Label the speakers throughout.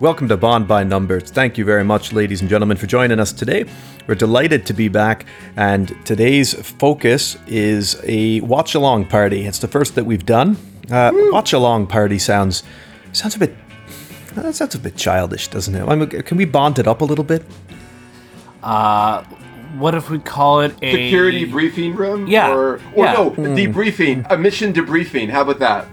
Speaker 1: Welcome to Bond by Numbers. Thank you very much, ladies and gentlemen, for joining us today. We're delighted to be back, and today's focus is a watch along party. It's the first that we've done. Uh, watch along party sounds sounds a bit that sounds a bit childish, doesn't it? I mean, can we bond it up a little bit?
Speaker 2: What if we call it a
Speaker 3: Security briefing room?
Speaker 2: Yeah,
Speaker 3: Or, or
Speaker 2: yeah.
Speaker 3: no, debriefing. A mission debriefing. How about that?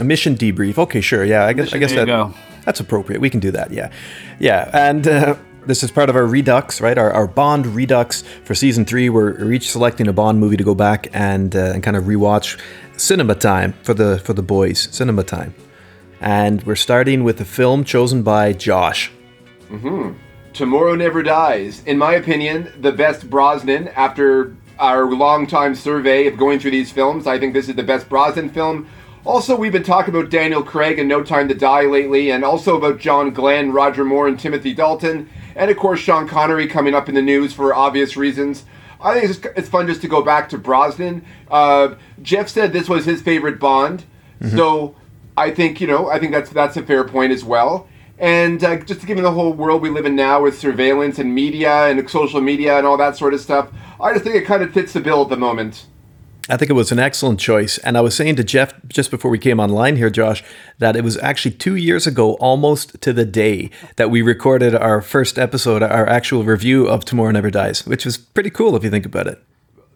Speaker 1: A mission debrief. Okay, sure. Yeah, I guess I
Speaker 2: Mission-
Speaker 1: guess
Speaker 2: there you
Speaker 1: that
Speaker 2: go.
Speaker 1: that's appropriate. We can do that. Yeah, yeah. And uh, this is part of our redux, right? Our, our Bond redux for season three. We're, we're each selecting a Bond movie to go back and uh, and kind of rewatch. Cinema time for the for the boys. Cinema time, and we're starting with a film chosen by Josh.
Speaker 3: Tomorrow Never Dies. In my opinion, the best Brosnan after our long time survey of going through these films. I think this is the best Brosnan film. Also, we've been talking about Daniel Craig and No Time to Die lately, and also about John Glenn, Roger Moore, and Timothy Dalton, and of course Sean Connery coming up in the news for obvious reasons. I think it's, it's fun just to go back to Brosnan. Uh, Jeff said this was his favorite Bond, so I think you know. I think that's that's a fair point as well. And uh, just given the whole world we live in now with surveillance and media and social media and all that sort of stuff, I just think it kind of fits the bill at the moment.
Speaker 1: I think it was an excellent choice. And I was saying to Jeff just before we came online here, Josh, that it was actually two years ago, almost to the day, that we recorded our first episode, our actual review of Tomorrow Never Dies, which was pretty cool if you think about it.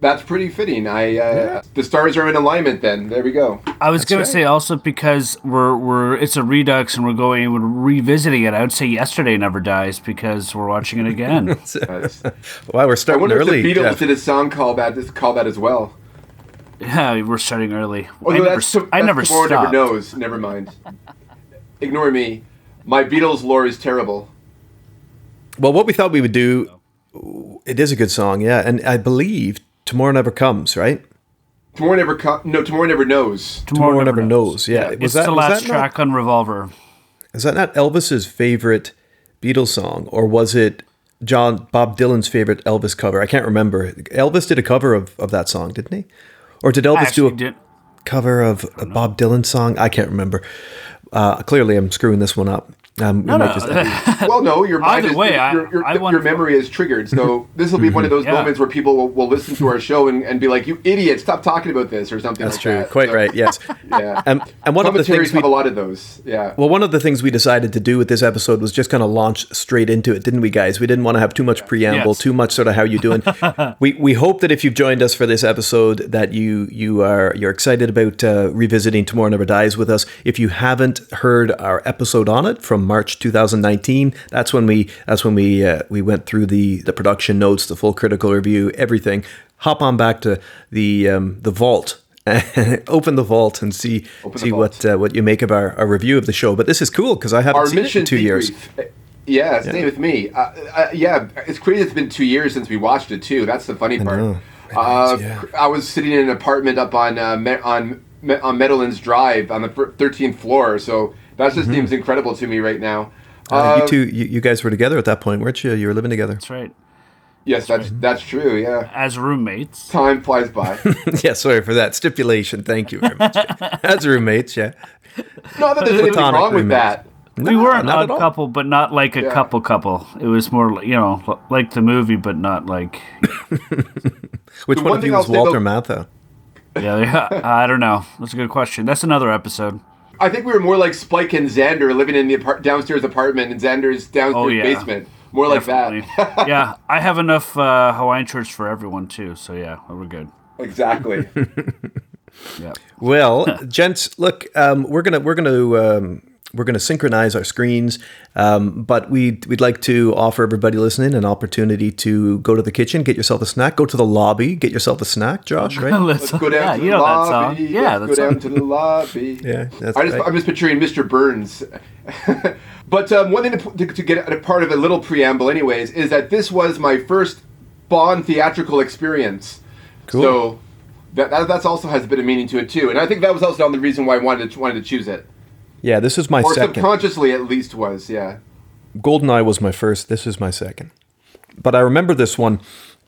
Speaker 3: That's pretty fitting. I uh, the stars are in alignment. Then there we go.
Speaker 2: I was gonna say also because we're we're it's a redux and we're going we're revisiting it. I would say yesterday never dies because we're watching it again.
Speaker 3: That's-
Speaker 1: Wow, we're
Speaker 3: I
Speaker 1: starting
Speaker 3: wonder
Speaker 1: early.
Speaker 3: if the Beatles
Speaker 1: Jeff.
Speaker 3: did a song called that call that as well.
Speaker 2: yeah, we're starting early. I
Speaker 3: Oh, no,
Speaker 2: never,
Speaker 3: that's,
Speaker 2: st- I
Speaker 3: that's
Speaker 2: never
Speaker 3: tomorrow never
Speaker 2: stopped.
Speaker 3: knows. Never mind. Ignore me. My Beatles lore is terrible.
Speaker 1: Well, what we thought we would do, it is a good song, yeah. And I believe Tomorrow Never Comes, right?
Speaker 3: Tomorrow never co- no. Tomorrow never knows.
Speaker 1: Tomorrow, Never, knows. yeah. Was
Speaker 2: It's
Speaker 1: that,
Speaker 2: the
Speaker 1: was
Speaker 2: last
Speaker 1: that not-
Speaker 2: track on Revolver.
Speaker 1: is that not Elvis's favorite Beatles song, or was it John Bob Dylan's favorite Elvis cover? I can't remember. Elvis did a cover of, of that song, didn't he? Or did
Speaker 2: I
Speaker 1: Elvis do
Speaker 2: actually
Speaker 1: a
Speaker 2: did.
Speaker 1: cover of a Bob Dylan song? I can't remember. Uh, clearly, I'm screwing this one up. Um, no,
Speaker 2: no.
Speaker 3: Well, no, your mind
Speaker 2: Either
Speaker 3: is,
Speaker 2: way, I-
Speaker 3: your, your,
Speaker 2: I
Speaker 3: your
Speaker 2: want-
Speaker 3: memory is triggered. So this will be one of those
Speaker 2: Yeah.
Speaker 3: moments where people will, will listen to our show and, and be like, "You idiot, stop talking about this" or something.
Speaker 1: That's
Speaker 3: like
Speaker 1: true.
Speaker 3: That.
Speaker 1: Quite
Speaker 3: So,
Speaker 1: right. Yes.
Speaker 3: Yeah.
Speaker 1: Um, and one of the
Speaker 3: Commentaries
Speaker 1: things we
Speaker 3: have a lot of those. Yeah.
Speaker 1: Well, one of the things we decided to do with this episode was just kind of launch straight into it, didn't we, guys? We didn't want to have too much preamble,
Speaker 2: Yes.
Speaker 1: too much sort of how you doing. we we hope that if you've joined us for this episode, that you you are you're excited about uh, revisiting Tomorrow Never Dies with us. If you haven't heard our episode on it from March 2019, that's when we that's when we uh, we went through the the production notes, the full critical review, everything. Hop on back to the um, the vault. Open the vault and see
Speaker 3: the
Speaker 1: see
Speaker 3: vault.
Speaker 1: what uh, what you make of our, our review of the show. But this is cool because I haven't
Speaker 3: our
Speaker 1: seen it
Speaker 3: mission
Speaker 1: in two years.
Speaker 3: debrief. Eh, Yeah, same with me. Uh, uh, yeah, it's crazy. It's been two years since we watched it too. That's the funny part.
Speaker 1: know.
Speaker 3: Uh,
Speaker 1: yeah.
Speaker 3: I was sitting in an apartment up on uh, Me- on Me- on Meadowlands Drive on the thirteenth floor. So that
Speaker 1: Mm-hmm.
Speaker 3: just seems incredible to me right now.
Speaker 1: Uh, you
Speaker 3: Um,
Speaker 1: two, you, you guys were together at that point, weren't you? You were living together.
Speaker 2: That's right.
Speaker 3: Yes, that's that's true. Yeah,
Speaker 2: As roommates.
Speaker 3: time flies by.
Speaker 1: yeah, sorry for that stipulation. Thank you very much. As roommates, yeah.
Speaker 3: Not that there's anything
Speaker 1: Platonic
Speaker 3: wrong with
Speaker 1: roommates.
Speaker 3: that.
Speaker 2: we were an
Speaker 1: not
Speaker 2: odd
Speaker 1: at all.
Speaker 2: couple, but not like a
Speaker 3: Yeah.
Speaker 2: couple couple. It was more, like, you know, l- like the movie, but not like
Speaker 1: Which one,
Speaker 3: The one
Speaker 1: of
Speaker 3: thing
Speaker 1: you
Speaker 3: I'll
Speaker 1: was
Speaker 3: say
Speaker 1: Walter
Speaker 3: about-
Speaker 1: Matthau?
Speaker 2: Yeah, yeah. I don't know. That's a good question. That's another episode.
Speaker 3: I think we were more like Spike and Xander living in the apart- downstairs apartment and Xander's downstairs
Speaker 2: Oh, yeah.
Speaker 3: basement. More like
Speaker 2: Definitely.
Speaker 3: that.
Speaker 2: yeah, I have enough uh, Hawaiian shirts for everyone too. So yeah, we're good.
Speaker 3: exactly.
Speaker 2: Yeah.
Speaker 1: Well, gents, look, um, we're gonna we're gonna um, we're gonna synchronize our screens, um, but we we'd like to offer everybody listening an opportunity to go to the kitchen, get yourself a snack, go to the lobby, get yourself a snack, Josh. Right?
Speaker 2: Let's,
Speaker 3: Go down
Speaker 2: yeah,
Speaker 3: to the
Speaker 2: you know that song.
Speaker 3: lobby.
Speaker 2: Yeah,
Speaker 3: Let's
Speaker 2: that's
Speaker 3: go down to the lobby.
Speaker 1: Yeah, that's
Speaker 3: I just,
Speaker 1: right.
Speaker 3: I'm just picturing Mr. Burns. but um, one thing to, to, to get a part of a little preamble, anyways, is that this was my first Bond theatrical experience.
Speaker 1: Cool.
Speaker 3: So that, that that's also has a bit of meaning to it too, and I think that was also the reason why I wanted to, wanted to choose it,
Speaker 1: Yeah, this is my
Speaker 3: or
Speaker 1: second.
Speaker 3: subconsciously at least was. Yeah.
Speaker 1: Goldeneye was my first. This is my second. But I remember this one.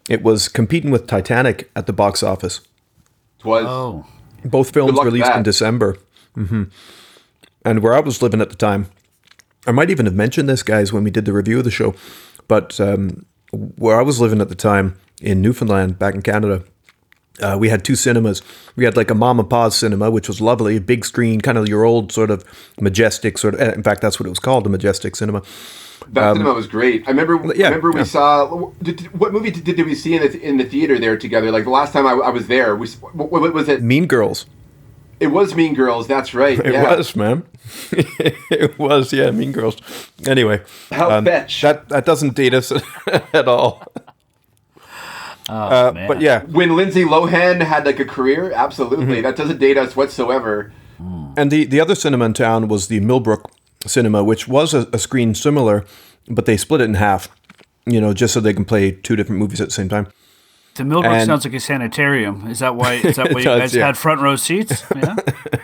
Speaker 1: It was competing with Titanic at the box office.
Speaker 3: Was
Speaker 2: Oh,
Speaker 1: Both films
Speaker 3: luck with
Speaker 1: released in Mm-hmm.
Speaker 3: that.
Speaker 1: December. hmm And where I was living at the time, I might even have mentioned this, guys, when we did the review of the show, but um, where I was living at the time in Newfoundland, back in Canada, uh, we had two cinemas. We had like a mom and pa's cinema, which was lovely, big screen, kind of your old sort of majestic sort of. In fact, that's what it was called, the majestic cinema.
Speaker 3: That cinema was great. I remember.
Speaker 1: Um, yeah,
Speaker 3: remember we
Speaker 1: yeah.
Speaker 3: saw. Did, what movie did, did we see in the in the theater there together? Like the last time I, I was there, we, s- what, what was it?
Speaker 1: Mean Girls.
Speaker 3: It was Mean Girls. That's right.
Speaker 1: It
Speaker 3: yeah.
Speaker 1: was, man. it was, yeah. Mean Girls. Anyway, um,
Speaker 3: How fetch.
Speaker 1: that that doesn't date us at all.
Speaker 2: Oh, man.
Speaker 1: Uh, But yeah,
Speaker 3: when Lindsay Lohan had like a career. Absolutely,
Speaker 1: Mm-hmm.
Speaker 3: that doesn't date us whatsoever.
Speaker 1: And the, the other cinema in town was the Millbrook Cinema, which was a, a screen similar, but they split it in half, you know, just so they can play two different movies at the same time.
Speaker 2: the Millbrook
Speaker 1: and-
Speaker 2: sounds like a sanitarium. Is that why? Is that
Speaker 1: It
Speaker 2: why you
Speaker 1: does,
Speaker 2: guys
Speaker 1: yeah.
Speaker 2: had front row seats? Yeah.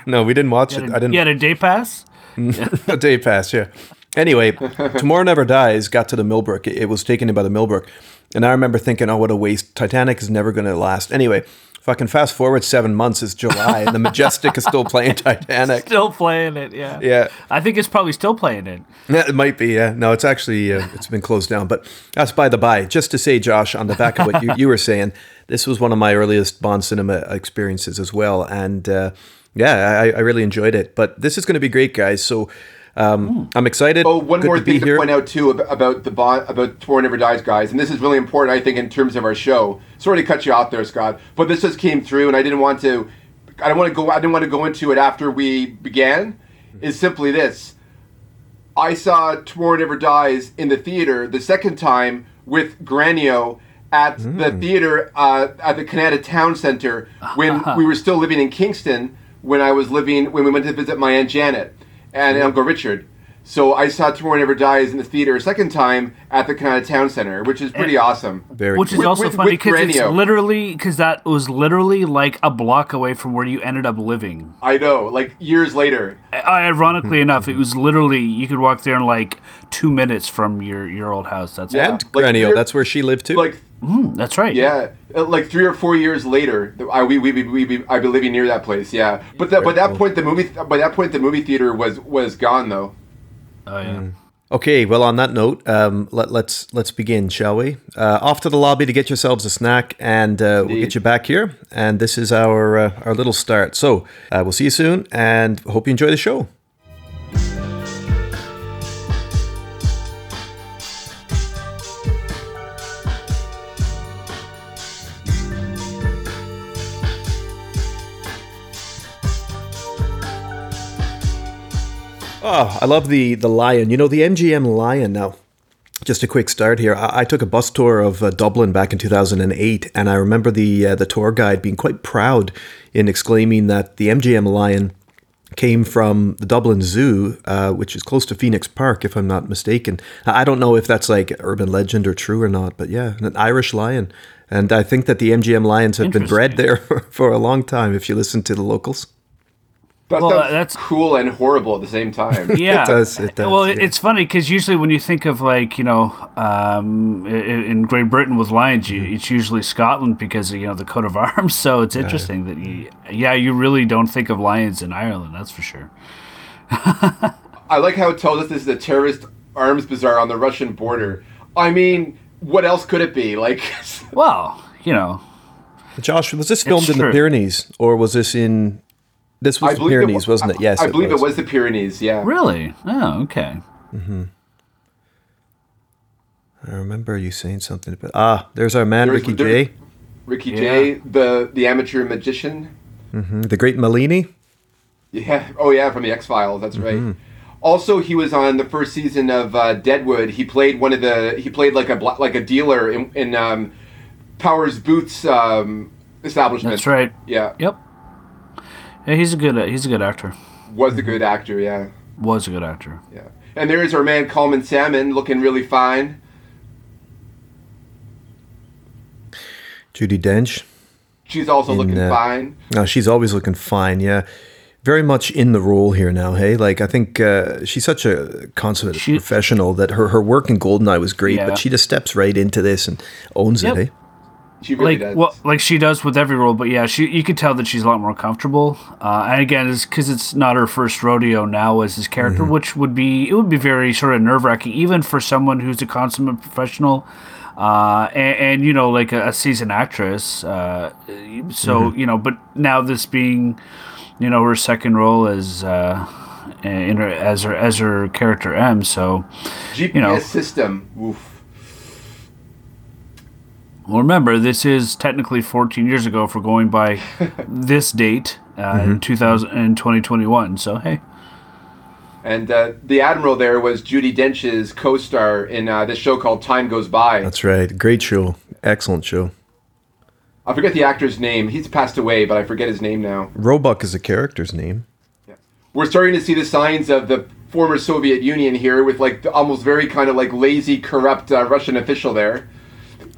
Speaker 1: No, we didn't watch it. I didn't.
Speaker 2: You had a day pass.
Speaker 1: a day pass, yeah. Anyway, Tomorrow Never Dies got to the Millbrook. It, it was taken in by the Millbrook. And I remember thinking, oh, what a waste. Titanic is never going to last. Anyway, fucking fast forward seven months, it's July, and the Majestic is still playing Titanic.
Speaker 2: Still playing it. Yeah.
Speaker 1: Yeah.
Speaker 2: I think it's probably still playing it.
Speaker 1: Yeah, It might be, yeah. No, it's actually uh, it's been closed down. But that's by the by. Just to say, Josh, on the back of what you, you were saying, this was one of my earliest Bond cinema experiences as well, and uh, yeah, I, I really enjoyed it. But this is going to be great, guys. So um, I'm excited.
Speaker 3: Oh, one
Speaker 1: Good
Speaker 3: more
Speaker 1: to be
Speaker 3: thing to
Speaker 1: here.
Speaker 3: point out too ab- about the bond about Tomorrow Never Dies, guys, and this is really important, I think, in terms of our show. Sorry to cut you off there, Scott, but this just came through, and I didn't want to. I don't want to go. I didn't want to go into it after we began. Is simply this: I saw Tomorrow Never Dies in the theater the second time with Granio at the theater uh, at the Canada Town Center when we were still living in Kingston when I was living when we went to visit my aunt Janet and Uncle Richard. So I saw Tomorrow Never Dies in the theater a second time at the Canada Town Center, which is pretty awesome.
Speaker 1: Very
Speaker 2: Which
Speaker 1: cool.
Speaker 2: is
Speaker 3: With-
Speaker 2: also
Speaker 3: with-
Speaker 2: funny
Speaker 3: with
Speaker 2: because it's
Speaker 3: Granio.
Speaker 2: literally because that was literally like a block away from where you ended up living.
Speaker 3: I know, like years later.
Speaker 2: I- Ironically enough, it was literally you could walk there in like two minutes from your your old house. That's
Speaker 3: Yeah.
Speaker 1: and
Speaker 3: Like,
Speaker 1: Granio,
Speaker 3: we're-
Speaker 1: that's where she lived too.
Speaker 3: Like
Speaker 2: Mm, that's right.
Speaker 3: Yeah, uh, like three or four years later, th- I we we we, we, we I've been living near that place. Yeah, but that by that point the movie th- by that point the movie theater was was gone though.
Speaker 2: Oh, yeah.
Speaker 1: Mm. Okay, well, on that note, um, let, let's let's begin, shall we? Uh, off to the lobby to get yourselves a snack, and uh, we'll get
Speaker 3: Indeed.
Speaker 1: you back here. And this is our uh, our little start. So uh, we'll see you soon, and hope you enjoy the show. Oh, I love the the lion. You know the MGM lion now. Just a quick start here. I, I took a bus tour of uh, Dublin back in 2008, and I remember the uh, the tour guide being quite proud in exclaiming that the MGM lion came from the Dublin Zoo, uh, which is close to Phoenix Park, if I'm not mistaken. I I don't know if that's like urban legend or true or not, but yeah, an Irish lion. And I think that the MGM lions have been bred there for a long time. If you listen to the locals.
Speaker 3: That
Speaker 2: Well,
Speaker 3: sounds
Speaker 2: uh, that's-
Speaker 3: cool and horrible at the same time.
Speaker 2: Yeah,
Speaker 1: does, it does,
Speaker 2: Well,
Speaker 1: yeah.
Speaker 2: it's funny because usually when you think of like you know um, i- i- in Great Britain with lions, you,
Speaker 1: Mm-hmm.
Speaker 2: it's usually Scotland because of, you know the coat of arms. So it's interesting that you, yeah, you really don't think of lions in Ireland. That's for sure.
Speaker 3: I like how it tells us this is a terrorist arms bazaar on the Russian border. I mean, what else could it be? Like,
Speaker 2: Well, you know,
Speaker 1: Josh, was this filmed
Speaker 2: It's
Speaker 1: in the
Speaker 2: true.
Speaker 1: Pyrenees or was this in? This was the
Speaker 3: it
Speaker 1: Pyrenees,
Speaker 3: wa-
Speaker 1: wasn't it? Yes,
Speaker 3: I, believe it was the Pyrenees. Yeah.
Speaker 2: really. Oh, okay.
Speaker 1: I remember you saying something about ah. There's our man,
Speaker 3: There's-
Speaker 1: Ricky
Speaker 3: there-
Speaker 1: Jay,
Speaker 3: Ricky Jay, the the amateur magician.
Speaker 1: the great Malini.
Speaker 3: Yeah. Oh, yeah, from the X Files. That's right.
Speaker 2: Mm-hmm.
Speaker 3: Also, he was on the first season of uh, Deadwood. He played one of the. He played like a bla- like a dealer in, in um, Powers Booth's um, establishment.
Speaker 2: That's right.
Speaker 3: Yeah.
Speaker 2: Yep. Yeah, he's a good uh, he's a good actor.
Speaker 3: Was a
Speaker 2: Mm-hmm.
Speaker 3: good actor. Yeah.
Speaker 2: Was a good actor.
Speaker 3: Yeah. And there is our man Coleman Salmon, looking really fine.
Speaker 1: Judy Dench.
Speaker 3: She's also looking
Speaker 1: uh,
Speaker 3: fine.
Speaker 1: Now she's always looking fine. Yeah, very much in the role here now. Hey, like I think uh, she's such a consummate
Speaker 2: She-
Speaker 1: professional that her her work in Goldeneye was great,
Speaker 2: Yeah.
Speaker 1: but she just steps right into this and owns
Speaker 2: Yep.
Speaker 1: it. Hey,
Speaker 3: She really
Speaker 2: like
Speaker 3: does.
Speaker 2: well, like she does with every role, but yeah, she you could tell that she's a lot more comfortable. Uh, and again, it's because it's not her first rodeo now as his character, which would be it would be very sort of nerve wracking, even for someone who's a consummate professional, uh, and, and you know like a, a seasoned actress. Uh, so you know, but now this being, you know, her second role as uh, in her as her as her character M. So
Speaker 3: GPS
Speaker 2: you know.
Speaker 3: system. Oof.
Speaker 2: Well, remember, this is technically 14 years ago for going by this date uh,
Speaker 1: Mm-hmm.
Speaker 2: in 2000 in 2021. So hey,
Speaker 3: And uh, the admiral there was Judy Dench's co-star in uh, this show called Time Goes By.
Speaker 1: That's right. Great show. Excellent show.
Speaker 3: I forget the actor's name. He's passed away, but I forget his name now.
Speaker 1: Roebuck is a character's name.
Speaker 3: We're starting to see the signs of the former Soviet Union here, with like the almost very kind of like lazy, corrupt uh, Russian official there.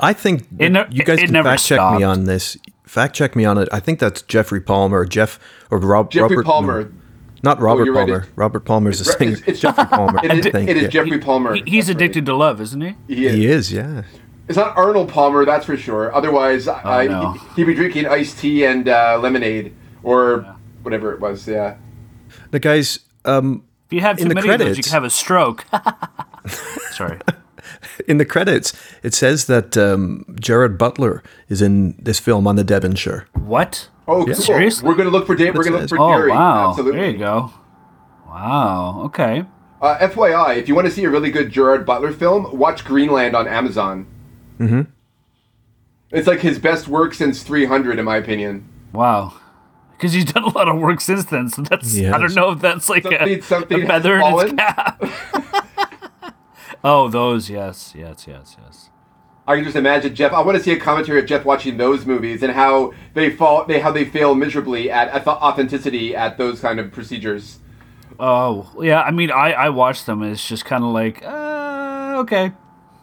Speaker 1: I think
Speaker 2: It ne-
Speaker 1: you guys
Speaker 2: it
Speaker 1: can
Speaker 2: never
Speaker 1: fact check
Speaker 2: stopped.
Speaker 1: me on this. Fact check me on it. I think that's Jeffrey Palmer or Jeff or Rob
Speaker 3: Jeffrey
Speaker 1: Robert,
Speaker 3: Palmer. Oh,
Speaker 1: Not Robert
Speaker 3: you're right,
Speaker 1: Palmer.
Speaker 3: it's-
Speaker 1: Robert Palmer's a
Speaker 3: It's-
Speaker 1: singer.
Speaker 3: it's-
Speaker 1: Jeffrey Palmer.
Speaker 3: It is,
Speaker 1: I think,
Speaker 3: it is
Speaker 1: yeah.
Speaker 3: Jeffrey Palmer.
Speaker 2: He- he's
Speaker 3: That's right.
Speaker 2: addicted to love, isn't he?
Speaker 3: He is.
Speaker 1: He is, yeah.
Speaker 3: It's not Arnold Palmer, that's for sure. Otherwise,
Speaker 1: Oh,
Speaker 3: I,
Speaker 2: no.
Speaker 3: he'd be drinking iced tea and uh, lemonade or whatever it was. Yeah.
Speaker 1: The guys, um,
Speaker 2: If you have
Speaker 1: In
Speaker 2: too
Speaker 1: the
Speaker 2: many of those, you
Speaker 1: credits.
Speaker 2: could have a stroke. Sorry.
Speaker 1: in the credits, it says that um, Jared Butler is in this film on the Devonshire.
Speaker 2: What?
Speaker 3: Oh, cool.
Speaker 2: Seriously?
Speaker 3: We're gonna look for Dave. We're gonna look for
Speaker 1: That's-
Speaker 2: Oh
Speaker 3: Gary.
Speaker 2: wow!
Speaker 3: Absolutely.
Speaker 2: There you go. Wow. Okay.
Speaker 3: Uh, FYI, if you want to see a really good Gerard Butler film, watch Greenland on Amazon. Mm-hmm. It's like his best work since 300, in my opinion.
Speaker 2: Wow. Because he's done a lot of work since then, so that's I
Speaker 1: Yes.
Speaker 2: don't know if that's like
Speaker 3: Something-
Speaker 2: a,
Speaker 3: something
Speaker 2: a feather in
Speaker 3: fallen?
Speaker 2: his cap. oh, those. Yes. Yes. Yes. Yes.
Speaker 3: I can just imagine Jeff. I want to see a commentary of Jeff watching those movies and how they fall, they how they fail miserably at, at the authenticity at those kind of procedures.
Speaker 2: Oh yeah, I mean, I I watched them. And it's just kind of like, uh, okay,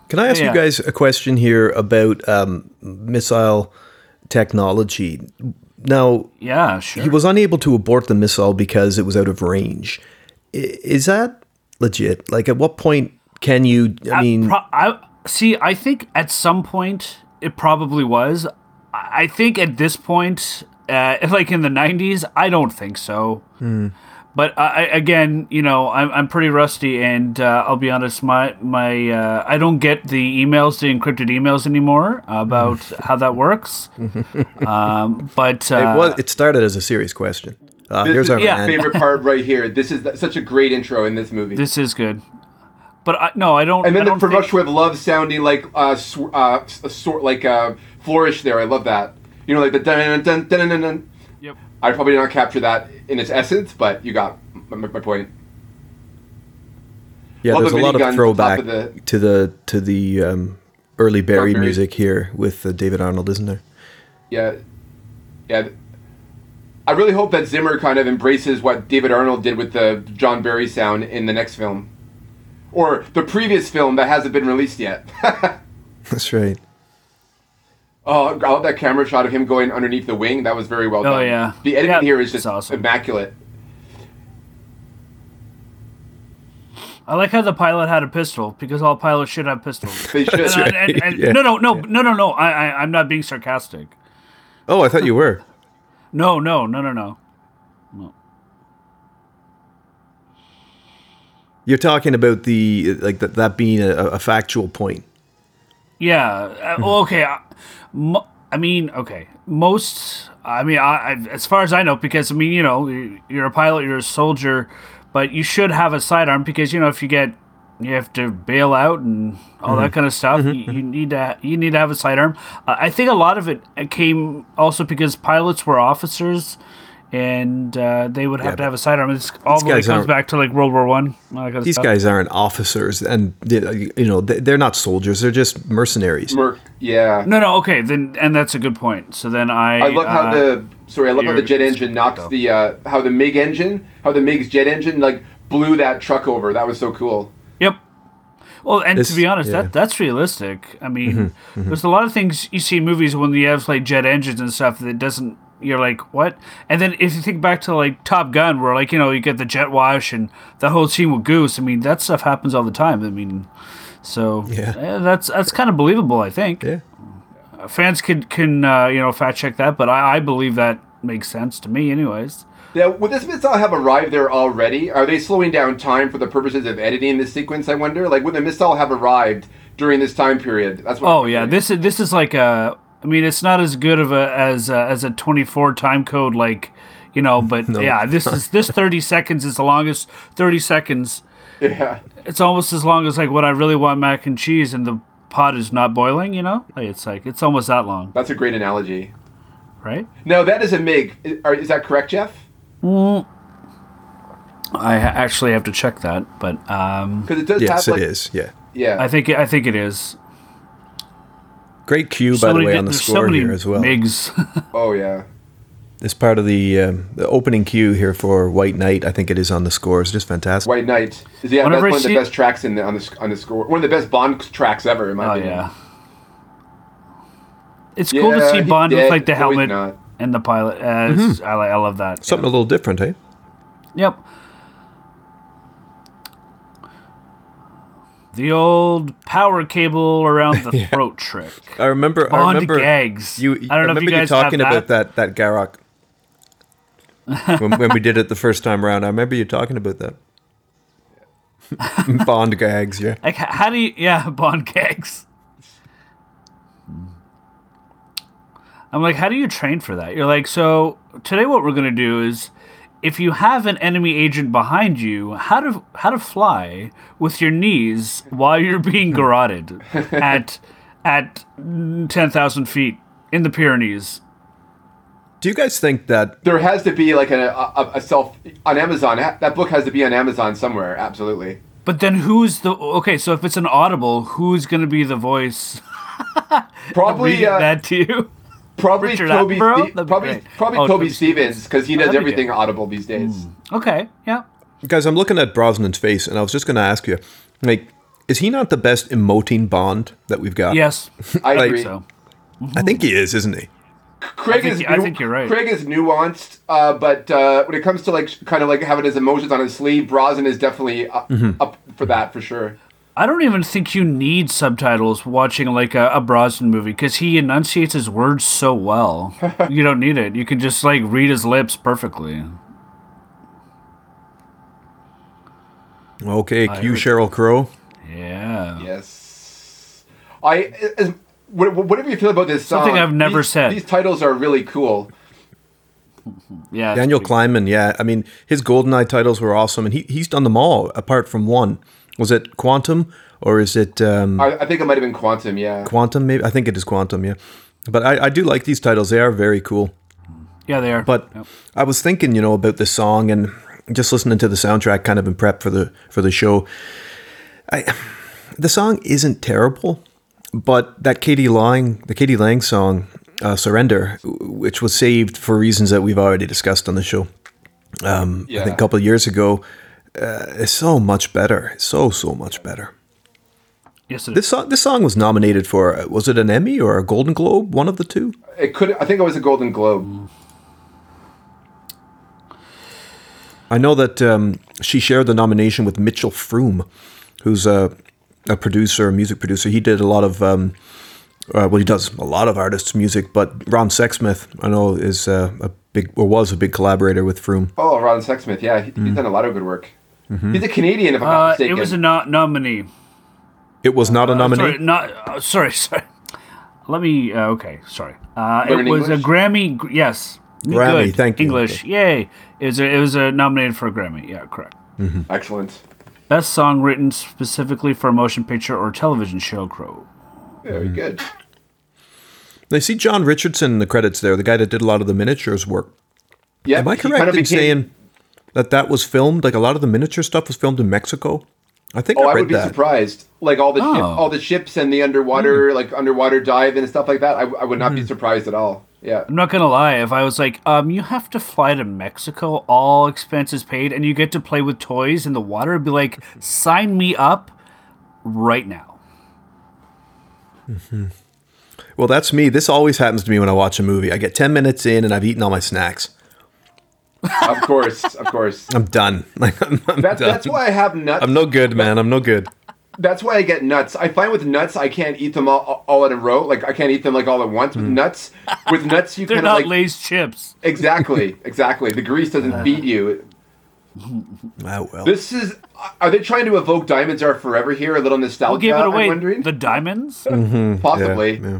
Speaker 1: Can I ask you
Speaker 2: Yeah.
Speaker 1: guys a question here about um, missile technology? Now,
Speaker 2: yeah, sure.
Speaker 1: he was unable to abort the missile because it was out of range. I- Is that legit? Like, at what point can you? I mean,
Speaker 2: Pro- I see. I think at some point it probably was. I I think at this point, uh, like in the '90s, I don't think so.
Speaker 3: Hmm.
Speaker 2: But I, I- again, you know, I'm, I'm pretty rusty, and uh, I'll be honest, my my uh, I don't get the emails, the encrypted emails anymore about how that works. um, but uh,
Speaker 1: it was. It started as a serious question. Uh,
Speaker 3: This
Speaker 1: here's
Speaker 3: is
Speaker 1: our
Speaker 3: my
Speaker 2: yeah,
Speaker 1: man.
Speaker 3: favorite part right here. This is th- such a great intro in this movie.
Speaker 2: This is good. But I, no, I don't.
Speaker 3: and then
Speaker 2: I
Speaker 3: the
Speaker 2: don't
Speaker 3: production
Speaker 2: think,
Speaker 3: with love sounding like uh, sw- uh, s- a sort like a flourish there. I love that. You know, like the dun dun dun dun dun. dun.
Speaker 2: Yep.
Speaker 3: I probably did not capture that in its essence, but you got my, my point.
Speaker 1: Yeah,
Speaker 3: Love
Speaker 1: there's a
Speaker 3: the
Speaker 1: lot
Speaker 3: minigun
Speaker 1: of
Speaker 3: on
Speaker 1: throwback
Speaker 3: top of the-
Speaker 1: to the to the um, early Barry
Speaker 3: Barry.
Speaker 1: music here with uh, David Arnold, isn't there?
Speaker 3: Yeah, yeah. I really hope that Zimmer kind of embraces what David Arnold did with the John Barry sound in the next film, or the previous film that hasn't been released yet.
Speaker 1: That's right.
Speaker 3: Oh, I love that camera shot of him going underneath the wing. That was very well
Speaker 2: Oh,
Speaker 3: done.
Speaker 2: yeah.
Speaker 3: The editing
Speaker 2: Yeah,
Speaker 3: here is
Speaker 2: it's
Speaker 3: just
Speaker 2: awesome.
Speaker 3: immaculate.
Speaker 2: I like how the pilot had a pistol because all pilots should have pistols.
Speaker 3: They should.
Speaker 2: And- and- and-
Speaker 1: Yeah.
Speaker 2: No, no, no, no, no, no. I, I, I'm not being sarcastic.
Speaker 1: Oh, I thought you were.
Speaker 2: No, no, no, no, no.
Speaker 1: You're talking about the like that that being a, a factual point.
Speaker 2: Yeah. Uh, well, okay. I, mo- I mean, okay. Most. I mean, I, I, as far as I know, because I mean, you know, you- you're a pilot, you're a soldier, but you should have a sidearm because you know if you get, you have to bail out and all
Speaker 1: Mm-hmm.
Speaker 2: that kind of stuff. You, you need to. You need to have a sidearm. Uh, I think a lot of it uh, came also because pilots were officers. And uh, they would have to have a sidearm. It's all really
Speaker 1: guys
Speaker 2: comes
Speaker 1: aren't-
Speaker 2: back to like World War One. all that kind of
Speaker 1: These
Speaker 2: stuff.
Speaker 1: guys aren't officers, and they- you know they- they're not soldiers. They're just mercenaries.
Speaker 3: Merc. Yeah.
Speaker 2: No, no, okay, then, and that's a good point. So then I.
Speaker 3: I love how
Speaker 2: uh,
Speaker 3: the sorry. I love how the
Speaker 2: you're-
Speaker 3: jet engine knocks the uh, how the Mig engine, how the Mig's jet engine like blew that truck over. That was so cool.
Speaker 2: Yep. Well, and
Speaker 1: This-
Speaker 2: to be honest,
Speaker 1: yeah. Mm-hmm.
Speaker 2: that that's realistic. I mean, there's a lot of things you see in movies when you have like jet engines and stuff that doesn't. You're like, what? And then if you think back to like Top Gun, where like you know you get the jet wash and the whole scene with Goose. I mean, that stuff happens all the time. I mean, so
Speaker 1: Yeah.
Speaker 2: eh, that's that's kind of believable. I think.
Speaker 1: Yeah.
Speaker 2: fans can can uh, you know fact check that, but I, I believe that makes sense to me, anyways.
Speaker 3: Now, would this missile have arrived there already? Are they slowing down time for the purposes of editing this sequence? I wonder. Like, would the missile have arrived during this time period? That's what.
Speaker 2: Oh yeah, this is this is like a. I mean, it's not as good of a as a, as a twenty four time code like, you know. But yeah, this is this thirty seconds is the longest thirty seconds.
Speaker 3: Yeah.
Speaker 2: It's almost as long as like what I really want mac and cheese, and the pot is not boiling. You know, like, it's like it's almost that long,
Speaker 3: That's a great analogy.
Speaker 2: right?
Speaker 3: No, that is a MiG. I- are- Is that correct, Jeff?
Speaker 2: I ha- actually have to check that, but um,
Speaker 3: Because it does
Speaker 1: Yes,
Speaker 3: have
Speaker 1: it
Speaker 3: like
Speaker 1: is. Yeah.
Speaker 3: yeah.
Speaker 2: I think I think it is.
Speaker 1: Great cue, by the way, on the
Speaker 2: there's
Speaker 1: score here as well.
Speaker 2: Migs.
Speaker 3: oh yeah.
Speaker 1: It's part of the um, the opening cue here for White Knight. I think it is on the score. It's just fantastic.
Speaker 3: White Knight is yeah, that's
Speaker 2: Whenever I
Speaker 3: one of the
Speaker 2: see-
Speaker 3: best tracks in the, on the sc- on the score. One of the best Bond tracks ever, in my
Speaker 2: oh
Speaker 3: opinion.
Speaker 2: yeah. It's cool to
Speaker 3: Yeah,
Speaker 2: see
Speaker 3: he's
Speaker 2: Bond
Speaker 3: dead.
Speaker 2: with like the
Speaker 3: No, he's
Speaker 2: helmet
Speaker 3: not.
Speaker 2: and the pilot. Uh,
Speaker 1: Mm-hmm.
Speaker 2: it's- I, li- I love that.
Speaker 1: Something a little different, eh?
Speaker 2: Yep. The old power cable around the throat trick.
Speaker 1: I remember. I
Speaker 2: Bond
Speaker 1: remember
Speaker 2: gags.
Speaker 1: You.
Speaker 2: I don't know if
Speaker 1: remember
Speaker 2: you guys have
Speaker 1: talking about that that Garrock when, when we did it the first time around. I remember you talking about that. Bond gags, yeah.
Speaker 2: Like, h- how do you? Yeah, Bond gags. I'm like, how do you train for that? You're like, so today what we're gonna do is, if you have an enemy agent behind you, how to how to fly with your knees while you're being garroted at at ten thousand feet in the Pyrenees.
Speaker 1: Do you guys think that?
Speaker 3: There has to be like a, a, a self on Amazon. ha- That book has to be on Amazon somewhere. Absolutely.
Speaker 2: But then who's the okay? So if it's an audible, who's gonna be the voice
Speaker 3: Probably
Speaker 2: reading
Speaker 3: uh,
Speaker 2: that to you?
Speaker 3: probably
Speaker 2: Richard
Speaker 3: Toby
Speaker 2: Attenborough? That'd
Speaker 3: Ste-
Speaker 2: be
Speaker 3: probably
Speaker 2: great.
Speaker 3: probably
Speaker 2: Oh,
Speaker 3: Toby
Speaker 2: Toby
Speaker 3: Stevens because he
Speaker 2: Oh,
Speaker 3: does
Speaker 2: that'd be Hmm.
Speaker 3: everything audible these days.
Speaker 2: Okay, yeah.
Speaker 1: Guys, I'm looking at Brosnan's face, and I was just going to ask you, like, is he not the best emoting Bond that we've got?
Speaker 2: Yes,
Speaker 3: I
Speaker 1: Like-
Speaker 3: agree.
Speaker 2: so.
Speaker 1: I think he is, isn't he?
Speaker 3: Craig
Speaker 2: think-
Speaker 3: is.
Speaker 2: I
Speaker 3: nu-
Speaker 2: think you're right.
Speaker 3: Craig is nuanced, uh, but uh, when it comes to like kind of like having his emotions on his sleeve, Brosnan is definitely up, up
Speaker 2: Mm-hmm.
Speaker 3: for that for sure.
Speaker 2: I don't even think you need subtitles watching like a, a Brosnan movie because he enunciates his words so well. you don't need it. You can just like read his lips perfectly.
Speaker 1: Okay, cue
Speaker 2: heard-
Speaker 1: Cheryl Crow.
Speaker 2: Yeah.
Speaker 3: Yes. I as, wha- wha- whatever you feel about this song.
Speaker 2: Something I've never
Speaker 3: these-
Speaker 2: said.
Speaker 3: These titles are really cool.
Speaker 2: Yeah. it's
Speaker 1: Daniel
Speaker 2: pretty-
Speaker 1: Kleinman, yeah. I mean, his GoldenEye titles were awesome, and he, he's done them all apart from one. Was it Quantum or is it um,
Speaker 3: I, I think it might have been Quantum. Yeah.
Speaker 1: Quantum? Maybe I think it is Quantum, yeah. But I, I do like these titles; they are very cool.
Speaker 2: Yeah, they are.
Speaker 1: But I was thinking, you know, about this song and just listening to the soundtrack, kind of in prep for the for the show. I the song isn't terrible, but that Katie Lang, the Katie Lang song, uh, "Surrender," which was saved for reasons that we've already discussed on the show.
Speaker 3: Yeah.
Speaker 1: I think a couple of years ago. Uh, it's so much better. So so much better.
Speaker 2: yes, it is.
Speaker 1: This song this song was nominated for uh, was it an Emmy or a Golden Globe? One of the two.
Speaker 3: it could. I think it was a Golden
Speaker 2: Mm.
Speaker 3: Globe.
Speaker 1: I know that um, she shared the nomination with Mitchell Froom, who's a a producer, a music producer. He did a lot of um, uh, well, he does a lot of artists' music, but Ron Sexsmith I know is uh, a big or was a big collaborator with Froom.
Speaker 3: Oh, Ron Sexsmith. Yeah, he, he's done a lot of good work. He's a Canadian, if I'm not
Speaker 2: Mm. Mm-hmm. Uh,
Speaker 3: mistaken.
Speaker 2: it was a no- nominee.
Speaker 1: It was not a
Speaker 2: Sorry,
Speaker 1: nominee.
Speaker 2: not uh, sorry, sorry. Let me. Uh, okay, sorry. Uh, it
Speaker 3: Learn
Speaker 2: was
Speaker 3: English?
Speaker 2: a Grammy. gr- Yes,
Speaker 1: Grammy,
Speaker 2: Good.
Speaker 1: thank you.
Speaker 2: English, yay! It was. A, it was a nominated for a Grammy. Yeah, correct.
Speaker 3: Excellent.
Speaker 2: Best song written specifically for a motion picture or television show. Crow.
Speaker 3: Very
Speaker 2: Mm-hmm.
Speaker 3: good.
Speaker 1: They see John Richardson in the credits there, the guy that did a lot of the miniatures work.
Speaker 3: Yeah.
Speaker 1: Am I
Speaker 3: he
Speaker 1: correct
Speaker 3: kind
Speaker 1: in
Speaker 3: of became-
Speaker 1: saying that that was filmed? Like a lot of the miniature stuff was filmed in Mexico. I think
Speaker 3: Oh,
Speaker 1: I
Speaker 3: I
Speaker 1: read
Speaker 3: would be
Speaker 1: that.
Speaker 3: surprised. Like all the ship,
Speaker 2: Oh. Mm.
Speaker 3: all the ships and the underwater, like underwater dive and stuff like that. I, I would not be surprised at all. Yeah.
Speaker 2: I'm not gonna lie. If I was like, um, you have to fly to Mexico, all expenses paid, and you get to play with toys in the water, I'd be like, sign me up right now.
Speaker 1: Well, that's me. This always happens to me when I watch a movie. I get ten minutes in and I've eaten all my snacks.
Speaker 3: Of course. Of course.
Speaker 1: I'm done. Like I'm, I'm
Speaker 3: That,
Speaker 1: done.
Speaker 3: that's why I have nuts.
Speaker 1: I'm no good, man. I'm no good.
Speaker 3: that's why I get nuts. I find with nuts I can't eat them all, all in a row. Like I can't eat them like all at once. With nuts, with nuts you
Speaker 2: Mm. They're
Speaker 3: kind
Speaker 2: not
Speaker 3: of like
Speaker 2: Lay's chips.
Speaker 3: exactly, exactly. The grease doesn't feed you.
Speaker 1: Oh, well.
Speaker 3: This is. Are they trying to evoke diamonds are forever here? A little nostalgia.
Speaker 2: We'll give it
Speaker 3: I'm
Speaker 2: away.
Speaker 3: wondering.
Speaker 2: The diamonds.
Speaker 1: uh,
Speaker 3: Possibly.
Speaker 1: Yeah, yeah.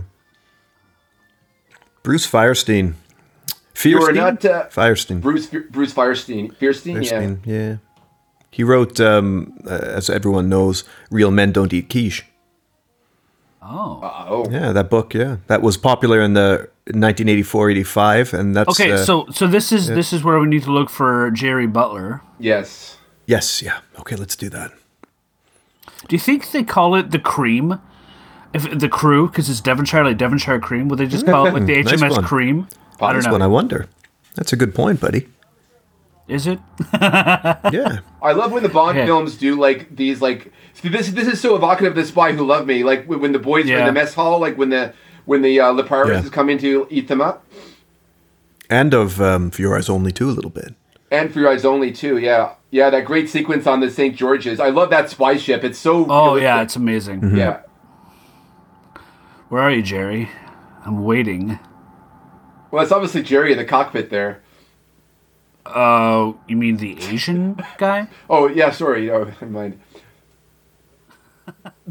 Speaker 1: Bruce Firestein.
Speaker 3: You are
Speaker 1: Fierstein?
Speaker 3: not uh,
Speaker 1: Firestein.
Speaker 3: Bruce Bruce Firestein. Fierstein, yeah.
Speaker 1: Firestein, yeah. He wrote, um, uh, as everyone knows, Real Men Don't Eat Quiche.
Speaker 2: Oh.
Speaker 3: Oh,
Speaker 1: Yeah, that book, yeah. That was popular in the 1984-85, and that's...
Speaker 2: Okay,
Speaker 1: uh,
Speaker 2: so so this is this is where we need to look for Jerry Butler.
Speaker 3: yes.
Speaker 1: Yes, yeah. Okay, let's do that.
Speaker 2: Do you think they call it the cream? If the crew, because it's Devonshire, like Devonshire cream, would they just call it like the
Speaker 1: Nice
Speaker 2: HMS
Speaker 1: one.
Speaker 2: cream? I
Speaker 1: That's
Speaker 2: don't
Speaker 1: one I
Speaker 2: know.
Speaker 1: wonder. That's a good point, buddy.
Speaker 2: Is it?
Speaker 1: Yeah.
Speaker 3: I love when the Bond
Speaker 2: Yeah.
Speaker 3: films do like these like see, this this is so evocative of the spy who loved me like when when the boys are in
Speaker 2: Yeah.
Speaker 3: the mess hall like when the when the uh, Leparis
Speaker 1: Yeah.
Speaker 3: is coming to eat them up
Speaker 1: and of um, For Your Eyes Only, too, a little bit.
Speaker 3: and for your eyes only too yeah yeah that great sequence on the St George's I love that spy ship it's so
Speaker 2: Oh
Speaker 3: realistic.
Speaker 2: yeah, it's amazing.
Speaker 1: Mm-hmm.
Speaker 3: yeah
Speaker 2: Where are you, Jerry? I'm waiting.
Speaker 3: well it's obviously Jerry in the cockpit there
Speaker 2: Oh, you mean the Asian guy?
Speaker 3: oh yeah sorry oh never mind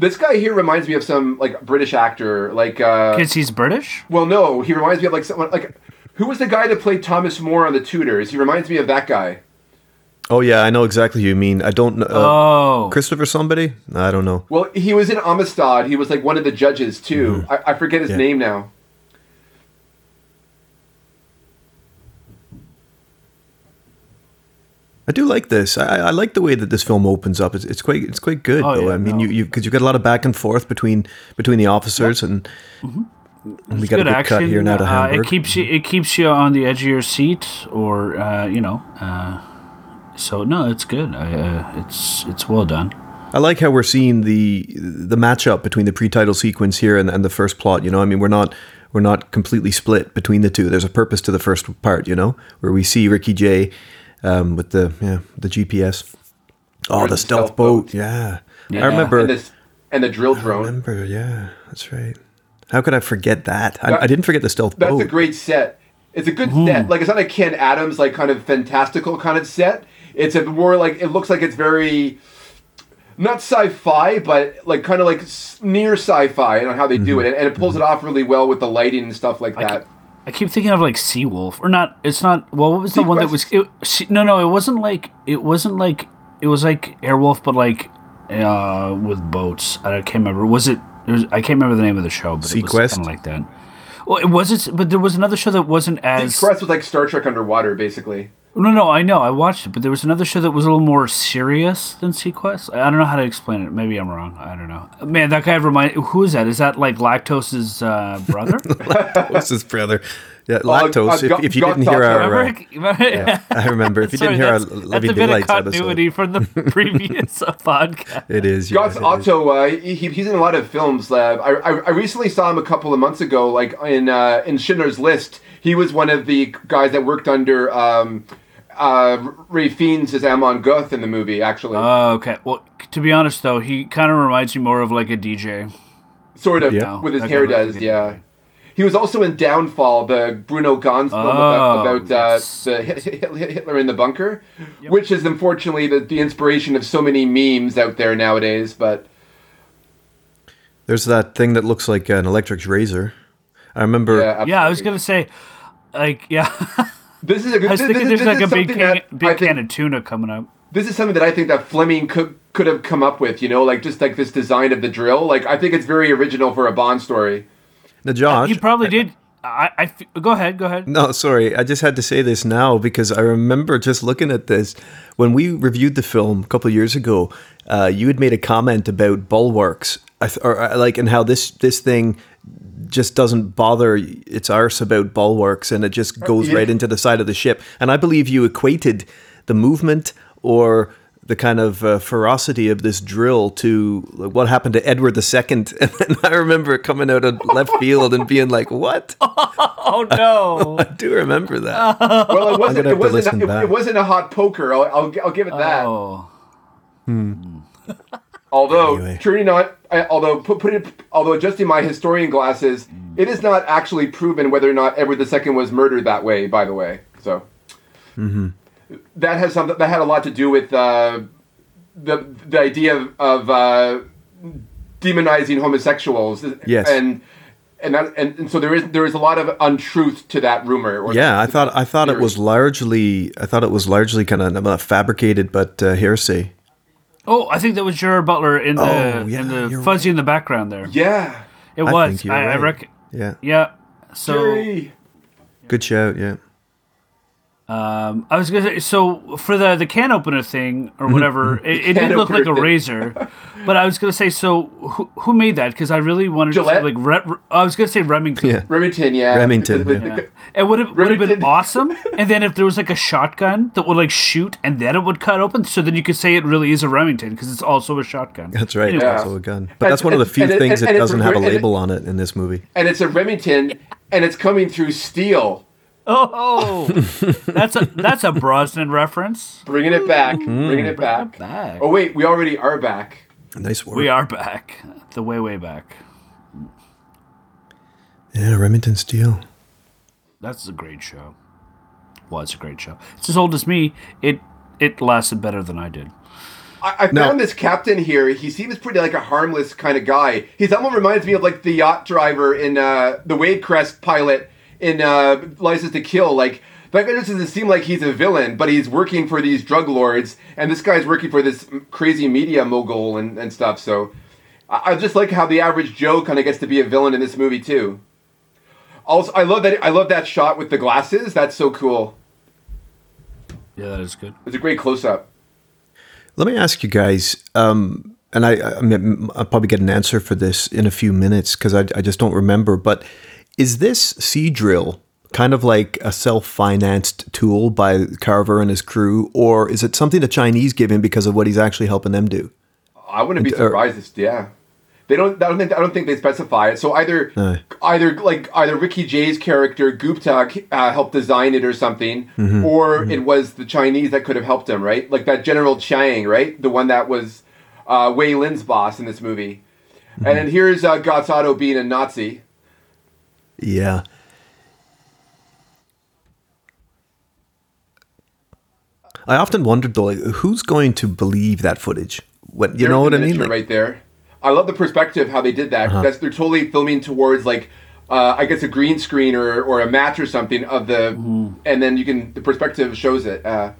Speaker 3: this guy here reminds me of some like British actor like uh,
Speaker 2: Because he's British.
Speaker 3: Well, no, he reminds me of like someone like who was the guy that played Thomas More on The Tudors? He reminds me of that guy.
Speaker 1: Oh, yeah, I know exactly who you mean. I don't know... Uh,
Speaker 2: Oh,
Speaker 1: Christopher somebody? I don't know.
Speaker 3: Well, he was in Amistad. He was like one of the judges too. I, I forget his
Speaker 1: Mm-hmm. Yeah.
Speaker 3: name now.
Speaker 1: I do like this. I, I like the way that this film opens up. It's, it's quite it's quite good
Speaker 2: Oh,
Speaker 1: though.
Speaker 2: yeah,
Speaker 1: I mean,
Speaker 2: no.
Speaker 1: you you because you got a lot of back and forth between between the officers and, and we got a
Speaker 2: Mm-hmm. good
Speaker 1: good
Speaker 2: action.
Speaker 1: cut here now to
Speaker 2: uh,
Speaker 1: Hamburg.
Speaker 2: it keeps you. It keeps you on the edge of your seat, or uh, you know. Uh, so no, it's good. I, uh, it's it's well done.
Speaker 1: I like how we're seeing the the matchup between the pre-title sequence here and, and the first plot. You know, I mean, we're not we're not completely split between the two. There's a purpose to the first part. You know, where we see Ricky Jay um, with the yeah the GPS. Oh, the,
Speaker 3: the
Speaker 1: stealth,
Speaker 3: stealth
Speaker 1: boat.
Speaker 3: boat.
Speaker 1: Yeah. I
Speaker 2: Yeah.
Speaker 1: remember.
Speaker 3: And this and the drill drone.
Speaker 1: Remember, yeah, that's right. How could I forget that? I, I didn't forget the stealth
Speaker 3: That's
Speaker 1: boat.
Speaker 3: a great set. It's a good set. Like it's not a Ken Adams like kind of fantastical kind of set. It's a more like it looks like it's very not sci-fi, but like kind of like s- near sci-fi and how they do it, and, and it pulls it off really well with the lighting and stuff like that.
Speaker 2: I keep thinking of like Seawolf, or not. It's not. Well, what was the one that was?
Speaker 3: Sequest?
Speaker 2: It, se- no, no, it wasn't like. It wasn't like. It was like Airwolf, but like uh, with boats. I can't remember. Was it? it was, I can't remember the name of the show, but it was
Speaker 1: Sequest?
Speaker 2: kind of like that. Well, it was. It, but there was another show that wasn't as.
Speaker 3: Crest was like Star Trek underwater, basically.
Speaker 2: No, no, I know. I watched it, but there was another show that was a little more serious than Sequest. I I don't know how to explain it. Maybe I'm wrong. I don't know. Man, that guy remind. Who is that? Is that like Lactose's uh, brother?
Speaker 1: What's his brother? Yeah,
Speaker 3: Oh, I've-
Speaker 1: lactose.
Speaker 3: I've
Speaker 1: if,
Speaker 3: got-
Speaker 1: if you
Speaker 3: got
Speaker 1: didn't hear our, uh,
Speaker 2: Remember? Yeah.
Speaker 1: I remember. If you didn't hear our Living Daylights episode,
Speaker 2: continuity from the previous uh, podcast.
Speaker 1: it is. Yeah,
Speaker 3: Gus
Speaker 1: it is.
Speaker 3: Otto, uh, he, he's in a lot of films. Uh, I, I, I recently saw him a couple of months ago, like in uh, in Schindler's List. He was one of the guys that worked under um, uh, Ray Fiennes as Amon Goth in the movie, actually.
Speaker 2: Oh, okay. Well, c- to be honest though, he kind of reminds me more of like a DJ.
Speaker 3: sort of,
Speaker 1: yeah.
Speaker 3: with his
Speaker 2: Okay,
Speaker 3: hair
Speaker 2: right,
Speaker 3: does,
Speaker 2: okay.
Speaker 3: yeah. He was also in Downfall, the Bruno Gans film about,
Speaker 2: Oh,
Speaker 3: about uh,
Speaker 2: yes.
Speaker 3: the Hit- Hit- Hit- Hitler in the Bunker, which is unfortunately the, the inspiration of so many memes out there nowadays, but...
Speaker 1: There's that thing that looks like an electric razor. I remember.
Speaker 3: Yeah,
Speaker 2: Yeah, I was
Speaker 3: uh, absolutely.
Speaker 2: gonna say, like, yeah.
Speaker 3: This is a good.
Speaker 2: I was
Speaker 3: this,
Speaker 2: thinking there's
Speaker 3: this, is-
Speaker 2: like a
Speaker 3: this is
Speaker 2: big
Speaker 3: something
Speaker 2: can,
Speaker 3: that I
Speaker 2: big
Speaker 3: think-
Speaker 2: can of tuna coming up.
Speaker 3: this is something that I think that Fleming could could have come up with, you know, like just like this design of the drill. Like I think it's very original for a Bond story.
Speaker 1: Now, Josh.
Speaker 2: He probably did. I, I f- go ahead, go ahead.
Speaker 1: No, sorry. I just had to say this now because I remember just looking at this when we reviewed the film a couple of years ago. Uh, you had made a comment about bulwarks, I th- or uh, like, and how this this thing just doesn't bother its arse about bulwarks, and it just goes
Speaker 3: yeah.
Speaker 1: right into the side of the ship. And I believe you equated the movement or the kind of uh, ferocity of this drill to what happened to Edward II. And then I remember it coming out of left field and being like, "What?"
Speaker 2: Oh no!
Speaker 1: I do remember that.
Speaker 3: Well, it wasn't.
Speaker 1: gonna have
Speaker 3: It
Speaker 1: to listen
Speaker 3: wasn't. It,
Speaker 1: back.
Speaker 3: it wasn't a hot poker. I'll, I'll, I'll give it that.
Speaker 2: oh,
Speaker 3: Although, anyway. truly not, I, although put, put it, although just in my historian glasses, it is not actually proven whether or not Edward II was murdered that way. By the way, so
Speaker 1: mm-hmm.
Speaker 3: that has something that had a lot to do with uh, the the idea of, of uh, demonizing homosexuals.
Speaker 1: Yes,
Speaker 3: and and that and, and, so there is there is a lot of untruth to that rumor.
Speaker 1: yeah,
Speaker 3: that,
Speaker 1: I thought I thought theory. it was largely I thought it was largely kind of not fabricated but uh, hearsay.
Speaker 2: Oh, I think that was Gerard Butler in the oh, yeah, in the fuzzy right. in the background there.
Speaker 3: Yeah,
Speaker 2: it I was. I, right. I reckon.
Speaker 1: Yeah.
Speaker 2: Yeah. So. Yay.
Speaker 1: Good shout. Yeah.
Speaker 2: Um, I was gonna say so for the the can opener thing or whatever, it, it did look like a razor, but I was gonna say so who, who made that because I really wanted
Speaker 3: Gillette?
Speaker 2: to say, like Re, I was gonna say Remington,
Speaker 1: yeah.
Speaker 3: Remington, yeah,
Speaker 1: Remington.
Speaker 2: Yeah. Yeah. It would have would have been awesome, and then if there was like a shotgun that would like shoot and then it would cut open, so then you could say it really is a Remington because it's also a shotgun.
Speaker 1: That's right, anyway. also a gun. But and, that's one and, of the few things it, it doesn't have a label on it in this movie.
Speaker 3: And it's a Remington, and it's coming through steel.
Speaker 2: Oh, that's a that's a Brosnan reference.
Speaker 3: Bringing it back, mm, bringing it back. Bring it back. Oh wait, we already are back.
Speaker 1: Nice work.
Speaker 2: We are back, the way way back.
Speaker 1: Yeah, Remington Steel.
Speaker 2: That's a great show. Was well, a great show. It's as old as me. It it lasted better than I did.
Speaker 3: I, I found no. this captain here. He seems pretty like a harmless kind of guy. He someone reminds me of like the yacht driver in uh, the Wade Crest pilot in uh, License to Kill. Like that guy just doesn't seem like he's a villain, but he's working for these drug lords, and this guy's working for this crazy media mogul and, and stuff. So I, I just like how the average Joe kind of gets to be a villain in this movie too. Also, I love that I love that shot with the glasses. That's so cool.
Speaker 2: Yeah, that is good.
Speaker 3: It's a great close up.
Speaker 1: Let me ask you guys. Um, and I, I mean, I'll probably get an answer for this in a few minutes because I, I just don't remember. But is this sea drill kind of like a self-financed tool by Carver and his crew, or is it something the Chinese give him because of what he's actually helping them do?
Speaker 3: I wouldn't be surprised. Or, if, yeah, they don't. I don't think. I don't think they specify it. So either, no. either like either Ricky Jay's character Gupta uh, helped design it or something,
Speaker 1: mm-hmm,
Speaker 3: or
Speaker 1: mm-hmm.
Speaker 3: it was the Chinese that could have helped him, right? Like that General Chang, right? The one that was uh, Wei Lin's boss in this movie. Mm-hmm. And then here's uh, Gazzotto being a Nazi.
Speaker 1: Yeah. I often wondered though, like, who's going to believe that footage? What you There's know what I mean?
Speaker 3: Like, right there. I love the perspective how they did that. Uh-huh. That's they're totally filming towards like uh, I guess a green screen or or a match or something of the,
Speaker 1: Mm-hmm.
Speaker 2: Ooh.
Speaker 3: and then you can the perspective shows it. Uh,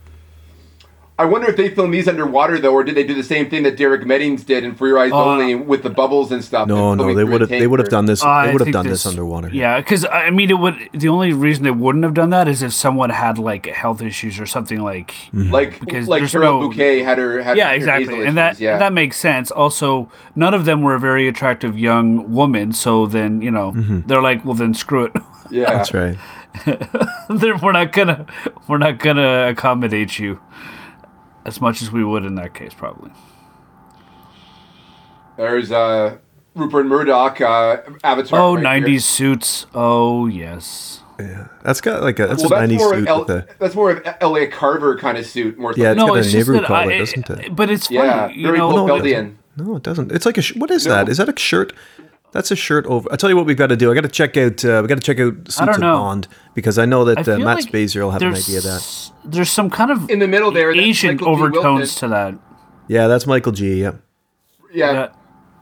Speaker 3: I wonder if they filmed these underwater though, or did they do the same thing that Derek Meddings did in Free Rise uh, Only with the bubbles and stuff?
Speaker 1: No, no, they would have they would have done this. Uh, they would have done this, underwater.
Speaker 2: Yeah, because I mean, it would. The only reason they wouldn't have done that is if someone had like health issues or something like
Speaker 3: mm-hmm. like because like Cheryl no, Bouquet had her. Had
Speaker 2: yeah,
Speaker 3: her
Speaker 2: exactly, and issues, that yeah. that makes sense. Also, none of them were very attractive young women, so then you know
Speaker 1: mm-hmm.
Speaker 2: they're like, well, then screw it.
Speaker 3: Yeah,
Speaker 1: that's right.
Speaker 2: we're not gonna we're not gonna accommodate you as much as we would in that case, probably.
Speaker 3: There's uh, Rupert Murdoch uh, avatar.
Speaker 2: Oh,
Speaker 3: right
Speaker 2: 90s here. suits. Oh, yes.
Speaker 1: Yeah, that's got like a that's well, a that's 90s
Speaker 3: more
Speaker 1: suit.
Speaker 3: L- the... That's more of Elliot Carver kind of suit. More
Speaker 1: yeah, it's
Speaker 2: no,
Speaker 1: got
Speaker 2: it's
Speaker 1: a neighborhood
Speaker 2: that
Speaker 1: collar,
Speaker 2: I,
Speaker 1: doesn't it?
Speaker 2: But it's funny,
Speaker 3: yeah,
Speaker 2: you know.
Speaker 3: no,
Speaker 1: it doesn't. no, oh, it doesn't. It's like a sh- what is no. that? Is that a shirt? That's a shirt over. I tell you what, we've got to do. I got to check out. Uh, we got to check out Suits of Bond because I know that
Speaker 2: I
Speaker 1: uh, Matt
Speaker 2: like
Speaker 1: Spazer will have an
Speaker 2: there's-
Speaker 1: idea of that.
Speaker 2: There's some kind of
Speaker 3: In the middle there, that's
Speaker 2: Asian
Speaker 3: Michael B.
Speaker 2: overtones
Speaker 3: Wilson.
Speaker 2: to that.
Speaker 1: Yeah, that's Michael G. Yeah.
Speaker 3: Yeah,
Speaker 2: Yeah.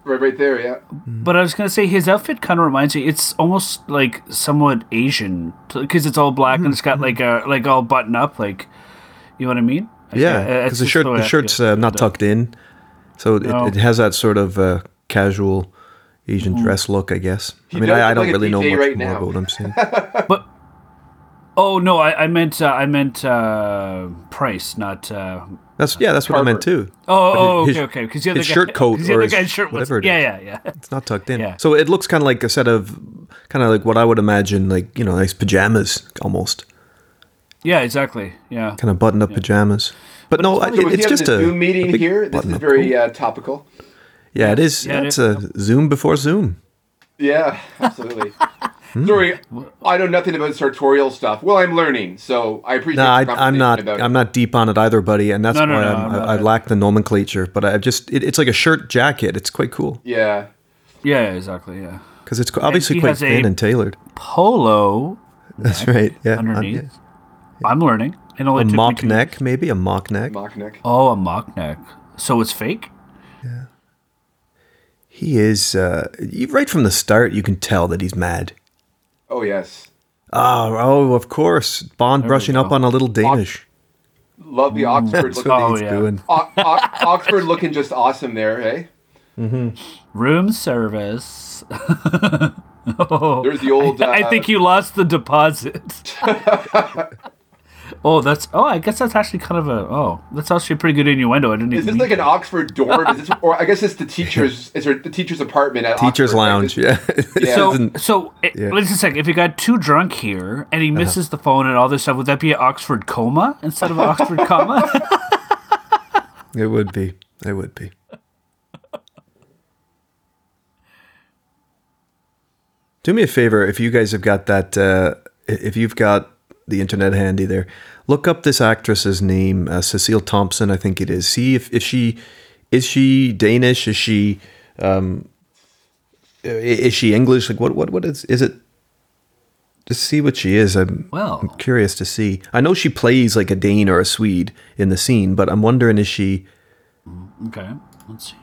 Speaker 3: right, right there. Yeah,
Speaker 2: But I was gonna say his outfit kind of reminds me. It's almost like somewhat Asian because it's all black
Speaker 1: Mm-hmm,
Speaker 2: and it's got like a like all button up. Like, you know what I mean? Like, uh,
Speaker 1: yeah, because
Speaker 2: that's
Speaker 1: the
Speaker 2: just
Speaker 1: shirt
Speaker 2: way
Speaker 1: the
Speaker 2: I
Speaker 1: shirt's
Speaker 2: feel.
Speaker 1: uh, not tucked in, so
Speaker 2: No. Mm.
Speaker 1: it, it has that sort of uh, casual Asian dress look, I guess.
Speaker 3: He
Speaker 1: I mean,
Speaker 3: does
Speaker 1: I, I
Speaker 3: look
Speaker 1: don't
Speaker 3: like a
Speaker 1: really know
Speaker 3: DJ
Speaker 1: much
Speaker 3: right
Speaker 1: more
Speaker 3: now.
Speaker 1: about him. Seeing.
Speaker 2: But oh no, I, I meant uh, I meant uh, Price, not. Uh,
Speaker 1: That's yeah, that's what I meant too.
Speaker 2: oh, oh,
Speaker 1: his-
Speaker 2: okay, okay. Because the other
Speaker 1: his
Speaker 2: guy,
Speaker 1: shirt coat
Speaker 2: 'cause the
Speaker 1: or
Speaker 2: other
Speaker 1: his-
Speaker 2: guy's shirt was
Speaker 1: whatever it is.
Speaker 2: yeah, yeah, yeah.
Speaker 1: It's not tucked in.
Speaker 2: Yeah.
Speaker 1: So it looks kind of like a set of kind of like what I would imagine, like you know, nice pajamas almost,
Speaker 2: Yeah, exactly. Yeah.
Speaker 1: kind of button up pajamas. But, no, I,
Speaker 3: So was
Speaker 1: it's
Speaker 3: he
Speaker 1: just
Speaker 3: having
Speaker 1: a
Speaker 3: a Zoom
Speaker 1: a
Speaker 3: meeting
Speaker 1: big
Speaker 3: here. This is
Speaker 1: button-up
Speaker 3: very
Speaker 1: coat.
Speaker 3: uh, topical.
Speaker 1: yeah, it is.
Speaker 2: Yeah, it
Speaker 1: it's
Speaker 2: is.
Speaker 1: a Zoom before Zoom.
Speaker 3: Yeah, absolutely.
Speaker 1: Hmm.
Speaker 3: Sorry, I know nothing about sartorial stuff. Well, I'm learning, so I appreciate.
Speaker 1: No,
Speaker 3: the
Speaker 1: I, I'm
Speaker 3: conversation
Speaker 1: not.
Speaker 3: about it.
Speaker 1: I'm not deep on it either, buddy, and that's
Speaker 2: No, no,
Speaker 1: why
Speaker 2: no,
Speaker 1: I'm,
Speaker 2: I'm
Speaker 1: I, I
Speaker 2: not.
Speaker 1: lack the nomenclature. But I just, it, it's like a shirt jacket. It's quite cool
Speaker 3: yeah.
Speaker 2: Yeah, exactly. Yeah.
Speaker 1: because it's obviously
Speaker 2: he
Speaker 1: quite
Speaker 2: has a-
Speaker 1: thin and tailored.
Speaker 2: Polo
Speaker 1: That's right. Yeah, on-
Speaker 2: underneath.
Speaker 1: yeah.
Speaker 2: I'm learning. And only
Speaker 1: a
Speaker 2: took me
Speaker 1: mock
Speaker 2: two-
Speaker 1: neck, maybe a mock neck.
Speaker 3: Mock neck.
Speaker 2: Oh, a mock neck. So it's fake?
Speaker 1: He is uh, you- right from the start. You can tell that he's mad.
Speaker 3: Oh yes.
Speaker 1: Oh, oh, of course, Bond brushing up
Speaker 2: go.
Speaker 1: on a little Danish.
Speaker 3: Love
Speaker 1: Hmm.
Speaker 3: the Oxford
Speaker 1: That's
Speaker 3: looking.
Speaker 1: what
Speaker 2: Oh,
Speaker 1: he's
Speaker 2: yeah.
Speaker 1: doing.
Speaker 3: O- O- Oxford looking just awesome there, hey?
Speaker 2: Room service. oh,
Speaker 3: There's the old. Uh,
Speaker 2: I think you lost the deposit. oh, that's. Oh, I guess that's actually kind of a. Oh, that's actually a pretty good innuendo. I didn't
Speaker 3: Is
Speaker 2: even.
Speaker 3: this
Speaker 2: mean-
Speaker 3: like an Oxford dorm? Is this, or I guess it's the teacher's. It's her- the teacher's apartment at
Speaker 1: Teacher's
Speaker 3: Oxford, right?
Speaker 1: lounge.
Speaker 3: This-
Speaker 1: Yeah. This
Speaker 2: so,
Speaker 1: isn't-
Speaker 2: so it,
Speaker 1: Yeah. Uh-huh.
Speaker 2: wait just a second. If he got too drunk here and he misses the phone and all this stuff, would that be an Oxford coma instead of an Oxford comma?
Speaker 1: it would be. It would be. Do me a favor if you guys have got that. Uh, i- if you've got the internet handy there, look up this actress's name, uh, Cecile Thompson. I think it is. See if, if she is she Danish. Is she um, i- is she English? Like what what what is is it? Just see what she is. I'm
Speaker 2: Well.
Speaker 1: I'm curious to see. I know she plays like a Dane or a Swede in the scene, but I'm wondering is she
Speaker 2: okay, let's see.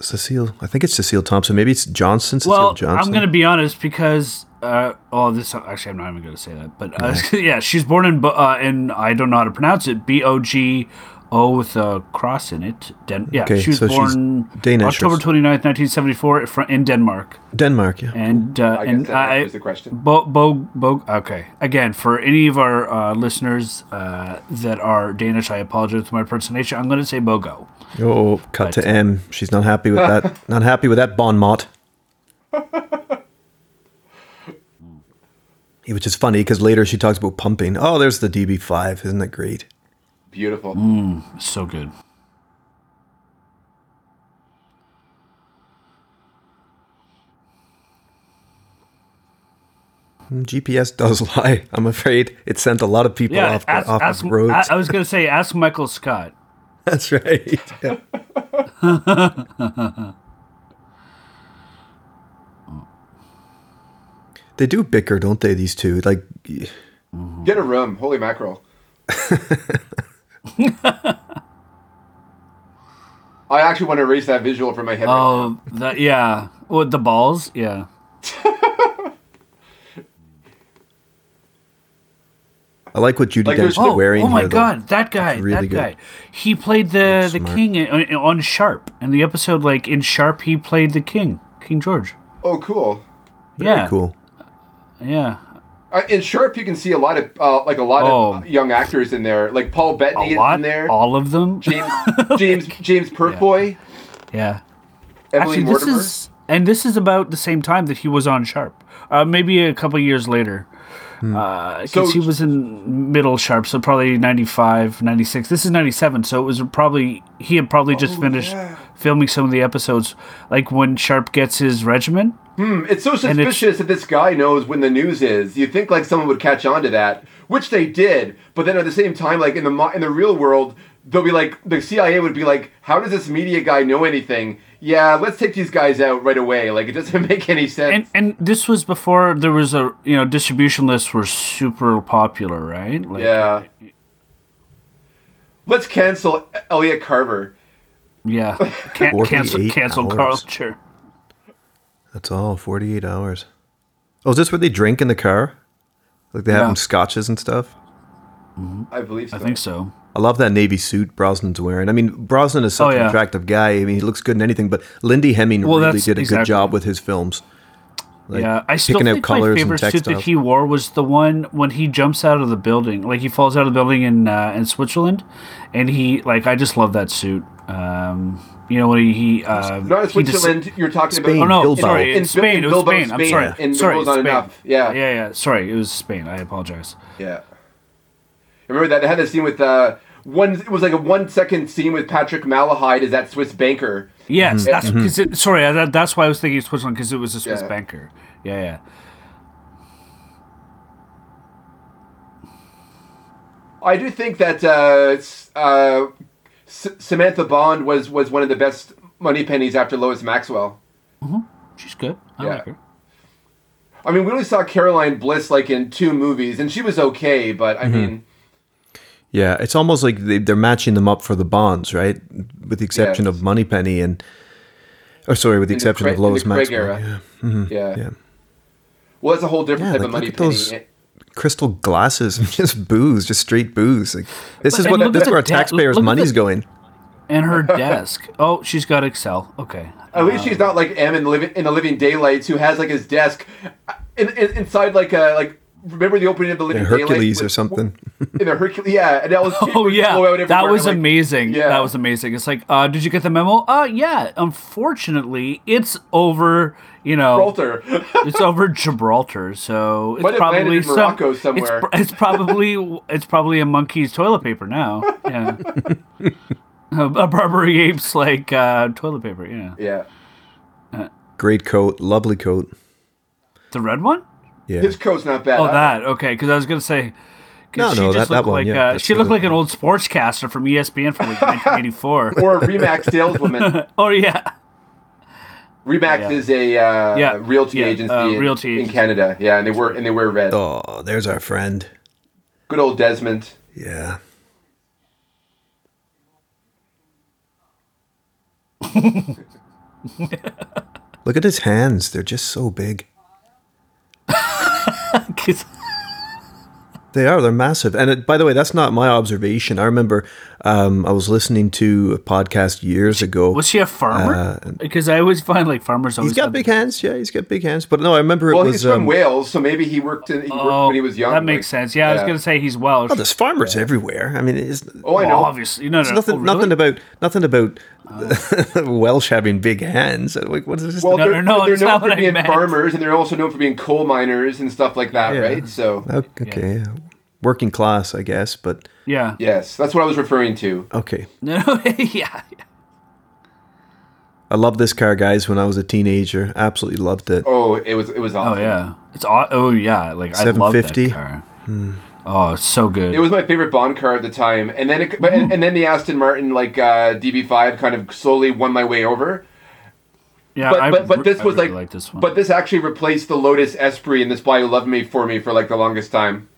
Speaker 1: Cecile? I think it's Cecile Thompson. Maybe it's Johnson. Cecile
Speaker 2: Well,
Speaker 1: Johnson.
Speaker 2: I'm going to be honest because uh, oh, this actually I'm not even going to say that, but uh, yeah, she's born in Bo- uh, in I don't know how to pronounce it, B O G O with a cross in it. Den- yeah,
Speaker 1: Okay,
Speaker 2: she was
Speaker 1: so she's
Speaker 2: born
Speaker 1: Danish or
Speaker 2: October
Speaker 1: s-
Speaker 2: 29th, 1974 fr- in Denmark.
Speaker 1: Denmark. Yeah.
Speaker 2: And uh,
Speaker 3: I guess
Speaker 2: and
Speaker 3: that
Speaker 2: I
Speaker 3: answers the question.
Speaker 2: Bo, bo, bo, okay. Again, for any of our uh, listeners uh, that are Danish, I apologize for my pronunciation. I'm going to say Bogo.
Speaker 1: Oh, cut to M. She's not happy with that. not happy with that bon mot. Which is funny because later she talks about pumping. Oh, there's the DB5. Isn't that great?
Speaker 3: Beautiful.
Speaker 2: So good.
Speaker 1: Mm, GPS does lie. I'm afraid it sent a lot of people
Speaker 2: Yeah,
Speaker 1: off the,
Speaker 2: ask-
Speaker 1: off
Speaker 2: ask-
Speaker 1: the roads.
Speaker 2: I, I was going to say, ask Michael Scott.
Speaker 1: That's right. Yeah. they do bicker, don't they? These two, like,
Speaker 3: Get a room. Holy mackerel. I actually want to erase that visual from my head. right
Speaker 2: Oh,
Speaker 3: now.
Speaker 2: that yeah. With the balls, yeah.
Speaker 1: I like what Judy
Speaker 3: Like,
Speaker 1: Dench
Speaker 3: there's-
Speaker 1: is
Speaker 2: Oh,
Speaker 1: wearing.
Speaker 2: oh my
Speaker 1: here, though.
Speaker 2: god, that guy,
Speaker 1: That's really
Speaker 2: that
Speaker 1: good.
Speaker 2: guy. He played the the
Speaker 1: smart.
Speaker 2: king on, on Sharp, and the episode like in Sharp, he played the king, King George.
Speaker 3: Oh, cool.
Speaker 2: yeah,
Speaker 1: Cool.
Speaker 2: yeah.
Speaker 3: Uh, in Sharp, you can see a lot of uh, like a lot
Speaker 2: Oh.
Speaker 3: of young actors in there, like Paul
Speaker 2: A
Speaker 3: Bettany is
Speaker 2: lot, Oh.
Speaker 3: in there.
Speaker 2: all of them.
Speaker 3: James James James Pertboy,
Speaker 2: yeah.
Speaker 3: Emily
Speaker 2: Actually, this
Speaker 3: Mortimer.
Speaker 2: is and this is about the same time that he was on Sharp. Uh, maybe a couple years later. Because
Speaker 3: Hmm. So-
Speaker 2: he was in middle sharp, so probably 95, 96. This is 97, so it was probably, he had probably just finished
Speaker 3: Oh, yeah.
Speaker 2: filming some of the episodes, like when Sharp gets his regiment.
Speaker 3: It's so
Speaker 2: it's-
Speaker 3: suspicious that this guy knows when the news is. You think like someone would catch on to that, which they did. But then at the same time, like in the mo- in the real world, they'll be like the CIA would be like, "How does this media guy know anything?" Yeah, let's take these guys out right away. Like it doesn't make any sense.
Speaker 2: And and this was before there was a, you know, distribution lists were super popular, right? Like,
Speaker 3: yeah. Let's cancel Elliot Carver.
Speaker 2: Yeah. Can, cancel
Speaker 1: 48
Speaker 2: cancel
Speaker 1: hours.
Speaker 2: culture.
Speaker 1: That's all. Forty-eight hours. Oh, is this where they drink in the car? Like they have
Speaker 2: Yeah.
Speaker 1: them scotches and stuff.
Speaker 3: I believe so.
Speaker 2: I think so.
Speaker 1: I love that navy suit Brosnan's wearing. I mean, Brosnan is such
Speaker 2: Oh,
Speaker 1: an
Speaker 2: yeah.
Speaker 1: attractive guy. I mean, he looks good in anything. But Lindy Hemming
Speaker 2: Well,
Speaker 1: really
Speaker 2: that's
Speaker 1: did a good
Speaker 2: exactly-
Speaker 1: job with his films. Like,
Speaker 2: yeah, I still
Speaker 1: picking out
Speaker 2: think
Speaker 1: colours
Speaker 2: my
Speaker 1: and
Speaker 2: favorite suit that
Speaker 1: textiles.
Speaker 2: he wore was the one when he jumps out of the building, like he falls out of the building in uh, in Switzerland, and he like I just love that suit. Um, you know when he, he uh,
Speaker 3: Not in
Speaker 2: he just-
Speaker 3: Switzerland. you're talking
Speaker 1: Spain.
Speaker 3: about.
Speaker 2: oh no,
Speaker 1: Bilbao.
Speaker 2: sorry,
Speaker 3: In
Speaker 2: in,
Speaker 3: Bil-
Speaker 2: Spain,
Speaker 3: in
Speaker 2: it was
Speaker 3: Bilbao,
Speaker 2: Spain. I'm
Speaker 3: Spain.
Speaker 2: sorry,
Speaker 3: In
Speaker 2: sorry,
Speaker 3: Bilbao's not
Speaker 2: Spain.
Speaker 3: enough. Yeah.
Speaker 2: yeah, yeah. Sorry, it was Spain. I apologize.
Speaker 3: Yeah. Remember that? They had a scene with uh, one. It was like a one second scene with Patrick Malahide as that Swiss banker.
Speaker 2: Yes,
Speaker 3: Mm-hmm.
Speaker 1: Mm-hmm.
Speaker 2: that's because sorry, I, that, that's why I was thinking Switzerland because it was a Swiss
Speaker 3: Yeah.
Speaker 2: banker. Yeah, yeah.
Speaker 3: I do think that uh, s- uh, S- Samantha Bond was was one of the best money pennies after Lois Maxwell.
Speaker 2: She's good. I
Speaker 3: Yeah.
Speaker 2: like her.
Speaker 3: I mean, we only saw Caroline Bliss like in two movies, and she was okay, but
Speaker 1: Mm-hmm.
Speaker 3: I mean,
Speaker 1: Yeah, it's almost like they, they're matching them up for the bonds, right? With the exception
Speaker 3: Yes.
Speaker 1: of Moneypenny and, oh, sorry, with the exception
Speaker 3: Cra-
Speaker 1: of Lois
Speaker 3: in the Craig
Speaker 1: Maxwell.
Speaker 3: era.
Speaker 1: Yeah. Mm-hmm.
Speaker 3: yeah.
Speaker 1: Yeah.
Speaker 3: Well, it's a whole different
Speaker 1: Yeah,
Speaker 3: type of
Speaker 1: like,
Speaker 3: money
Speaker 1: look
Speaker 3: penny.
Speaker 1: at those- Crystal glasses, and just booze, just straight booze. Like this
Speaker 2: But-
Speaker 1: is
Speaker 2: and
Speaker 1: what
Speaker 2: look
Speaker 1: this
Speaker 2: at
Speaker 1: is where our
Speaker 2: the debt-
Speaker 1: taxpayers'
Speaker 2: look at
Speaker 1: money's
Speaker 2: the-
Speaker 1: going.
Speaker 2: And her desk. Oh, she's got Excel. Okay.
Speaker 3: At least she's not like M in the living in the Living Daylights, who has like his desk uh, in, in, inside like a like. Remember the opening of the Living Daylights
Speaker 1: Hercules
Speaker 3: with-
Speaker 1: or something.
Speaker 3: In the Hercules, yeah, and that was
Speaker 2: Oh yeah, that was
Speaker 3: amazing.
Speaker 2: amazing.
Speaker 3: Yeah.
Speaker 2: That was amazing. It's like, uh, did you get the memo? Uh, yeah. Unfortunately, it's over. You know,
Speaker 3: Walter.
Speaker 2: it's over Gibraltar, so it's
Speaker 3: Might have landed
Speaker 2: probably
Speaker 3: in Morocco
Speaker 2: some, it's
Speaker 3: somewhere.
Speaker 2: pr- It's, probably it's probably a monkey's toilet paper now. Yeah, a, a Barbary ape's like uh, toilet paper. Yeah,
Speaker 3: yeah.
Speaker 1: Great coat, lovely coat.
Speaker 2: the red one.
Speaker 1: Yeah,
Speaker 3: His coat's not bad.
Speaker 2: Oh,
Speaker 3: I-
Speaker 2: that okay? Because I was gonna say. 'cause
Speaker 1: No, no, that- that
Speaker 2: looked
Speaker 1: one,
Speaker 2: Like,
Speaker 1: yeah,
Speaker 2: uh,
Speaker 1: that's
Speaker 2: she
Speaker 1: the
Speaker 2: looked
Speaker 1: other
Speaker 2: like an old sportscaster from E ESPN from like 1984.
Speaker 3: Or a Remax saleswoman.
Speaker 2: oh yeah.
Speaker 3: Remax
Speaker 2: Yeah.
Speaker 3: is a uh,
Speaker 2: Yeah.
Speaker 3: realty
Speaker 2: Yeah,
Speaker 3: agency,
Speaker 2: uh,
Speaker 3: in-
Speaker 2: realty
Speaker 3: in,
Speaker 2: agency.
Speaker 3: Canada. Yeah, and they wear and they wear red.
Speaker 1: oh, there's our friend.
Speaker 3: Good old Desmond.
Speaker 1: Yeah. Look at his hands; they're just so big.
Speaker 2: 'Cause-
Speaker 1: They are. They're massive. And it, by the way, that's not my observation. I remember um, I was listening to a podcast years ago.
Speaker 2: Was she a farmer? because I always find like farmers always
Speaker 1: Uh, he's got
Speaker 2: have-
Speaker 1: big hands. Yeah, he's got big hands. But no, I remember it
Speaker 3: Well,
Speaker 1: was.
Speaker 3: he's from
Speaker 1: um,
Speaker 3: Wales, so maybe he worked, in, he worked
Speaker 2: Oh,
Speaker 3: when he was young.
Speaker 2: That makes
Speaker 3: like-
Speaker 2: sense. Yeah, I was
Speaker 3: yeah.
Speaker 2: gonna say he's Welsh.
Speaker 1: oh, there's farmers everywhere. I mean, it's,
Speaker 3: Oh, I
Speaker 2: Well,
Speaker 3: know.
Speaker 2: obviously, no, no,
Speaker 1: it's nothing.
Speaker 2: oh, really? Oh.
Speaker 1: Nothing about nothing about Welsh having big hands. Like, what is this?
Speaker 3: Well,
Speaker 2: No,
Speaker 3: they're,
Speaker 2: no, no,
Speaker 3: they're
Speaker 2: it's not
Speaker 3: known
Speaker 2: what
Speaker 3: for
Speaker 2: I
Speaker 3: being
Speaker 2: meant.
Speaker 3: farmers, and they're also known for being coal miners and stuff like that,
Speaker 1: Yeah.
Speaker 3: right? So,
Speaker 1: okay, yeah. working class, I guess. But
Speaker 2: Yeah.
Speaker 3: yes, that's what I was referring to.
Speaker 1: okay,
Speaker 2: No. yeah.
Speaker 1: I love this car, guys. When I was a teenager, absolutely loved it.
Speaker 3: Oh, it was it was
Speaker 2: Oh
Speaker 3: awesome.
Speaker 2: yeah. It's aw- oh yeah. Like I love that
Speaker 1: 750?
Speaker 2: car.
Speaker 1: Hmm.
Speaker 2: Oh, it's so good.
Speaker 3: It was my favorite Bond car at the time, and then it, but, and, and then the Aston Martin like uh, DB5 kind of slowly won my way over.
Speaker 2: yeah,
Speaker 3: But
Speaker 2: I
Speaker 3: but, but
Speaker 2: re-
Speaker 3: this
Speaker 2: I
Speaker 3: was
Speaker 2: really
Speaker 3: like,
Speaker 2: like this one.
Speaker 3: but this actually replaced the Lotus Esprit and the Spy Who Loved Me for me for like the longest time.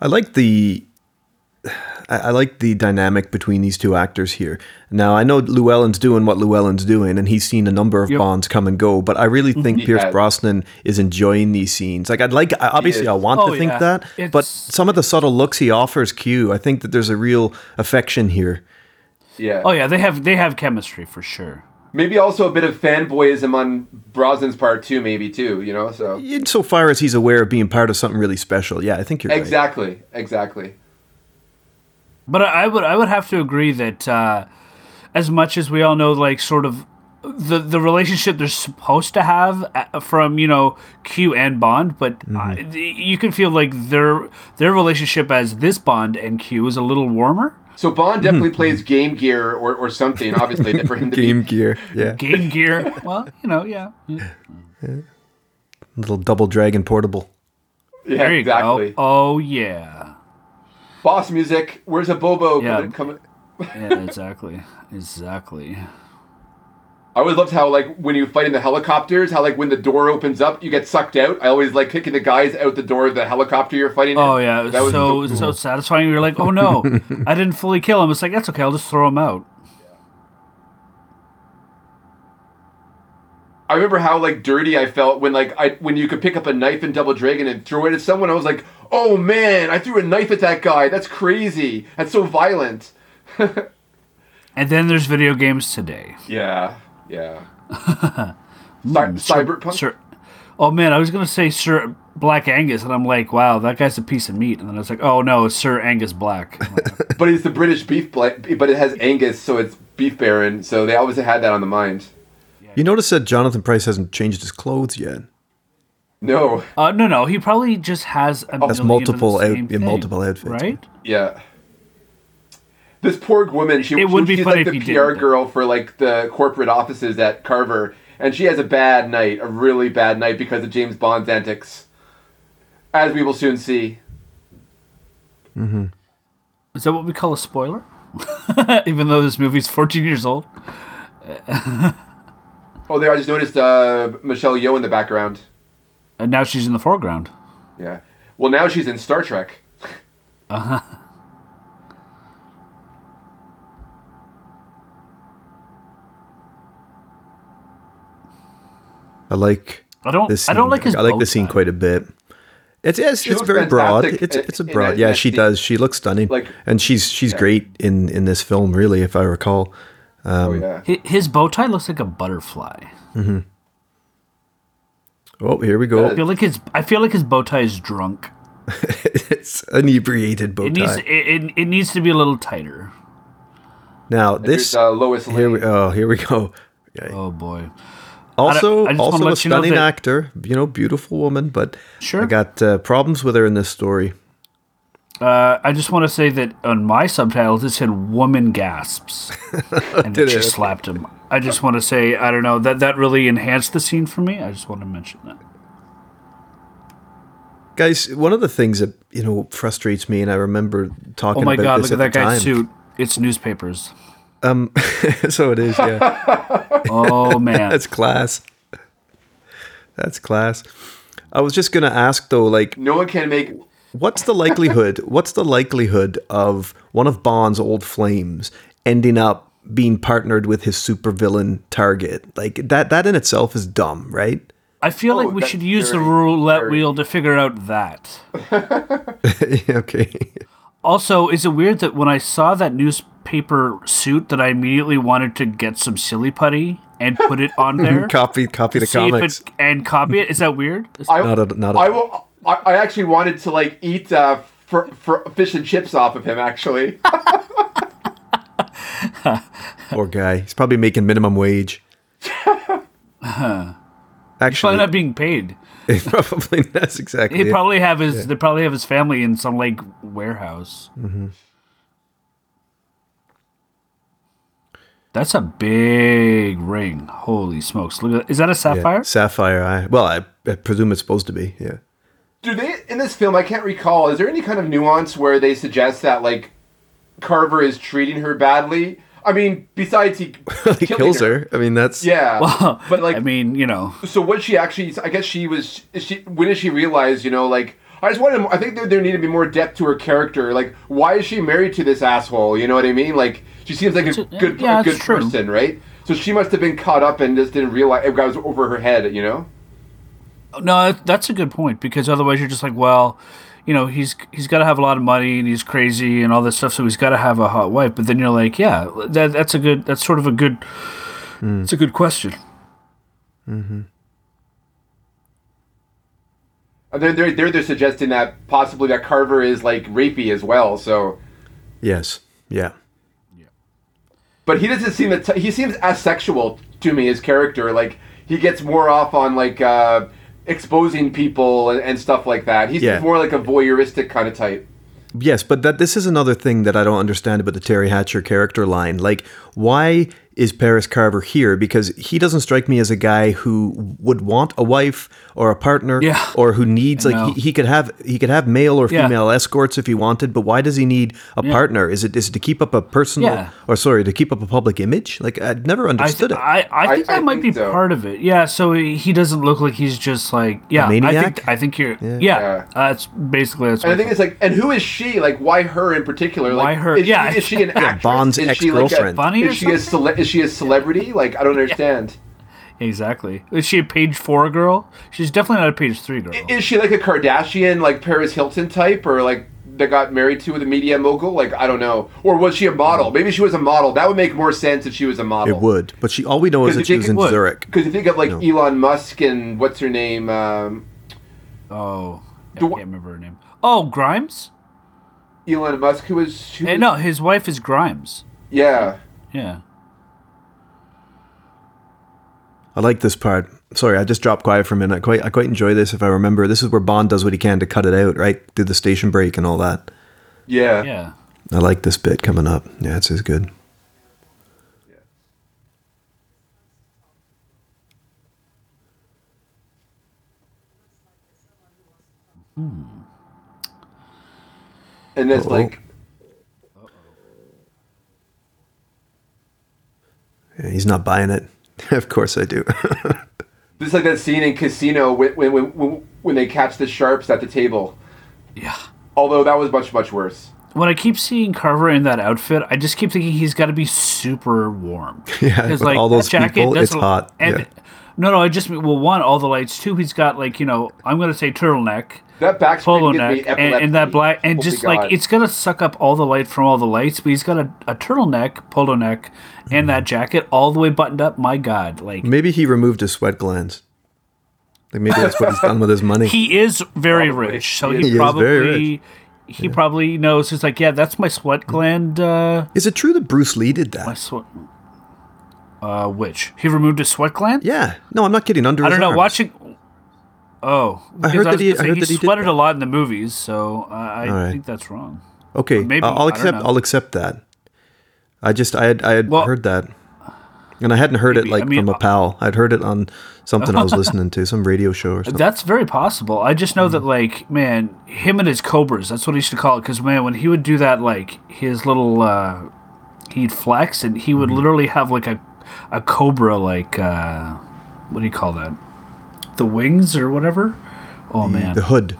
Speaker 1: I like the I I like the dynamic between these two actors here. Now I know Llewellyn's doing what Llewellyn's doing, and he's seen a number of
Speaker 2: Yep. Mm-hmm.
Speaker 1: Bonds come and go. But I really think Pierce
Speaker 3: has.
Speaker 1: Brosnan is enjoying these scenes. Like I'd like, I, obviously,
Speaker 3: is.
Speaker 1: I want
Speaker 2: Oh,
Speaker 1: to think
Speaker 2: yeah.
Speaker 1: that, but
Speaker 2: It's-
Speaker 1: some of the subtle looks he offers Q, I think that there's a real affection here.
Speaker 3: Yeah.
Speaker 2: oh yeah, they have they have chemistry for sure.
Speaker 3: Maybe also a bit of fanboyism on Brosnan's part too, maybe too. You know, so
Speaker 1: Insofar as he's aware of being part of something really special, yeah, I think you're right.
Speaker 3: exactly, exactly.
Speaker 2: But I, I would I would have to agree that uh, as much as we all know, like sort of the the relationship they're supposed to have uh, from you know Q and Bond, but
Speaker 3: Mm-hmm.
Speaker 2: uh, th- you can feel like their their relationship as this Bond and Q is a little warmer.
Speaker 3: So Bond definitely
Speaker 2: Hmm.
Speaker 3: plays Game Gear or, or something. Obviously, that for him to
Speaker 1: Game
Speaker 3: be
Speaker 1: Gear, yeah,
Speaker 2: Game Gear, well, you know, yeah.
Speaker 1: little double dragon portable.
Speaker 3: yeah,
Speaker 2: There you
Speaker 3: exactly.
Speaker 2: go. Oh yeah,
Speaker 3: Boss music. Where's a Bobo?
Speaker 2: Yeah.
Speaker 3: Coming, coming?
Speaker 2: yeah, exactly, exactly.
Speaker 3: I always loved how like when you fight in the helicopters, how like when the door opens up, you get sucked out. I always like kicking the guys out the door of the helicopter you're fighting. in.
Speaker 2: Oh yeah, it was
Speaker 3: that was
Speaker 2: so so, satisfying. You're like, oh no, I didn't fully kill him. It's like that's okay. I'll just throw him out.
Speaker 3: I remember how like dirty I felt when like I when you could pick up a knife in Double Dragon and throw it at someone. I was like, oh man, I threw a knife at that guy. That's crazy. That's so violent.
Speaker 2: And then there's video games today.
Speaker 3: Yeah, yeah. Cy- cyberpunk.
Speaker 2: Sir, oh man, I was gonna say Sir Black Angus, and I'm like, wow, that guy's a piece of meat. And then I was like, oh no, it's Sir Angus Black. I'm like,
Speaker 3: But it's the British beef, bla- but it has Angus, so it's beef baron. So they always had that on the mind.
Speaker 1: You notice that Jonathan Price hasn't changed his clothes yet.
Speaker 3: No,
Speaker 2: uh, no, no, he probably just has a million of the
Speaker 1: multiple out-
Speaker 2: same
Speaker 1: yeah,
Speaker 2: thing,
Speaker 1: multiple outfits.
Speaker 2: right?
Speaker 3: yeah. This poor woman, she,
Speaker 2: It would
Speaker 3: she-
Speaker 2: be
Speaker 3: she's
Speaker 2: funny
Speaker 3: like
Speaker 2: if
Speaker 3: the
Speaker 2: he
Speaker 3: PR
Speaker 2: didn't, though.
Speaker 3: girl for like the corporate offices at Carver, and she has a bad night, a really bad night because of James Bond's antics. as we will soon see.
Speaker 2: Is that what we call a spoiler? Even though this movie's 14 years old.
Speaker 3: Oh, there! I just noticed uh, Michelle Yeoh in the background.
Speaker 2: And now she's in the foreground.
Speaker 3: Yeah. Well, now she's in Star Trek.
Speaker 1: I like
Speaker 2: I don't
Speaker 1: this.
Speaker 2: I
Speaker 1: Scene.
Speaker 2: don't like his
Speaker 1: I like
Speaker 2: bow
Speaker 1: the scene
Speaker 2: tie.
Speaker 1: quite a bit. It's it's, it's
Speaker 3: looks
Speaker 1: very broad.
Speaker 3: fantastic
Speaker 1: It's
Speaker 3: in-
Speaker 1: it's a
Speaker 3: in that-
Speaker 1: broad.
Speaker 3: in
Speaker 1: yeah,
Speaker 3: that
Speaker 1: she
Speaker 3: scene.
Speaker 1: does. She looks stunning.
Speaker 3: Like-
Speaker 1: and she's she's
Speaker 3: Yeah.
Speaker 1: great in in this film. Really, if I recall,
Speaker 3: oh
Speaker 1: Um,
Speaker 3: yeah.
Speaker 2: Hi- His bow tie looks like a butterfly.
Speaker 1: Oh, here we go.
Speaker 2: I feel like his I feel like his bow tie is drunk.
Speaker 1: it's inebriated bow
Speaker 2: It needs
Speaker 1: tie.
Speaker 2: it, it, it needs to be a little tighter.
Speaker 1: now
Speaker 3: There's
Speaker 1: this
Speaker 3: uh, Lois
Speaker 1: here we
Speaker 3: Lane.
Speaker 1: oh here we go. Yeah.
Speaker 2: Oh boy.
Speaker 1: Also,
Speaker 2: I just wanna
Speaker 1: also a
Speaker 2: let you know
Speaker 1: stunning
Speaker 2: that-
Speaker 1: actor. You know, beautiful woman, but
Speaker 2: Sure.
Speaker 1: I got uh, problems with her in this story.
Speaker 2: Uh, I just want to say that on my subtitles it said "woman gasps," and
Speaker 1: Did
Speaker 2: she
Speaker 1: it?
Speaker 2: slapped him. I just want to say I don't know that that really enhanced the scene for me. I just want to mention that. Oh
Speaker 1: Guys, one of the things that you know frustrates me, and I remember
Speaker 2: Oh
Speaker 1: talking.
Speaker 2: my
Speaker 1: about
Speaker 2: god,
Speaker 1: this
Speaker 2: look at that
Speaker 1: the
Speaker 2: guy's
Speaker 1: time.
Speaker 2: suit. It's newspapers.
Speaker 1: so it is, yeah.
Speaker 2: Oh man.
Speaker 1: That's class. That's class. I was just gonna ask though, like,
Speaker 3: No one can make.
Speaker 1: what's the likelihood? what's the likelihood of one of Bond's old flames ending up being partnered with his supervillain target? Like that. That in itself is dumb, right?
Speaker 2: I feel
Speaker 3: Oh,
Speaker 2: like we
Speaker 3: that's
Speaker 2: should use the
Speaker 3: very,
Speaker 2: roulette
Speaker 3: very-
Speaker 2: wheel to figure out that.
Speaker 1: okay.
Speaker 2: Also, is it weird that when I saw that newspaper suit that I immediately wanted to get some silly putty and put it on there?
Speaker 1: Copy. Copy the
Speaker 2: see if
Speaker 1: comics.
Speaker 2: it, and copy it? Is that weird?
Speaker 3: I,
Speaker 1: Not at- not at
Speaker 3: I will. I, I actually wanted to like eat uh, fr- fr- fish and chips off of him. Actually,
Speaker 1: Poor guy. He's probably making minimum wage.
Speaker 2: Probably
Speaker 1: Actually,
Speaker 2: not being paid.
Speaker 1: probably that's exactly.
Speaker 2: He
Speaker 1: it.
Speaker 2: probably have his they probably have his family in some like warehouse. That's a big ring. Holy smokes! Look at is that a
Speaker 1: Yeah,
Speaker 2: sapphire?
Speaker 1: Sapphire Eye. Well, I, I presume it's supposed to be. Yeah.
Speaker 3: do they in this film? I can't recall. Is there any kind of nuance where they suggest that like Carver is treating her badly? I mean, besides he
Speaker 1: he
Speaker 3: killing
Speaker 1: kills her. I mean, that's
Speaker 3: Yeah, but like
Speaker 2: I mean, you know,
Speaker 3: so what she actually i guess she was she when did she realize you know like i just wanted i think there, there needed to be more depth to her character like why is she married to this asshole you know what i mean like she seems like a
Speaker 2: a-
Speaker 3: good
Speaker 2: yeah,
Speaker 3: a good
Speaker 2: that's true.
Speaker 3: person right so she must have been caught up and just didn't realize it was over her head you know
Speaker 2: no, that- that's a good point because otherwise you're just like, well, you know, he's he's got to have a lot of money and he's crazy and all this stuff, so he's got to have a hot wife. But then you're like, yeah, that that's a good that's sort of a good it's a good question.
Speaker 3: and Uh, they're, they're, they're, they're suggesting that possibly that carver is like rapey as well so
Speaker 1: yes, yeah.
Speaker 3: but he doesn't seem that he seems asexual to me his character like he gets more off on like uh exposing people and, and stuff like that he's
Speaker 1: Yeah.
Speaker 3: more like a voyeuristic kind of type
Speaker 1: Yes, but that this is another thing that I don't understand about the Terry Hatcher character line. Like, why is Paris Carver here? Because he doesn't strike me as a guy who would want a wife or a partner,
Speaker 2: Yeah.
Speaker 1: or who needs
Speaker 2: know.
Speaker 1: like he, he could have he could have male or
Speaker 2: Yeah.
Speaker 1: female escorts if he wanted. But why does he need a partner? Is it is it to keep up a personal
Speaker 2: Yeah.
Speaker 1: or sorry to keep up a public image? Like I'd never
Speaker 2: I, th-
Speaker 1: understood it.
Speaker 2: I, I think
Speaker 3: I-
Speaker 2: that
Speaker 3: I
Speaker 2: might
Speaker 3: think
Speaker 2: be
Speaker 3: so.
Speaker 2: part of it. Yeah, so he he doesn't look like he's just like yeah. I
Speaker 1: maniac?
Speaker 2: think I think you're yeah. yeah that's basically that's.
Speaker 3: And
Speaker 2: What
Speaker 3: I think it's like, and who is she? Like, why her in particular? Like,
Speaker 2: Why her?
Speaker 3: Is
Speaker 2: Yeah.
Speaker 3: She, is she an actress?
Speaker 1: Bond's
Speaker 3: is she like
Speaker 1: ex-girlfriend.
Speaker 3: a,
Speaker 2: Funny or
Speaker 3: is she a
Speaker 2: something?
Speaker 3: cele- is she a celebrity? Like, I don't understand.
Speaker 2: exactly. Is she a page four girl? She's definitely not a page three girl.
Speaker 3: Is she like a Kardashian, like Paris Hilton type, or like that got married to with a media mogul? Like, I don't know. Or was she a model? Maybe she was a model. That would make more sense if she was a model.
Speaker 1: Mm. it would, but she all we know is
Speaker 3: Because
Speaker 1: that
Speaker 3: if
Speaker 1: she
Speaker 3: you
Speaker 1: was
Speaker 3: could-
Speaker 1: in
Speaker 2: would.
Speaker 1: Zurich.
Speaker 3: Because you think of like Elon Musk and what's her name? Um,
Speaker 2: oh, I
Speaker 3: Do-
Speaker 2: can't remember her name. Oh, Grimes.
Speaker 3: Elon Musk, who was who,
Speaker 2: Eh, no, his wife is Grimes.
Speaker 3: yeah.
Speaker 2: Yeah.
Speaker 1: I like this part. Sorry, I just dropped quiet for a minute. I quite I quite enjoy this if I remember. This is where Bond does what he can to cut it out, right? Do the station break and all that.
Speaker 3: yeah,
Speaker 2: Yeah.
Speaker 1: I like this bit coming up. Yeah, it's as good.
Speaker 3: And it's
Speaker 1: Uh-oh.
Speaker 3: like
Speaker 1: Yeah, he's not buying it. of course I do.
Speaker 3: This is like that scene in Casino when when, when when they catch the sharps at the table.
Speaker 2: Yeah.
Speaker 3: Although that was much much worse.
Speaker 2: When I keep seeing Carver in that outfit, I just keep thinking he's got to be super warm.
Speaker 1: Yeah,
Speaker 2: 'Cause,
Speaker 1: with all those
Speaker 2: that jacket,
Speaker 1: people,
Speaker 2: that's
Speaker 1: it's
Speaker 2: a-
Speaker 1: hot, yeah.
Speaker 2: no, no, I just mean well, one, all the lights. Two, he's got like you know, I'm gonna say turtleneck,
Speaker 3: That back
Speaker 2: polo
Speaker 3: screen gives me
Speaker 2: neck, and,
Speaker 3: epilepsy.
Speaker 2: and that black, and
Speaker 3: Oh my
Speaker 2: just
Speaker 3: God.
Speaker 2: like it's gonna suck up all the light from all the lights. But he's got a, a turtleneck, polo neck, and
Speaker 1: Mm-hmm.
Speaker 2: that jacket all the way buttoned up. My God, like
Speaker 1: maybe he removed his sweat glands. Like maybe that's what he's done with his money.
Speaker 2: he is very rich, so he,
Speaker 1: He is
Speaker 2: probably
Speaker 1: very
Speaker 2: he probably knows. He's like, yeah, that's my
Speaker 1: Mm-hmm.
Speaker 2: sweat gland. Uh,
Speaker 1: Is it true that Bruce Lee did that?
Speaker 2: my sweat. Uh, which he removed his sweat gland.
Speaker 1: Yeah. No, I'm not kidding. Under
Speaker 2: I
Speaker 1: his
Speaker 2: don't know.
Speaker 1: arm.
Speaker 2: Watching. Oh, because
Speaker 1: heard that
Speaker 2: was
Speaker 1: he-
Speaker 2: gonna
Speaker 1: I
Speaker 2: say
Speaker 1: heard that he did
Speaker 2: sweated
Speaker 1: that.
Speaker 2: a lot in the movies, so I, I
Speaker 1: All right.
Speaker 2: think that's wrong.
Speaker 1: Okay,
Speaker 2: maybe,
Speaker 1: I'll- I'll
Speaker 2: I don't
Speaker 1: accept.
Speaker 2: know.
Speaker 1: I'll accept that. I just I had I had
Speaker 2: Well-
Speaker 1: heard that, and I hadn't heard
Speaker 2: Maybe.
Speaker 1: it
Speaker 2: I
Speaker 1: like
Speaker 2: mean, uh,
Speaker 1: from a
Speaker 2: I-
Speaker 1: pal. I'd heard it on something I was listening to, some radio show or something.
Speaker 2: That's very possible. I just know that,
Speaker 1: Mm.
Speaker 2: like, man, him and his cobras. That's what he used to call it. Because man, when he would do that, like his little, uh, he'd flex, and he
Speaker 1: Mm-hmm.
Speaker 2: would literally have like a, a cobra, like, uh, what do you call that? The wings or whatever. Oh man,
Speaker 1: the hood.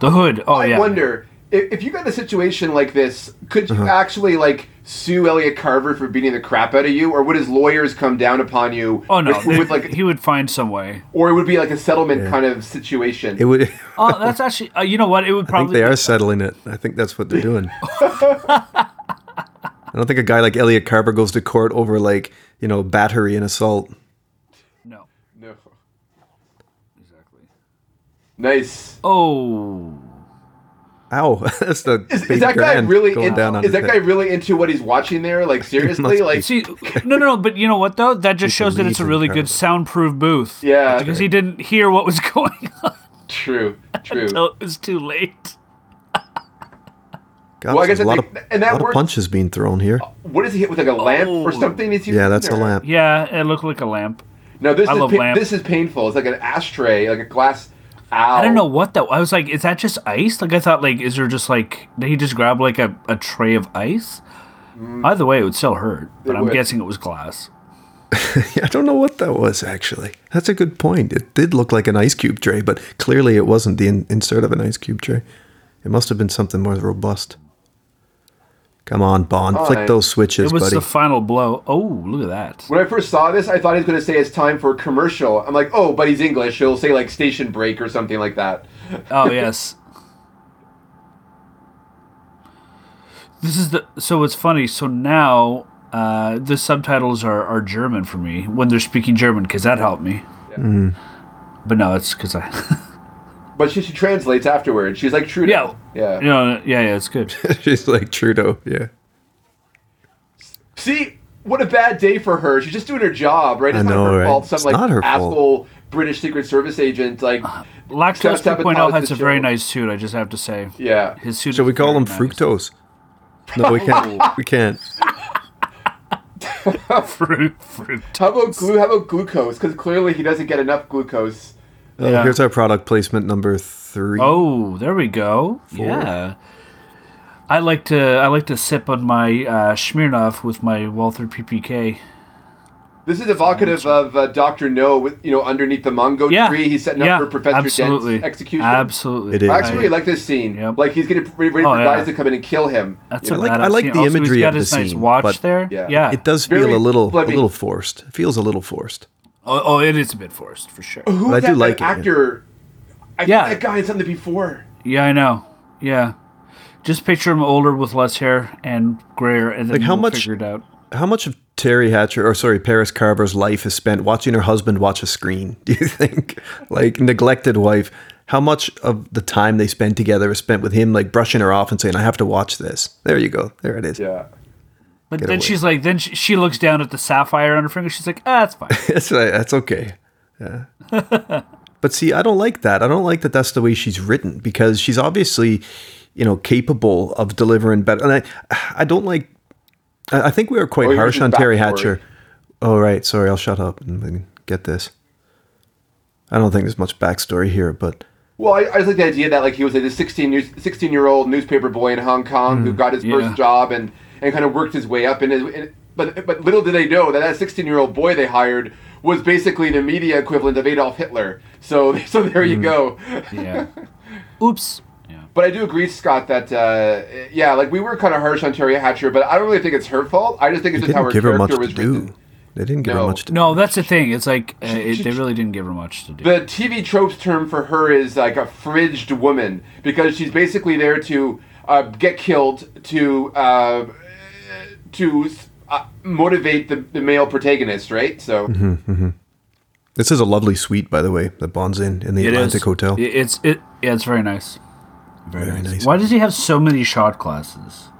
Speaker 2: the hood. Oh
Speaker 3: I
Speaker 2: yeah.
Speaker 3: wonder if, if you got a situation like this, could you
Speaker 1: Uh-huh.
Speaker 3: actually like sue Elliot Carver for beating the crap out of you, or would his lawyers come down upon you?
Speaker 2: Oh no,
Speaker 3: with, with, like,
Speaker 2: he would find some way.
Speaker 3: or it would be like a settlement kind of situation.
Speaker 1: It would.
Speaker 2: Oh, that's actually. Uh, you know what? It would
Speaker 1: I think
Speaker 2: probably.
Speaker 1: they are settling it. I think that's what they're doing. I don't think a guy like Elliot Carver goes to court over like you know battery and assault.
Speaker 2: No.
Speaker 3: no.
Speaker 2: Exactly.
Speaker 3: Nice.
Speaker 2: Oh.
Speaker 1: Ow! that's the
Speaker 3: Is,
Speaker 1: big
Speaker 3: is that guy
Speaker 1: grand
Speaker 3: really?
Speaker 1: going
Speaker 3: In,
Speaker 1: down on his
Speaker 3: is that guy
Speaker 1: head.
Speaker 3: really into what he's watching there? Like seriously?
Speaker 1: be.
Speaker 3: Like
Speaker 2: See, no, no, no. But you know what though? That just shows that
Speaker 1: lead
Speaker 2: it's a
Speaker 1: in
Speaker 2: really good
Speaker 1: Paris.
Speaker 2: soundproof booth.
Speaker 3: Yeah.
Speaker 2: Because he didn't hear what was going on
Speaker 3: true, true.
Speaker 2: until it was too late.
Speaker 1: God,
Speaker 3: Well, I
Speaker 1: there's
Speaker 3: guess
Speaker 1: a
Speaker 3: I
Speaker 1: lot,
Speaker 3: think-
Speaker 1: of,
Speaker 3: and that
Speaker 1: lot of
Speaker 3: works- Oh,
Speaker 1: punches being thrown here.
Speaker 3: What is he hit with like a lamp or something? Is he
Speaker 1: Oh. yeah, that's a
Speaker 3: or-
Speaker 1: lamp.
Speaker 2: Yeah, it looked like a lamp.
Speaker 3: No, this
Speaker 2: I
Speaker 3: is
Speaker 2: love
Speaker 3: pa-
Speaker 2: lamp.
Speaker 3: this is painful. It's like an ashtray, like a glass. Ow.
Speaker 2: I don't know what though. I was like, is that just ice? Like I thought, like, is there just like did he just grab like a, a tray of ice? Either way, it would still hurt. But
Speaker 3: Mm. It
Speaker 2: I'm
Speaker 3: would.
Speaker 2: guessing it was glass.
Speaker 1: Yeah, I don't know what that was actually. That's a good point. It did look like an ice cube tray, but clearly it wasn't the in- insert of an ice cube tray. It must have been something more robust. Come on, Bond, flick
Speaker 3: Fine.
Speaker 1: those switches,
Speaker 2: It was
Speaker 1: buddy.
Speaker 2: the final blow. Oh, look at that.
Speaker 3: When I first saw this, I thought he was going to say it's time for a commercial. I'm like, oh, but he's English. He'll say like station break or something like that.
Speaker 2: Oh yes. This is the so it's funny. So now uh, the subtitles are, are German for me when they're speaking German because that helped me.
Speaker 3: Mm.
Speaker 2: But no, it's because I
Speaker 3: But she, she translates afterwards. She's like true.
Speaker 2: yeah
Speaker 3: yeah.
Speaker 2: you know, yeah yeah it's good.
Speaker 1: She's like Trudeau. Yeah,
Speaker 3: See, what a bad day for her. She's just doing her job, right? It's
Speaker 1: I
Speaker 3: not
Speaker 1: know,
Speaker 3: her
Speaker 1: right?
Speaker 3: fault. Some
Speaker 1: It's
Speaker 3: like
Speaker 1: not her fault.
Speaker 3: asshole British Secret Service agent, like
Speaker 2: Lactose
Speaker 3: Just sabotage
Speaker 2: 2.0 has
Speaker 3: the
Speaker 2: a very
Speaker 3: show.
Speaker 2: nice suit. I just have to say
Speaker 3: yeah.
Speaker 2: his suit.
Speaker 1: shall
Speaker 2: is
Speaker 1: we call
Speaker 2: very
Speaker 1: him
Speaker 2: nice. Oh.
Speaker 1: fructose? No, we can't. we can't.
Speaker 2: Fruit fruit.
Speaker 3: How about glu- How about glucose? Because clearly he doesn't get enough glucose.
Speaker 1: Oh,
Speaker 2: Yeah.
Speaker 1: here's our product placement number three.
Speaker 2: Oh, there we go. Yeah. I like to I like to sip on my uh, Smirnoff with my Walther PPK.
Speaker 3: This is evocative of uh, Doctor No, with you know underneath the mango
Speaker 2: Yeah,
Speaker 3: tree, he's setting
Speaker 2: yeah,
Speaker 3: up for Professor
Speaker 2: absolutely.
Speaker 3: Dent's execution.
Speaker 2: Absolutely,
Speaker 1: It is.
Speaker 3: I actually really
Speaker 2: I-
Speaker 3: like this scene.
Speaker 2: Yep.
Speaker 3: Like he's getting ready for
Speaker 2: Oh, yeah.
Speaker 3: guys to come in and kill him.
Speaker 2: that's
Speaker 3: You
Speaker 2: a
Speaker 3: know?
Speaker 1: like-
Speaker 2: badass
Speaker 1: I like
Speaker 2: scene.
Speaker 1: the
Speaker 2: Also,
Speaker 1: imagery
Speaker 2: he's got
Speaker 1: of the
Speaker 2: his nice
Speaker 1: scene,
Speaker 2: watch
Speaker 1: but-
Speaker 2: there.
Speaker 3: Yeah.
Speaker 2: Yeah,
Speaker 1: It does
Speaker 3: Very
Speaker 1: feel a little, a
Speaker 3: bloody.
Speaker 1: little forced. It feels a little forced.
Speaker 2: Oh, oh, it is a bit forced for sure.
Speaker 3: Who's
Speaker 1: But I
Speaker 3: that
Speaker 1: do like
Speaker 3: that
Speaker 1: it, yeah.
Speaker 3: actor? I
Speaker 2: Yeah.
Speaker 3: yeah, that guy in something before.
Speaker 2: Yeah, I know. Yeah, just picture him older with less hair and grayer, and then
Speaker 1: Like, how
Speaker 2: we'll
Speaker 1: much-
Speaker 2: figure it out.
Speaker 1: How much of Terry Hatcher, or sorry, Paris Carver's life is spent watching her husband watch a screen? Do you think, like neglected wife, how much of the time they spend together is spent with him, like brushing her off and saying, "I have to watch this." There you go, there it is.
Speaker 3: Yeah.
Speaker 2: But
Speaker 1: Get
Speaker 2: then
Speaker 1: away.
Speaker 2: she's like, then she, she looks down at the sapphire on her finger. She's like, ah, that's fine.
Speaker 1: that's right, that's okay. Yeah. but see, I don't like that. I don't like that. That's the way she's written because she's obviously, you know, capable of delivering better. And I, I don't like. I I think we were quite
Speaker 3: Oh, you're
Speaker 1: harsh
Speaker 3: reading
Speaker 1: on Terry
Speaker 3: backstory.
Speaker 1: Hatcher. Oh right, sorry. I'll shut up and then get this. I don't think there's much backstory here, but
Speaker 3: Well, I, I just like the idea that like he was like, a 16 years 16 year old newspaper boy in Hong Kong who got his
Speaker 2: Mm, yeah.
Speaker 3: first job and and kind of worked his way up and, and but but little did they know that that 16 year old boy they hired was basically the media equivalent of Adolf Hitler. So so there
Speaker 2: Mm.
Speaker 3: you go.
Speaker 2: Yeah. Oops. Yeah.
Speaker 3: But I do agree, Scott, that uh, yeah, like we were kind of harsh on Terry Hatcher, but I don't really think it's her fault. I just think it's
Speaker 1: They
Speaker 3: just how
Speaker 1: didn't
Speaker 3: her
Speaker 1: give her
Speaker 3: character
Speaker 1: much to
Speaker 3: was
Speaker 1: do.
Speaker 3: written.
Speaker 1: They didn't give her
Speaker 3: No.
Speaker 1: much to do.
Speaker 2: No, that's the thing. It's like uh, it, they really didn't give her much to do.
Speaker 3: The TV tropes term for her is like a fridged woman because she's basically there to uh, get killed to uh, to uh, motivate the, the male protagonist, right? So
Speaker 1: Mm-hmm. This is a lovely suite, by the way, that bonds in in the
Speaker 2: It is.
Speaker 1: Atlantic Hotel.
Speaker 2: It- it's it. Yeah, it's very nice. Very,
Speaker 1: Very
Speaker 2: nice.
Speaker 1: nice.
Speaker 2: Why does he have so many shot glasses?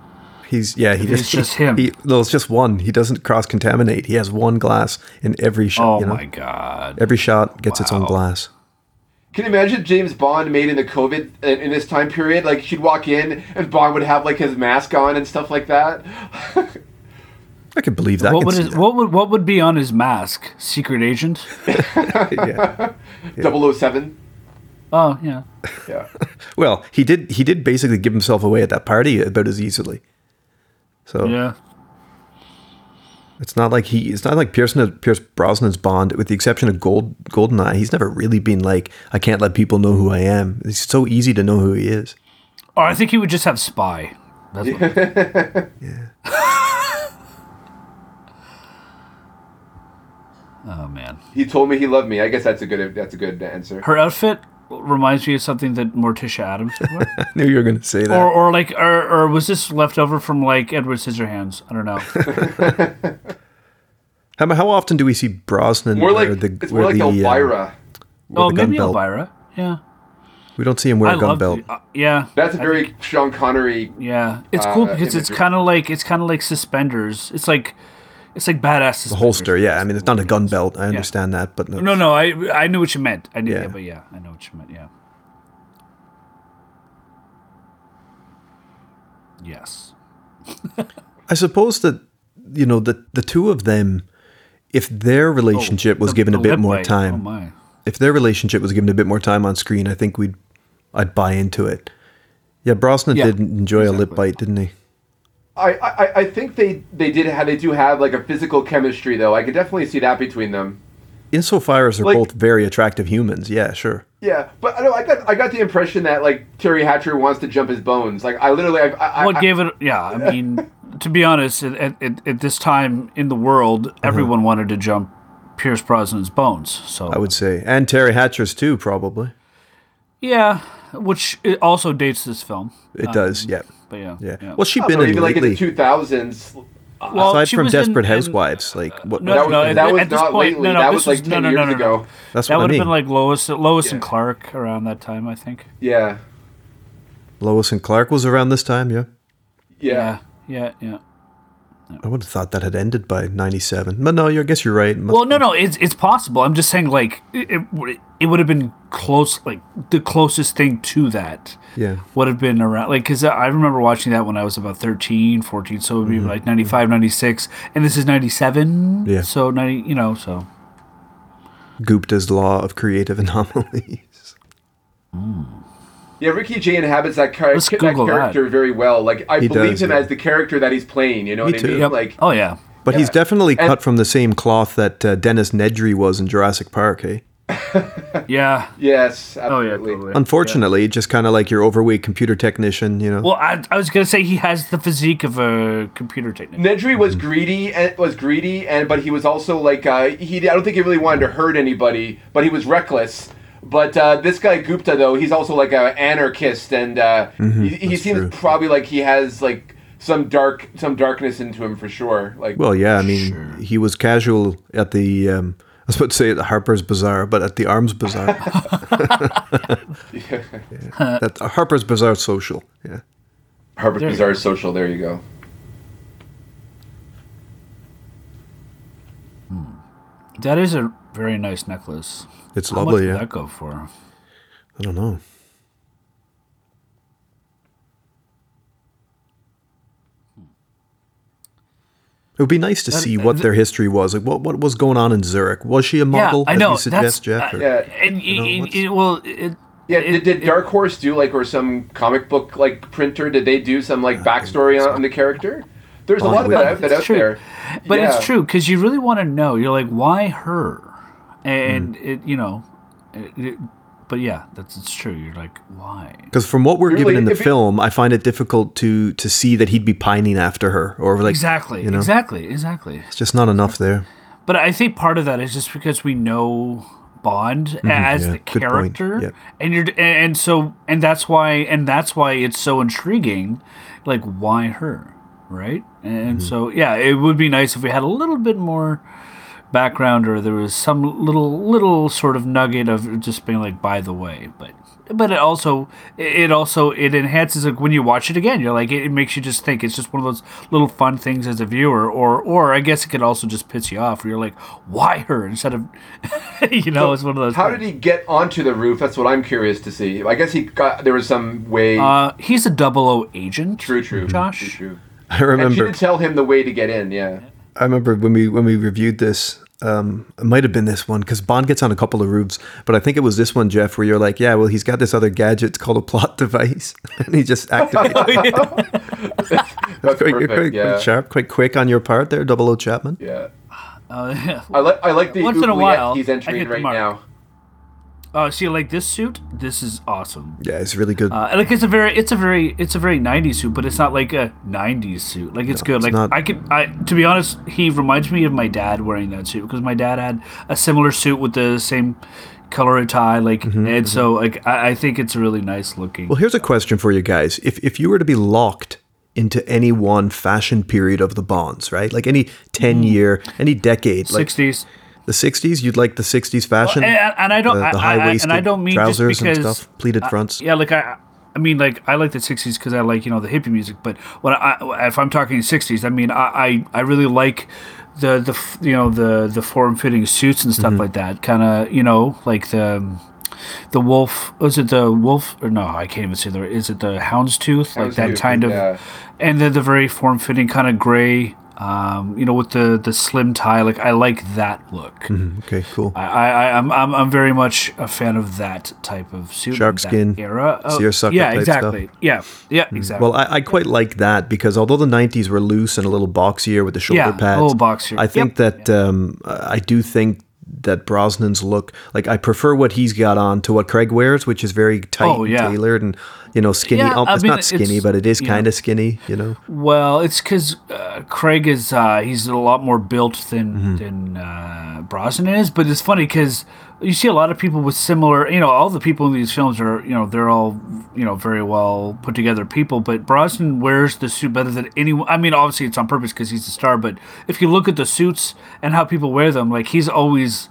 Speaker 1: He's yeah, he just,
Speaker 2: It's just him.
Speaker 1: He, no, it's just one. He doesn't cross contaminate. He has one glass in every shot.
Speaker 2: Oh
Speaker 1: you know?
Speaker 2: my god.
Speaker 1: Every shot gets its own
Speaker 2: Wow.
Speaker 1: glass.
Speaker 3: Can you imagine James Bond made in the COVID in, in this time period? Like she'd walk in and Bond would have like his mask on and stuff like that.
Speaker 1: I could believe that. I
Speaker 2: What
Speaker 1: could
Speaker 2: would
Speaker 1: see
Speaker 2: his,
Speaker 1: that.
Speaker 2: what would what would be on his mask? Secret agent?
Speaker 1: yeah.
Speaker 3: 007.
Speaker 2: Oh yeah.
Speaker 3: Yeah.
Speaker 1: Well, he did. He did basically give himself away at that party about as easily. So
Speaker 2: Yeah.
Speaker 1: it's not like he. It's not like Pearson, Pierce Brosnan's Bond, with the exception of Gold Goldeneye. He's never really been like, I can't let people know who I am. It's so easy to know who he is.
Speaker 2: Or I think he would just have spy. That's what,
Speaker 1: Yeah.
Speaker 2: oh man.
Speaker 3: He told me he loved me. I guess that's a good that's a good answer.
Speaker 2: Her outfit reminds me of something that Morticia Adams would wear.
Speaker 1: I knew you were going to say that.
Speaker 2: or or like or, or was this left over from like Edward Scissorhands? I don't know.
Speaker 1: how, how often do we see Brosnan?
Speaker 3: More
Speaker 1: wear
Speaker 3: like
Speaker 1: the,
Speaker 3: it's
Speaker 1: wear
Speaker 3: more like
Speaker 1: the, uh,
Speaker 3: Elvira.
Speaker 1: wear
Speaker 2: oh,
Speaker 1: the gun
Speaker 2: maybe
Speaker 1: belt?
Speaker 2: Elvira. Yeah.
Speaker 1: um, We don't see him wear
Speaker 2: I
Speaker 1: a gun
Speaker 2: love
Speaker 1: belt.
Speaker 2: it. Uh, yeah.
Speaker 3: That's a
Speaker 2: I-
Speaker 3: very Sean Connery.
Speaker 2: yeah. It's cool
Speaker 3: uh,
Speaker 2: because it's
Speaker 3: imagery.
Speaker 2: kind of like it's kind of like suspenders. It's like it's like badass suspenders.
Speaker 1: holster. Yeah, I mean it's not a gun belt. I understand that, but no,
Speaker 2: No, no, I I knew what you meant. I knew, yeah.
Speaker 1: Yeah.
Speaker 2: but yeah, I know what you meant. Yeah. Yes.
Speaker 1: I suppose that you know the the two of them, if their relationship was
Speaker 2: Oh, The-
Speaker 1: given a
Speaker 2: the
Speaker 1: bit
Speaker 2: lip
Speaker 1: more
Speaker 2: bite. Oh
Speaker 1: time,
Speaker 2: my.
Speaker 1: if their relationship was given a bit more time on screen, I think we'd I'd buy into it. Yeah, Brosnan
Speaker 2: Yeah,
Speaker 1: did enjoy a lip
Speaker 2: exactly.
Speaker 1: bite, didn't he?
Speaker 3: I, I, I think they, they did have they do have like a physical chemistry though. I could definitely see that between them.
Speaker 1: Insofar as they're
Speaker 3: Like-
Speaker 1: both very attractive humans, yeah, sure.
Speaker 3: Yeah, but I know I got I got the impression that like Terry Hatcher wants to jump his bones. Like I literally I, I,
Speaker 2: What
Speaker 3: I-
Speaker 2: gave it? Yeah, I mean, to be honest, at, at- at, at this time in the
Speaker 1: Uh-huh.
Speaker 2: world, everyone wanted to jump Pierce Brosnan's bones. So
Speaker 1: I would say, and Terry Hatcher's too, probably.
Speaker 2: yeah, which it also dates this film.
Speaker 1: It does, yeah,
Speaker 2: But Um, yeah,
Speaker 1: yeah. Well, she'd
Speaker 3: I
Speaker 1: been
Speaker 3: don't know,
Speaker 1: in
Speaker 3: even like in
Speaker 1: lately.
Speaker 3: the two thousands.
Speaker 2: Well,
Speaker 1: aside
Speaker 2: she
Speaker 1: from
Speaker 2: was in-
Speaker 1: Desperate
Speaker 2: in-
Speaker 1: Housewives, like what?
Speaker 2: No,
Speaker 3: That was,
Speaker 2: no, at-
Speaker 3: that was
Speaker 2: at this
Speaker 3: not
Speaker 2: point-
Speaker 3: lately.
Speaker 2: no, no,
Speaker 3: that
Speaker 2: this
Speaker 3: was like
Speaker 2: was- no,
Speaker 3: ten
Speaker 2: no, no,
Speaker 3: years
Speaker 2: no, no.
Speaker 3: ago.
Speaker 1: that's
Speaker 2: that
Speaker 1: what I
Speaker 2: would have
Speaker 1: mean.
Speaker 2: been like Lois, Lois and
Speaker 3: Yeah.
Speaker 2: Clark around that time, I think.
Speaker 3: Yeah.
Speaker 1: Lois and Clark was around this time, yeah.
Speaker 3: yeah.
Speaker 2: yeah, yeah. yeah.
Speaker 1: I would have thought that had ended by '97, but no, you I guess you're right. It must-
Speaker 2: Well, no, no, it's it's possible. I'm just saying, like, it it, would- it would have been close, like the closest thing to that
Speaker 1: yeah,
Speaker 2: would have been around, like, because I remember watching that when I was about 13, 14, so it would be like 95, 96, and this is 97,
Speaker 1: Mm-hmm. Yeah.
Speaker 2: so 90, you know, so
Speaker 1: Gupta's law of creative anomalies.
Speaker 3: Yeah, Ricky Jay inhabits that, char-
Speaker 2: Let's
Speaker 3: that
Speaker 2: Google that.
Speaker 3: character very well. Like I
Speaker 1: He
Speaker 3: believe
Speaker 1: does,
Speaker 3: him
Speaker 1: yeah.
Speaker 3: as the character that he's playing. You know
Speaker 1: Me
Speaker 3: what
Speaker 1: too.
Speaker 3: I mean?
Speaker 1: Yep.
Speaker 3: Like
Speaker 2: oh yeah,
Speaker 1: But he's definitely
Speaker 3: And-
Speaker 1: cut from the same cloth that uh, Dennis Nedry was in Jurassic Park. Eh?
Speaker 2: yeah,
Speaker 3: yes,
Speaker 2: oh yeah,
Speaker 3: absolutely.
Speaker 2: totally.
Speaker 1: Unfortunately, just kind of like your overweight computer technician, you know.
Speaker 2: Well, I, I was gonna say he has the physique of a computer technician.
Speaker 3: Nedry was
Speaker 2: Mm-hmm.
Speaker 3: greedy and was greedy, and but he was also like uh, he. I don't think he really wanted to hurt anybody, but he was reckless. But uh, this guy Gupta, though, he's also like an anarchist, and uh,
Speaker 2: Mm-hmm.
Speaker 3: he, he seems
Speaker 1: true.
Speaker 3: probably like he has like some dark some darkness into him for sure. Like
Speaker 1: Well, yeah, I mean, he was casual at the. Um, I was about to say at the Harper's Bazaar, but at the Arms Bazaar. yeah. That Harper's Bazaar social. Yeah.
Speaker 3: Harvard
Speaker 2: There you
Speaker 3: Bazaar social. There you go.
Speaker 2: That is a very nice necklace.
Speaker 1: It's
Speaker 2: How much
Speaker 1: lovely,
Speaker 2: did
Speaker 1: yeah.
Speaker 2: that go for?
Speaker 1: I don't know. It would be nice to see what their history was. Like, what, what was going on in Zurich? Was she a model?
Speaker 2: Yeah, I
Speaker 1: as
Speaker 2: know.
Speaker 1: you suggest,
Speaker 2: that's
Speaker 1: Jeff?
Speaker 2: uh,
Speaker 1: or-
Speaker 3: Yeah.
Speaker 2: and
Speaker 1: know,
Speaker 2: it-
Speaker 1: what's-
Speaker 2: it- well, it,
Speaker 3: Yeah, did, did Dark Horse do like, or some comic book like printer? Did they do some
Speaker 2: Uh,
Speaker 3: like backstory on, on the character? There's a lot of that, out- that
Speaker 2: It's
Speaker 3: out
Speaker 2: true.
Speaker 3: there.
Speaker 2: But
Speaker 3: Yeah.
Speaker 2: it's true because you really want to know. You're like, why her? And
Speaker 1: Mm.
Speaker 2: it, you know, it, it- but yeah, that's it's true. You're like, why?
Speaker 1: Because from what we're given
Speaker 3: Really,
Speaker 1: in the
Speaker 3: if it-
Speaker 1: film, I find it difficult to to see that he'd be pining after her, or like
Speaker 2: Exactly,
Speaker 1: you know,
Speaker 2: exactly, exactly.
Speaker 1: it's just not enough there.
Speaker 2: But I think part of that is just because we know Bond as
Speaker 1: Mm-hmm, yeah,
Speaker 2: the
Speaker 1: good point,
Speaker 2: character,
Speaker 1: yeah.
Speaker 2: and you're and so and that's why and that's why it's so intriguing. Like, why her, right?
Speaker 1: Mm-hmm.
Speaker 2: And so yeah, it would be nice if we had a little bit more background or there was some little little sort of nugget of just being like by the way but but it also it also it enhances like when you watch it again you're like it, it makes you just think it's just one of those little fun things as a viewer or or i guess it could also just piss you off where you're like why her instead of you know it's one of those
Speaker 3: How did he get onto the roof? That's what I'm curious to see. I guess he got there was some way.
Speaker 2: uh he's a double o agent
Speaker 3: true, true,
Speaker 2: josh
Speaker 3: true, true.
Speaker 1: I
Speaker 3: And she
Speaker 1: remember,
Speaker 3: did tell him the way to get in. Yeah.
Speaker 1: I remember when we when we reviewed this. Um, it might have been this one because Bond gets on a couple of roofs, but I think it was this one, Jeff, where you're like, yeah, well, he's got this other gadget it's called a plot device, and he just activates. it.
Speaker 3: That's
Speaker 1: quite,
Speaker 3: perfect.
Speaker 1: quite,
Speaker 3: yeah.
Speaker 1: quite sharp, quite quick on your part there, Double O Chapman.
Speaker 3: Yeah.
Speaker 2: Uh,
Speaker 3: I like I like the
Speaker 2: Once in a
Speaker 3: oubliette
Speaker 2: while,
Speaker 3: he's
Speaker 2: I
Speaker 3: entering
Speaker 2: hit the
Speaker 3: right
Speaker 2: mark.
Speaker 3: now.
Speaker 2: uh see like this suit this is awesome
Speaker 1: Yeah, it's really good.
Speaker 2: Uh, like it's a very, it's a very, it's a very '90s suit, but it's not like a '90s suit. Like it's good. like
Speaker 1: not.
Speaker 2: I could, I to be honest, he reminds me of my dad wearing that suit because my dad had a similar suit with the same color and tie. Like and so, like I, I think it's really nice looking.
Speaker 1: Mm-hmm, Well, here's a question for you guys. If if you were to be locked into any one fashion period of the Bonds, right? Like any 10
Speaker 2: Mm.
Speaker 1: year, any decade, like
Speaker 2: '60s,
Speaker 1: the 60s, you'd like the 60s fashion?
Speaker 2: and, and I don't,
Speaker 1: the,
Speaker 2: eh, I-
Speaker 1: the
Speaker 2: I, I,
Speaker 1: high-waisted
Speaker 2: and I don't mean just
Speaker 1: trousers
Speaker 2: because
Speaker 1: and stuff, pleated fronts.
Speaker 2: Yeah, like I, I mean, like I like the '60s because I like you know the hippie music. But when I, if I'm talking '60s, I mean I, I, I really like the the f- you know the the form fitting suits and stuff like that. Kind of you know like the the wolf was it the wolf or no I can't even say the is it the houndstooth like that
Speaker 3: Houndstooth,
Speaker 2: kind of
Speaker 3: yeah.
Speaker 2: and then the very form fitting kind of gray. Um, you know, with the the slim tie, like I like that look.
Speaker 1: Mm, Okay, cool.
Speaker 2: I, I, I'm, I'm, I'm very much a fan of that type of suit.
Speaker 1: Shark
Speaker 2: that
Speaker 1: skin,
Speaker 2: era. Oh,
Speaker 1: seersucker
Speaker 2: yeah,
Speaker 1: type Hmm.
Speaker 2: exactly. Yeah, yeah, exactly.
Speaker 1: Well, I, I quite like that because although the 90s were loose and a little boxier with the shoulder
Speaker 2: Yeah, a
Speaker 1: pads,
Speaker 2: little boxier.
Speaker 1: I think
Speaker 2: Yep.
Speaker 1: that um, I do think that Brosnan's look, like I prefer what he's got on to what Craig wears, which is very tight
Speaker 2: Oh, yeah.
Speaker 1: and tailored and you know skinny.
Speaker 2: Yeah,
Speaker 1: um,
Speaker 2: I
Speaker 1: it's
Speaker 2: mean,
Speaker 1: not skinny,
Speaker 2: it's-
Speaker 1: but it is
Speaker 2: you know.
Speaker 1: kind of skinny. You know,
Speaker 2: well, it's because uh, Craig is uh, he's a lot more built than than uh, Brosnan is. But it's funny because you see a lot of people with similar. You know, all the people in these films are you know they're all you know very well put together people. But Brosnan wears the suit better than anyone. I mean, obviously it's on purpose because he's the star. But if you look at the suits and how people wear them, like he's always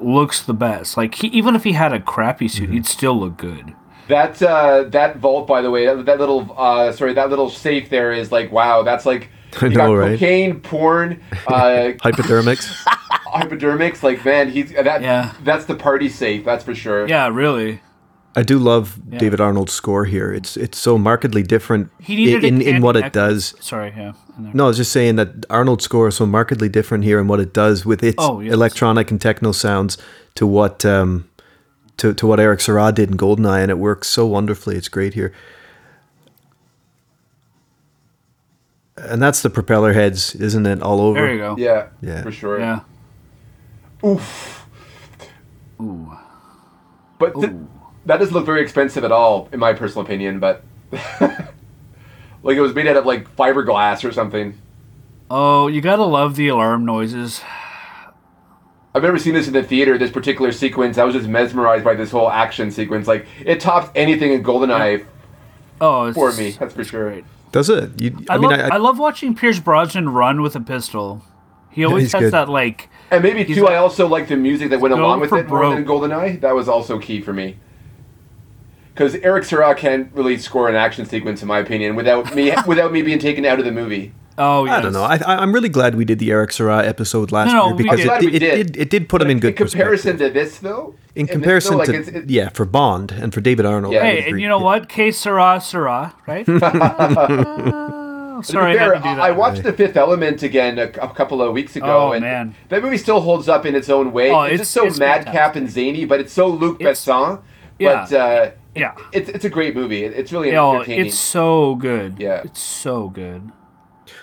Speaker 2: looks the best. Like he, even if he had a crappy suit, he'd still look good.
Speaker 3: That uh, that vault, by the way, that, that little uh, sorry, that little safe there is like wow. That's like you got
Speaker 1: know, right?
Speaker 3: cocaine, porn, uh,
Speaker 1: hypodermics.
Speaker 3: hypodermics. Like man, he's that.
Speaker 2: Yeah.
Speaker 3: That's the party safe. That's for sure.
Speaker 2: Yeah, really.
Speaker 1: I do love David Arnold's score here. It's it's so markedly different
Speaker 2: He needed a
Speaker 1: in in
Speaker 2: candy
Speaker 1: what it
Speaker 2: necklace.
Speaker 1: does.
Speaker 2: Sorry, yeah. in there.
Speaker 1: No, I was just saying that Arnold's score is so markedly different here in what it does with its
Speaker 2: Oh, yes.
Speaker 1: electronic and techno sounds to what um, to to what Eric Serra did in Goldeneye, and it works so wonderfully. It's great here. And that's the propeller heads, isn't it? All over.
Speaker 2: There you go.
Speaker 3: Yeah.
Speaker 1: Yeah.
Speaker 3: For sure.
Speaker 2: Yeah.
Speaker 3: Oof. But th- that doesn't look very expensive at all, in my personal opinion. But like it was made out of like fiberglass or something.
Speaker 2: Oh, you gotta love the alarm noises.
Speaker 3: I've never seen this in the theater. This particular sequence, I was just mesmerized by this whole action sequence. Like it tops anything in GoldenEye
Speaker 2: Oh, it's,
Speaker 3: for me. That's for sure.
Speaker 1: Does it? You, I,
Speaker 2: I,
Speaker 1: mean,
Speaker 2: love,
Speaker 1: I,
Speaker 2: I, love watching Pierce Brosnan run with a pistol. He
Speaker 1: he's
Speaker 2: always has
Speaker 1: good.
Speaker 2: that like.
Speaker 3: And maybe
Speaker 2: He's
Speaker 3: too.
Speaker 2: like-
Speaker 3: I also like the music that went
Speaker 2: going
Speaker 3: along with
Speaker 2: for
Speaker 3: it more than GoldenEye. That was also key for me. Because Eric Serra can't really score an action sequence, in my opinion, without me without me being taken out of the movie.
Speaker 2: Oh, yes.
Speaker 1: I don't know. I, I- I'm really glad we did the Eric Serra episode last
Speaker 2: No,
Speaker 1: year
Speaker 2: we
Speaker 1: because
Speaker 2: did.
Speaker 1: it,
Speaker 3: I'm glad we
Speaker 1: it,
Speaker 3: did.
Speaker 1: did it did put him in good
Speaker 3: in comparison to this, though.
Speaker 1: In
Speaker 3: this, though,
Speaker 1: comparison
Speaker 3: like,
Speaker 1: to
Speaker 3: it's- it-
Speaker 1: yeah, for Bond and for David Arnold.
Speaker 3: Yeah.
Speaker 1: I would
Speaker 2: hey, and
Speaker 1: agree.
Speaker 2: you know what? K Sarah Sarah, right? Ah,
Speaker 3: to be
Speaker 2: sorry, I had
Speaker 3: fair,
Speaker 2: to do that.
Speaker 3: I watched The Fifth Element again a, c- a couple of weeks ago,
Speaker 2: Oh,
Speaker 3: and
Speaker 2: man.
Speaker 3: that movie still holds up in its own way.
Speaker 2: Oh,
Speaker 3: it's,
Speaker 2: it's-
Speaker 3: just so
Speaker 2: it's
Speaker 3: madcap and zany, but it's so Luc
Speaker 2: It's-
Speaker 3: Besson
Speaker 2: Yeah.
Speaker 3: But uh,
Speaker 2: yeah.
Speaker 3: it's it's a great movie. It- It's really
Speaker 2: Oh,
Speaker 3: entertaining.
Speaker 2: it's so good.
Speaker 3: Yeah.
Speaker 2: It's so good.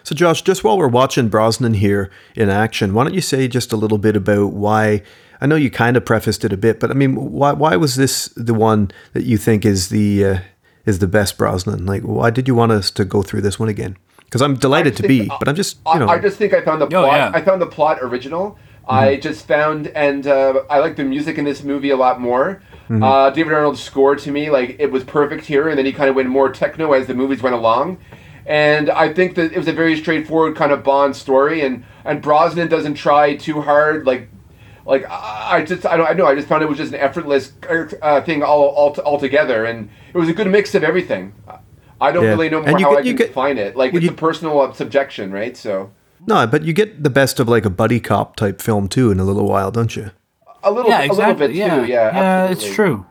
Speaker 1: So, Josh, just while we're watching Brosnan here in action, why don't you say just a little bit about why? I know you kind of prefaced it a bit, but I mean, why why was this the one that you think is the uh, is the best Brosnan? Like, why did you want us to go through this one again? Because I'm delighted to be, but I'm just
Speaker 3: I,
Speaker 1: you know, Mm-hmm.
Speaker 3: I just think I found the
Speaker 2: Oh,
Speaker 3: plot.
Speaker 2: yeah.
Speaker 3: I found the plot original. I just found, and uh, I like the music in this movie a lot more.
Speaker 1: Mm-hmm.
Speaker 3: Uh, David Arnold's score to me, like it was perfect here, and then he kind of went more techno as the movies went along. And I think that it was a very straightforward kind of Bond story, and and Brosnan doesn't try too hard, like. Like I I just I don't I know I just found it was just an effortless uh, thing all all altogether and it was a good mix of everything. I don't
Speaker 1: Yeah.
Speaker 3: really know
Speaker 1: And
Speaker 3: more
Speaker 1: you
Speaker 3: how
Speaker 1: get-
Speaker 3: I
Speaker 1: you
Speaker 3: can
Speaker 1: get-
Speaker 3: define it. Like
Speaker 1: well,
Speaker 3: it's
Speaker 1: you-
Speaker 3: a personal uh, subjection, right? So
Speaker 1: no, but you get the best of like a buddy cop type film too in a little while, don't you?
Speaker 3: A little,
Speaker 2: Yeah,
Speaker 3: a
Speaker 2: exactly.
Speaker 3: little bit
Speaker 2: yeah.
Speaker 3: too. Yeah,
Speaker 2: yeah
Speaker 3: absolutely.
Speaker 2: it's true.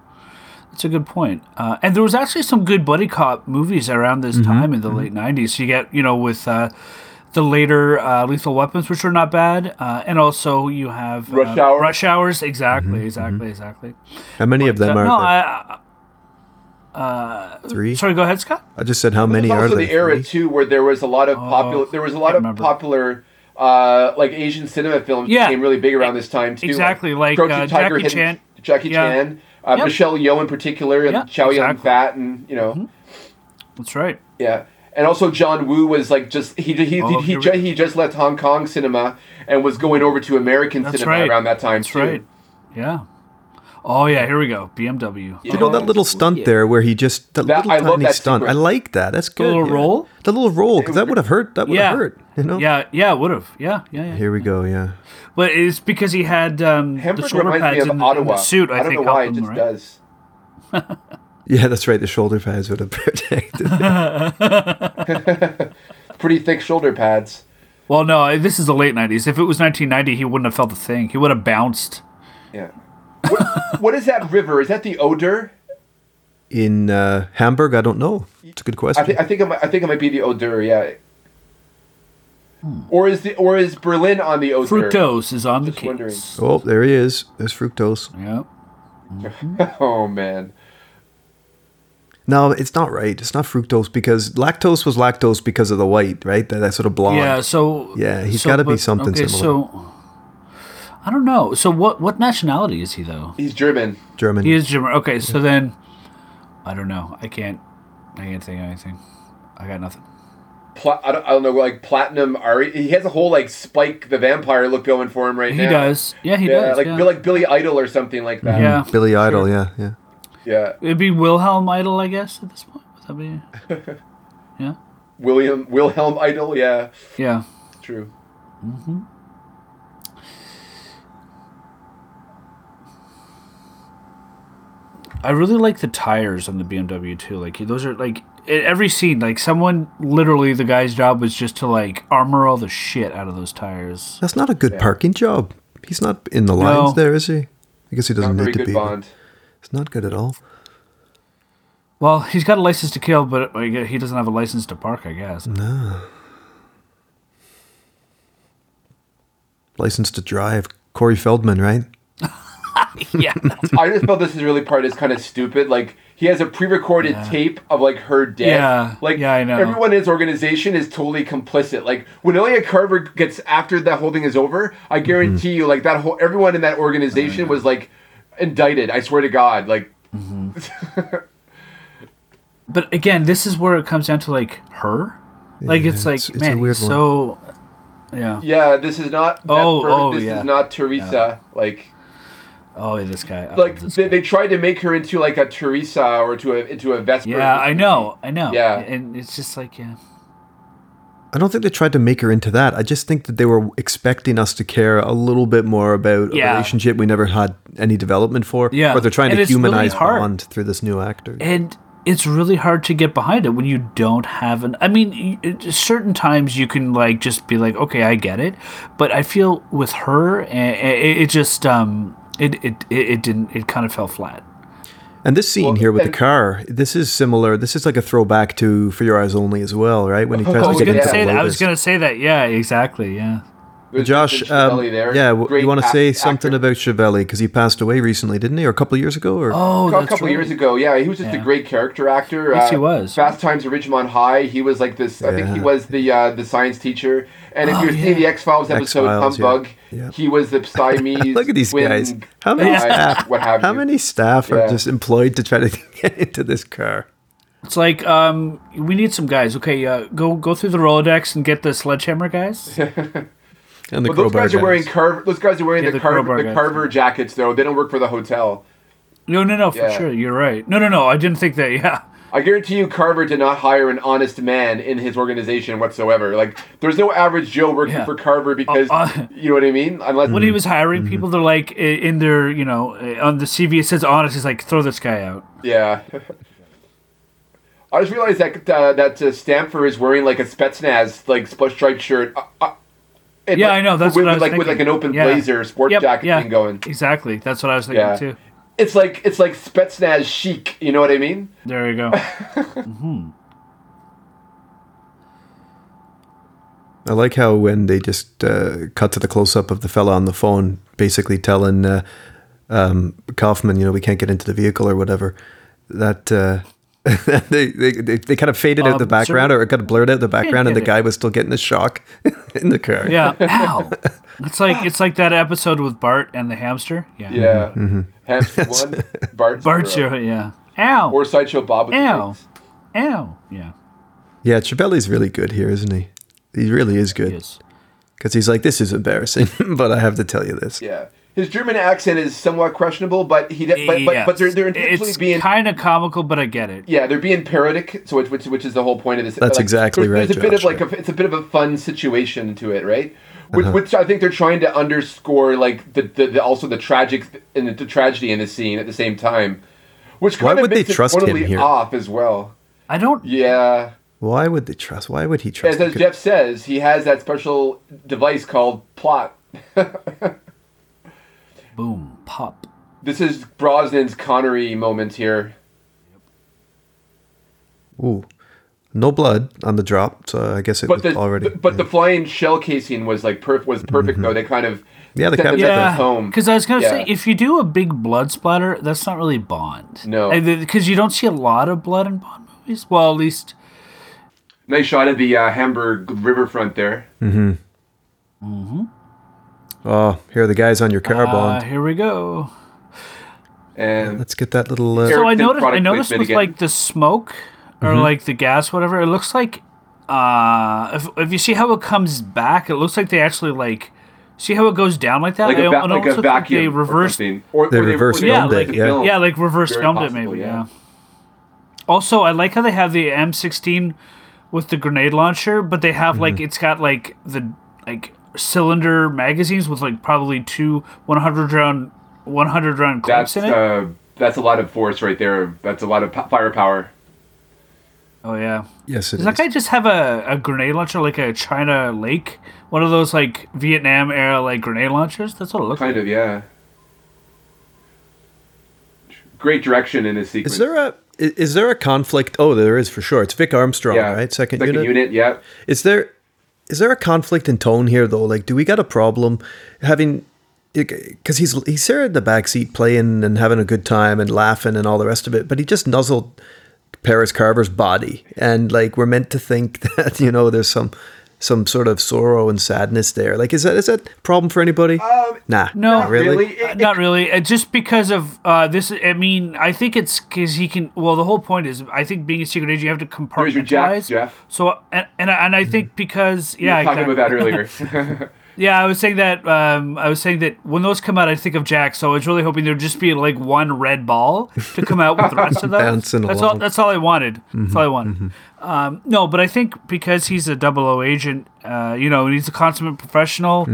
Speaker 2: That's a good point. Uh, and there was actually some good buddy cop movies around this
Speaker 1: Mm-hmm,
Speaker 2: time in the late '90s. You get, you know, with uh, the later uh, Lethal Weapons, which are not bad, uh, and also you have uh,
Speaker 3: Rush Hour.
Speaker 2: Rush hours, exactly,
Speaker 1: Mm-hmm,
Speaker 2: exactly, exactly.
Speaker 1: How many of them
Speaker 2: Uh,
Speaker 1: are
Speaker 2: no,
Speaker 1: there?
Speaker 2: I,
Speaker 1: three?
Speaker 2: I, sorry. Go ahead, Scott.
Speaker 1: I just said how
Speaker 3: There's
Speaker 1: many are
Speaker 3: also
Speaker 1: there?
Speaker 3: the era
Speaker 1: Three?
Speaker 3: too where there was a lot of popular. There was a lot of
Speaker 2: Oh, remember.
Speaker 3: popular. Uh, like Asian cinema films
Speaker 2: Yeah. E
Speaker 3: became really big around this time too.
Speaker 2: Exactly, like,
Speaker 3: Crouching
Speaker 2: uh,
Speaker 3: Tiger,
Speaker 2: Jackie
Speaker 3: Hidden-
Speaker 2: Chan.
Speaker 3: Jackie
Speaker 2: Yeah.
Speaker 3: Chan, uh,
Speaker 2: Yep.
Speaker 3: Michelle Yeoh in particular, and
Speaker 2: Yeah,
Speaker 3: Chow Yun
Speaker 2: exactly. Mm-hmm.
Speaker 3: Fat, and you know,
Speaker 2: That's right.
Speaker 3: yeah. And also John Woo was like just he he
Speaker 2: Oh,
Speaker 3: he,
Speaker 2: here
Speaker 3: he,
Speaker 2: we-
Speaker 3: ju- he just left Hong Kong cinema and was going over to American
Speaker 2: That's
Speaker 3: cinema
Speaker 2: right.
Speaker 3: around that time
Speaker 2: That's
Speaker 3: too.
Speaker 2: right. Yeah. Oh yeah. Here we go. BMW.
Speaker 1: You know that little stunt there where he just that,
Speaker 3: That-
Speaker 1: little
Speaker 3: I love
Speaker 1: tiny
Speaker 3: that
Speaker 1: stunt. I
Speaker 3: sequence.
Speaker 1: like that. That's good.
Speaker 2: little roll?
Speaker 1: The little roll because that would have hurt. That would
Speaker 2: Yeah.
Speaker 1: have hurt. You know.
Speaker 2: Yeah. Yeah. Would have. Yeah. Yeah. Yeah.
Speaker 1: Here we go. Yeah.
Speaker 2: But it's because he had um, the
Speaker 3: Hamburg
Speaker 2: shoulder
Speaker 3: reminds
Speaker 2: pads
Speaker 3: me
Speaker 2: in,
Speaker 3: of
Speaker 2: the- in the
Speaker 3: Ottawa.
Speaker 2: suit. I,
Speaker 3: don't
Speaker 2: think
Speaker 3: know why it
Speaker 2: helped
Speaker 3: just
Speaker 2: him, right?
Speaker 3: does.
Speaker 1: Yeah, that's right. The shoulder pads would have protected.
Speaker 3: Pretty thick shoulder pads.
Speaker 2: Well, no, this is the late '90s. If it was 1990, he wouldn't have felt a thing. He would have bounced.
Speaker 3: Yeah. What, what is that river? Is that the Oder?
Speaker 1: In uh, Hamburg, I don't know. It's a good
Speaker 3: I,
Speaker 1: question.
Speaker 3: th- I think it might, I think it might be the Oder. Yeah.
Speaker 2: Hmm.
Speaker 3: Or is the or is Berlin on the Oder?
Speaker 2: Fructose is on the
Speaker 3: Just wondering.
Speaker 2: case.
Speaker 1: oh, there he is. There's fructose.
Speaker 2: Yeah.
Speaker 3: Oh man.
Speaker 1: No, it's not right. It's not fructose because lactose was lactose because of the white, right? That, that sort of blonde.
Speaker 2: Yeah. So.
Speaker 1: Yeah, he's
Speaker 2: he's
Speaker 1: gotta be something
Speaker 2: okay,
Speaker 1: similar.
Speaker 2: So. I don't know. So what? What nationality is he though?
Speaker 3: He's German.
Speaker 1: German.
Speaker 2: He is Jimmer. Okay, so then. I don't know. I can't. I can't think of anything. I got nothing.
Speaker 3: Pla- I, don't, I don't know, like platinum. Ari- he has a whole like Spike the Vampire look going for him right
Speaker 2: He
Speaker 3: now.
Speaker 2: does. Yeah, he
Speaker 3: Yeah,
Speaker 2: does.
Speaker 3: like
Speaker 2: yeah.
Speaker 3: like Billy Idol or something like that.
Speaker 2: yeah.
Speaker 1: Billy Idol. Yeah, yeah.
Speaker 3: Yeah.
Speaker 2: It'd be Wilhelm Idol, I guess, at this point. Would that be? yeah.
Speaker 3: William Wilhelm Idol. Yeah.
Speaker 2: Yeah.
Speaker 3: True.
Speaker 2: I really like the tires on the BMW too. Like those are like in every scene. Like someone literally, the guy's job was just to like armor all the shit out of those tires.
Speaker 1: That's not a good parking job. He's not in the lines there, is he? I guess he
Speaker 3: Not
Speaker 1: doesn't
Speaker 3: very
Speaker 1: need to
Speaker 3: good
Speaker 1: be. but
Speaker 3: Bond.
Speaker 1: It's not good at all.
Speaker 2: Well, he's got a license to kill, but like, he doesn't have a license to park. I guess.
Speaker 1: License to drive. Corey Feldman, right?
Speaker 2: yeah.
Speaker 3: I just felt this is really part is kind of stupid. Like he has a pre-recorded tape of like her death.
Speaker 2: Yeah.
Speaker 3: like
Speaker 2: Yeah, I know.
Speaker 3: Everyone in his organization is totally complicit. Like when Elia Carver gets after that whole thing is over, I
Speaker 2: Mm-hmm.
Speaker 3: guarantee you, like that whole everyone in that
Speaker 2: Oh,
Speaker 3: organization was like indicted. I swear to God, like
Speaker 2: But again, this is where it comes down to like her. Like it's like
Speaker 1: it's- it's a
Speaker 2: man,
Speaker 1: weird
Speaker 2: he's
Speaker 1: one.
Speaker 2: so. Yeah.
Speaker 3: yeah, this is not. Beth
Speaker 2: Oh,
Speaker 3: Burke,
Speaker 2: oh,
Speaker 3: this
Speaker 2: yeah.
Speaker 3: is not Teresa. Like.
Speaker 2: Oh, this guy. I love
Speaker 3: Like
Speaker 2: this
Speaker 3: they,
Speaker 2: guy.
Speaker 3: they tried to make her into like a Teresa or to a into a Vesper.
Speaker 2: Yeah, I know. I know.
Speaker 3: Yeah.
Speaker 2: And it's just like yeah.
Speaker 1: I don't think they tried to make her into that. I just think that they were expecting us to care a little bit more about a
Speaker 2: Yeah.
Speaker 1: relationship we never had any development for.
Speaker 2: Yeah.
Speaker 1: Or they're trying
Speaker 2: And
Speaker 1: to
Speaker 2: it's really
Speaker 1: humanize
Speaker 2: hard.
Speaker 1: Bond through this new actor.
Speaker 2: and it's really hard to get behind it when you don't have an i mean y- it- certain times you can like just be like okay i get it but i feel with her eh, eh, it, it just um it, it it it didn't it kind of fell flat
Speaker 1: And this scene
Speaker 3: Well,
Speaker 1: here with the
Speaker 3: and-
Speaker 1: car, this is similar. This is like a throwback to For Your Eyes Only as well, right? When he tries
Speaker 3: Oh, I
Speaker 1: to
Speaker 3: was
Speaker 1: get
Speaker 3: gonna
Speaker 1: into
Speaker 3: say
Speaker 1: the
Speaker 2: i
Speaker 1: Lotus.
Speaker 2: was gonna say that yeah exactly yeah
Speaker 3: There's
Speaker 1: Josh,
Speaker 3: Vincent
Speaker 1: um,
Speaker 3: Chiavelli there.
Speaker 1: yeah, w-
Speaker 3: Great
Speaker 1: you want to
Speaker 3: act-
Speaker 1: say something
Speaker 3: actor.
Speaker 1: about Chiavelli because he passed away recently, didn't he, or a couple of years ago? Or
Speaker 2: Oh,
Speaker 3: a
Speaker 2: that's
Speaker 3: couple
Speaker 2: right.
Speaker 3: years ago. Yeah, he was just
Speaker 2: Yeah.
Speaker 3: a great character actor. uh,
Speaker 2: Yes, he was.
Speaker 3: Fast Times at Ridgemont High. He was like this. I think he
Speaker 1: Yeah.
Speaker 3: was the uh, the science teacher. And if
Speaker 2: Oh,
Speaker 3: you see
Speaker 2: yeah.
Speaker 3: the X Files episode
Speaker 1: X-Files, yeah.
Speaker 3: Humbug,
Speaker 1: Yeah.
Speaker 3: he was the Siamese.
Speaker 1: Look at these
Speaker 3: twin
Speaker 1: guys. How many
Speaker 3: guy,
Speaker 1: staff?
Speaker 3: What have
Speaker 1: How
Speaker 3: you.
Speaker 1: many staff are
Speaker 3: Yeah.
Speaker 1: just employed to try to get into this car?
Speaker 2: It's like um, we need some guys. Okay, uh, go go through the Rolodex and get the sledgehammer guys.
Speaker 1: And the
Speaker 3: But those
Speaker 1: crowbar
Speaker 3: guys are wearing
Speaker 1: guys.
Speaker 3: Carver. Those guys are wearing
Speaker 2: Yeah,
Speaker 3: the,
Speaker 2: the
Speaker 3: Carver,
Speaker 2: crowbar
Speaker 3: the
Speaker 2: guys,
Speaker 3: Carver jackets, though. They don't work for the hotel.
Speaker 2: No, no, no, for
Speaker 3: Yeah.
Speaker 2: sure. You're right. No, no, no. I didn't think that. Yeah,
Speaker 3: I guarantee you, Carver did not hire an honest man in his organization whatsoever. Like, there's no average Joe working
Speaker 2: Yeah.
Speaker 3: for Carver because
Speaker 2: uh,
Speaker 3: you know what I mean. Unless
Speaker 2: when he was hiring people, they're like i- in their you know uh, on the CV it says honest. He's like throw this guy out.
Speaker 3: Yeah. I just realized that uh, that uh, Stamford is wearing like a Spetsnaz like split striped shirt. Uh, uh, it,
Speaker 2: Yeah,
Speaker 3: like,
Speaker 2: I know. That's
Speaker 3: with,
Speaker 2: what I
Speaker 3: with,
Speaker 2: was
Speaker 3: like with
Speaker 2: thinking.
Speaker 3: like an open
Speaker 2: Yeah.
Speaker 3: blazer sport
Speaker 2: Yep,
Speaker 3: jacket
Speaker 2: yeah,
Speaker 3: thing going.
Speaker 2: Exactly. That's what I was thinking
Speaker 3: Yeah.
Speaker 2: too.
Speaker 3: It's like it's like Spetsnaz chic. You know what I mean?
Speaker 2: There you go.
Speaker 1: I like how when they just uh, cut to the close up of the fella on the phone, basically telling uh, um, Kaufman, you know, we can't get into the vehicle or whatever. That uh, they, they they they kind of faded out
Speaker 2: Um,
Speaker 1: the background, or it got blurred out the background, and the
Speaker 2: get it.
Speaker 1: guy was still getting the shock in the car.
Speaker 2: Yeah. Ow. It's like it's like that episode with Bart and the hamster. Yeah.
Speaker 3: Yeah. Hemp one, Bart
Speaker 2: Bart
Speaker 3: zero.
Speaker 2: show. Yeah. Ow.
Speaker 3: or sideshow Bob. With the
Speaker 2: Ow.
Speaker 3: legs.
Speaker 2: Ow. Yeah.
Speaker 1: yeah. Chiavelli's really good here, isn't he? He really is good
Speaker 2: Yes.
Speaker 1: because he's like, this is embarrassing, but I have to tell you this.
Speaker 3: Yeah. His German accent is somewhat questionable, but he de- but, but but they're they're intentionally
Speaker 2: it's
Speaker 3: being
Speaker 2: kind of comical, but I get it.
Speaker 3: Yeah, they're being parodic, so which, which which is the whole point of this.
Speaker 1: That's exactly
Speaker 3: there's- There's a
Speaker 1: right,
Speaker 3: bit of
Speaker 1: Josh, Uh-huh.
Speaker 3: like a, it's a bit of a fun situation to it, right? Which, which I think they're trying to underscore, like the, the, the also the tragic and the, the tragedy in the scene at the same time, which
Speaker 1: Why
Speaker 3: kind
Speaker 1: would
Speaker 3: of
Speaker 1: they
Speaker 3: makes
Speaker 1: trust
Speaker 3: it
Speaker 1: him
Speaker 3: totally
Speaker 1: here?
Speaker 3: off as well.
Speaker 2: I don't.
Speaker 3: Yeah,
Speaker 1: Why would they trust? Why would he trust?
Speaker 3: as, as
Speaker 1: the-
Speaker 3: Jeff says, he has that special device called plot.
Speaker 2: Boom. Pop.
Speaker 3: This is Brosnan's Connery moment here.
Speaker 1: Ooh, no blood on the drop, so I guess it was
Speaker 3: But the
Speaker 1: already. Mm-hmm.
Speaker 3: but the flying shell casing was like perf- was perfect though. They kind of
Speaker 1: Yeah, they
Speaker 3: set
Speaker 1: kept
Speaker 3: the
Speaker 1: it
Speaker 3: message
Speaker 1: there.
Speaker 2: Yeah,
Speaker 3: home
Speaker 2: because I was gonna
Speaker 3: Yeah.
Speaker 2: say if you do a big blood splatter, that's not really Bond.
Speaker 3: No.
Speaker 2: because you don't see a lot of blood in Bond movies. Well, at least
Speaker 3: Nice shot of the uh, Hamburg riverfront there.
Speaker 1: Oh, here are the guys on your car,
Speaker 2: uh,
Speaker 1: Bond.
Speaker 2: here we go.
Speaker 3: And
Speaker 1: Let's get that little. Uh,
Speaker 2: So I
Speaker 3: Ericsson
Speaker 2: noticed. I
Speaker 3: product
Speaker 2: noticed
Speaker 3: placement
Speaker 2: with
Speaker 3: again.
Speaker 2: like the smoke or like the gas, whatever. It looks like uh, if if you see how it comes back, it looks like they actually like see how it goes down like that.
Speaker 3: like,
Speaker 2: I-
Speaker 3: a, va-
Speaker 2: and
Speaker 3: like
Speaker 2: also
Speaker 3: a
Speaker 2: think
Speaker 3: vacuum.
Speaker 2: They reversed.
Speaker 3: Or, something. or,
Speaker 1: They
Speaker 3: or
Speaker 1: reverse
Speaker 3: or
Speaker 2: filmed
Speaker 3: like
Speaker 1: it,
Speaker 3: the
Speaker 1: yeah.
Speaker 3: film.
Speaker 2: Yeah, like reverse
Speaker 3: Very
Speaker 2: filmed
Speaker 3: possible,
Speaker 2: it maybe.
Speaker 3: yeah.
Speaker 2: Yeah. Also, I like how they have the M16 with the grenade launcher, but they have like it's got like the like cylinder magazines with like probably two 100 round 100 round clips
Speaker 3: That's
Speaker 2: in it.
Speaker 3: uh, that's a lot of force right there. That's a lot of po- firepower.
Speaker 2: oh yeah.
Speaker 1: yes, it
Speaker 2: Does
Speaker 1: is.
Speaker 2: that guy just have a, a grenade launcher like a China Lake? One of those like Vietnam era like grenade launchers? That's what it looks like.
Speaker 3: Kind of, yeah. Great direction in this sequence.
Speaker 1: Is there a i- is there a conflict? Oh, there is for sure. It's Vic Armstrong,
Speaker 3: yeah.
Speaker 1: right? Second,
Speaker 3: Second
Speaker 1: unit.
Speaker 3: unit, yeah.
Speaker 1: Is there is there a conflict in tone here though? Like, do we got a problem having? Because he's he's there in the backseat playing and having a good time and laughing and all the rest of it, but he just nuzzled Paris Carver's body, and like we're meant to think that you know there's some some sort of sorrow and sadness there. Like, is that is that a problem for anybody? nah,
Speaker 2: No,
Speaker 1: Um, not really.
Speaker 3: really. It-
Speaker 2: Uh, not really. Uh, just because of uh, this, I mean, I think it's because he can. Well, the whole point is, I think being a secret agent, you have to
Speaker 3: your Jack,
Speaker 2: compartmentalize.
Speaker 3: Jeff.
Speaker 2: So, and and I, and I think because yeah,
Speaker 3: Talking
Speaker 2: exactly.
Speaker 3: about that earlier.
Speaker 2: yeah, I was saying that. Um, I was saying that when those come out, I think of Jack. So I was really hoping there'd just be like one red ball to come out with the rest of those.
Speaker 1: Bouncing
Speaker 2: that's all.
Speaker 1: along. Mm-hmm,
Speaker 2: That's all I wanted. That's all I wanted. Um, no, but I think because he's a double O agent, uh, you know, and he's a consummate professional.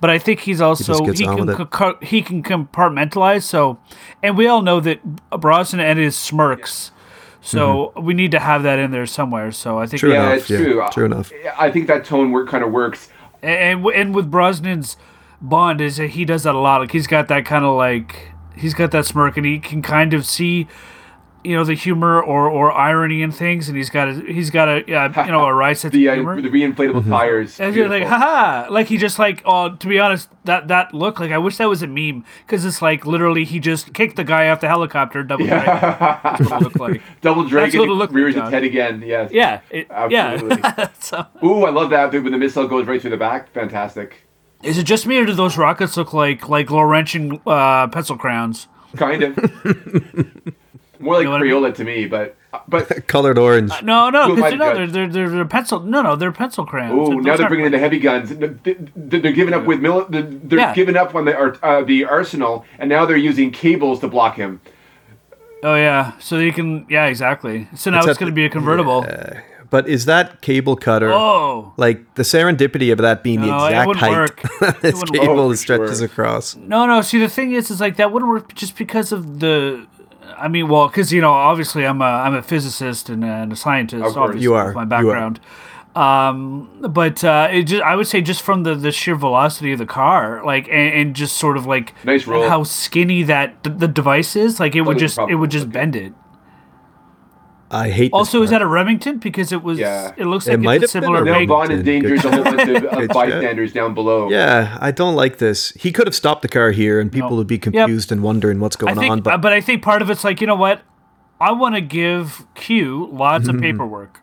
Speaker 2: But I think he's also he,
Speaker 1: Mm-hmm. gets on
Speaker 2: can
Speaker 1: with it.
Speaker 2: co- co- he can compartmentalize. So, and we all know that Brosnan and his smirks. So we need to have that in there somewhere. So I think
Speaker 1: Mm-hmm. True
Speaker 2: yeah,
Speaker 1: enough.
Speaker 3: yeah, it's
Speaker 1: yeah,
Speaker 3: true.
Speaker 1: true enough.
Speaker 3: I think that tone work kind of works.
Speaker 2: and and- and with Brosnan's Bond is that he does that a lot. Like he's got that kind of like he's got that smirk, and he can kind of see. you know the humor or, or irony in things, and he's got a, he's got a uh, you know a right sense
Speaker 3: the
Speaker 2: of
Speaker 3: uh,
Speaker 2: humor.
Speaker 3: the reinflatable
Speaker 1: Mm-hmm.
Speaker 3: tires.
Speaker 2: and you're like,
Speaker 3: Beautiful.
Speaker 2: haha! Like he just like, oh, to be honest, that that look, like I wish that was a meme, because it's like literally he just kicked the guy off the helicopter, double yeah. That's what it looked like.
Speaker 3: double dragon
Speaker 2: what it looked like,
Speaker 3: rears its
Speaker 2: John.
Speaker 3: head again. Yes.
Speaker 2: Yeah, it, yeah.
Speaker 3: Absolutely.
Speaker 2: so,
Speaker 3: Ooh, I love that bit when the missile goes right through the back. Fantastic.
Speaker 2: is it just me or do those rockets look like like Laurentian uh, pencil crowns?
Speaker 3: Kind of. More like
Speaker 2: know what I
Speaker 3: Crayola to me, but but
Speaker 1: Colored orange.
Speaker 2: No, no,
Speaker 3: Who
Speaker 2: 'cause
Speaker 3: am I
Speaker 2: they're,
Speaker 3: to
Speaker 2: no,
Speaker 3: judge?
Speaker 2: they're, they're, they're, they're pencil. No, no, they're pencil crayons.
Speaker 3: Oh,
Speaker 2: Those
Speaker 3: now they're
Speaker 2: aren't-
Speaker 3: bringing in the heavy guns. They- They're giving up with mil- they're they're
Speaker 2: Yeah.
Speaker 3: giving up on the ar- uh, the arsenal, and now they're using cables to block him.
Speaker 2: Oh yeah, so you can. Yeah, exactly. So now it's,
Speaker 1: at
Speaker 2: going
Speaker 1: the-
Speaker 2: to be a convertible.
Speaker 1: But is that cable cutter?
Speaker 2: Oh
Speaker 1: Like the serendipity of that being the
Speaker 2: No, it
Speaker 1: exact
Speaker 2: wouldn't
Speaker 1: height
Speaker 2: work.
Speaker 1: that
Speaker 2: It
Speaker 1: this
Speaker 2: wouldn't
Speaker 1: cable
Speaker 3: work.
Speaker 1: stretches
Speaker 3: Sure.
Speaker 1: across.
Speaker 2: no, no. See, the thing is, is like that wouldn't work just because of the. I mean, well, because you know, obviously, I'm a I'm a physicist and, uh, and a scientist.
Speaker 3: Of course.
Speaker 2: obviously,
Speaker 1: You are.
Speaker 2: with my
Speaker 1: You are.
Speaker 2: background. Um, but uh, it just, I would say just from the, the sheer velocity of the car, like, and, and just sort of like
Speaker 3: Nice
Speaker 2: and
Speaker 3: roll.
Speaker 2: how skinny that d- the device is, like it would
Speaker 3: Totally
Speaker 2: just it would
Speaker 3: probable.
Speaker 2: just
Speaker 3: Okay.
Speaker 2: bend it.
Speaker 1: I hate.
Speaker 2: Also,
Speaker 1: this
Speaker 2: is that a Remington? Because it was.
Speaker 3: Yeah.
Speaker 2: It looks
Speaker 1: It
Speaker 2: like
Speaker 1: might
Speaker 2: it's a
Speaker 1: have been
Speaker 2: similar
Speaker 1: a
Speaker 3: Now
Speaker 1: Big
Speaker 2: rig.
Speaker 3: Bond
Speaker 1: dude.
Speaker 3: endangers a whole bunch of, of
Speaker 1: shit.
Speaker 3: bystanders down below.
Speaker 1: Yeah, I don't like this. He could have stopped the car here, and people
Speaker 2: No.
Speaker 1: would be
Speaker 2: Yep.
Speaker 1: confused and wondering what's
Speaker 2: I
Speaker 1: going
Speaker 2: think,
Speaker 1: on.
Speaker 2: uh,
Speaker 1: But
Speaker 2: but I think part of it's like you know what, I want to give Q lots of paperwork.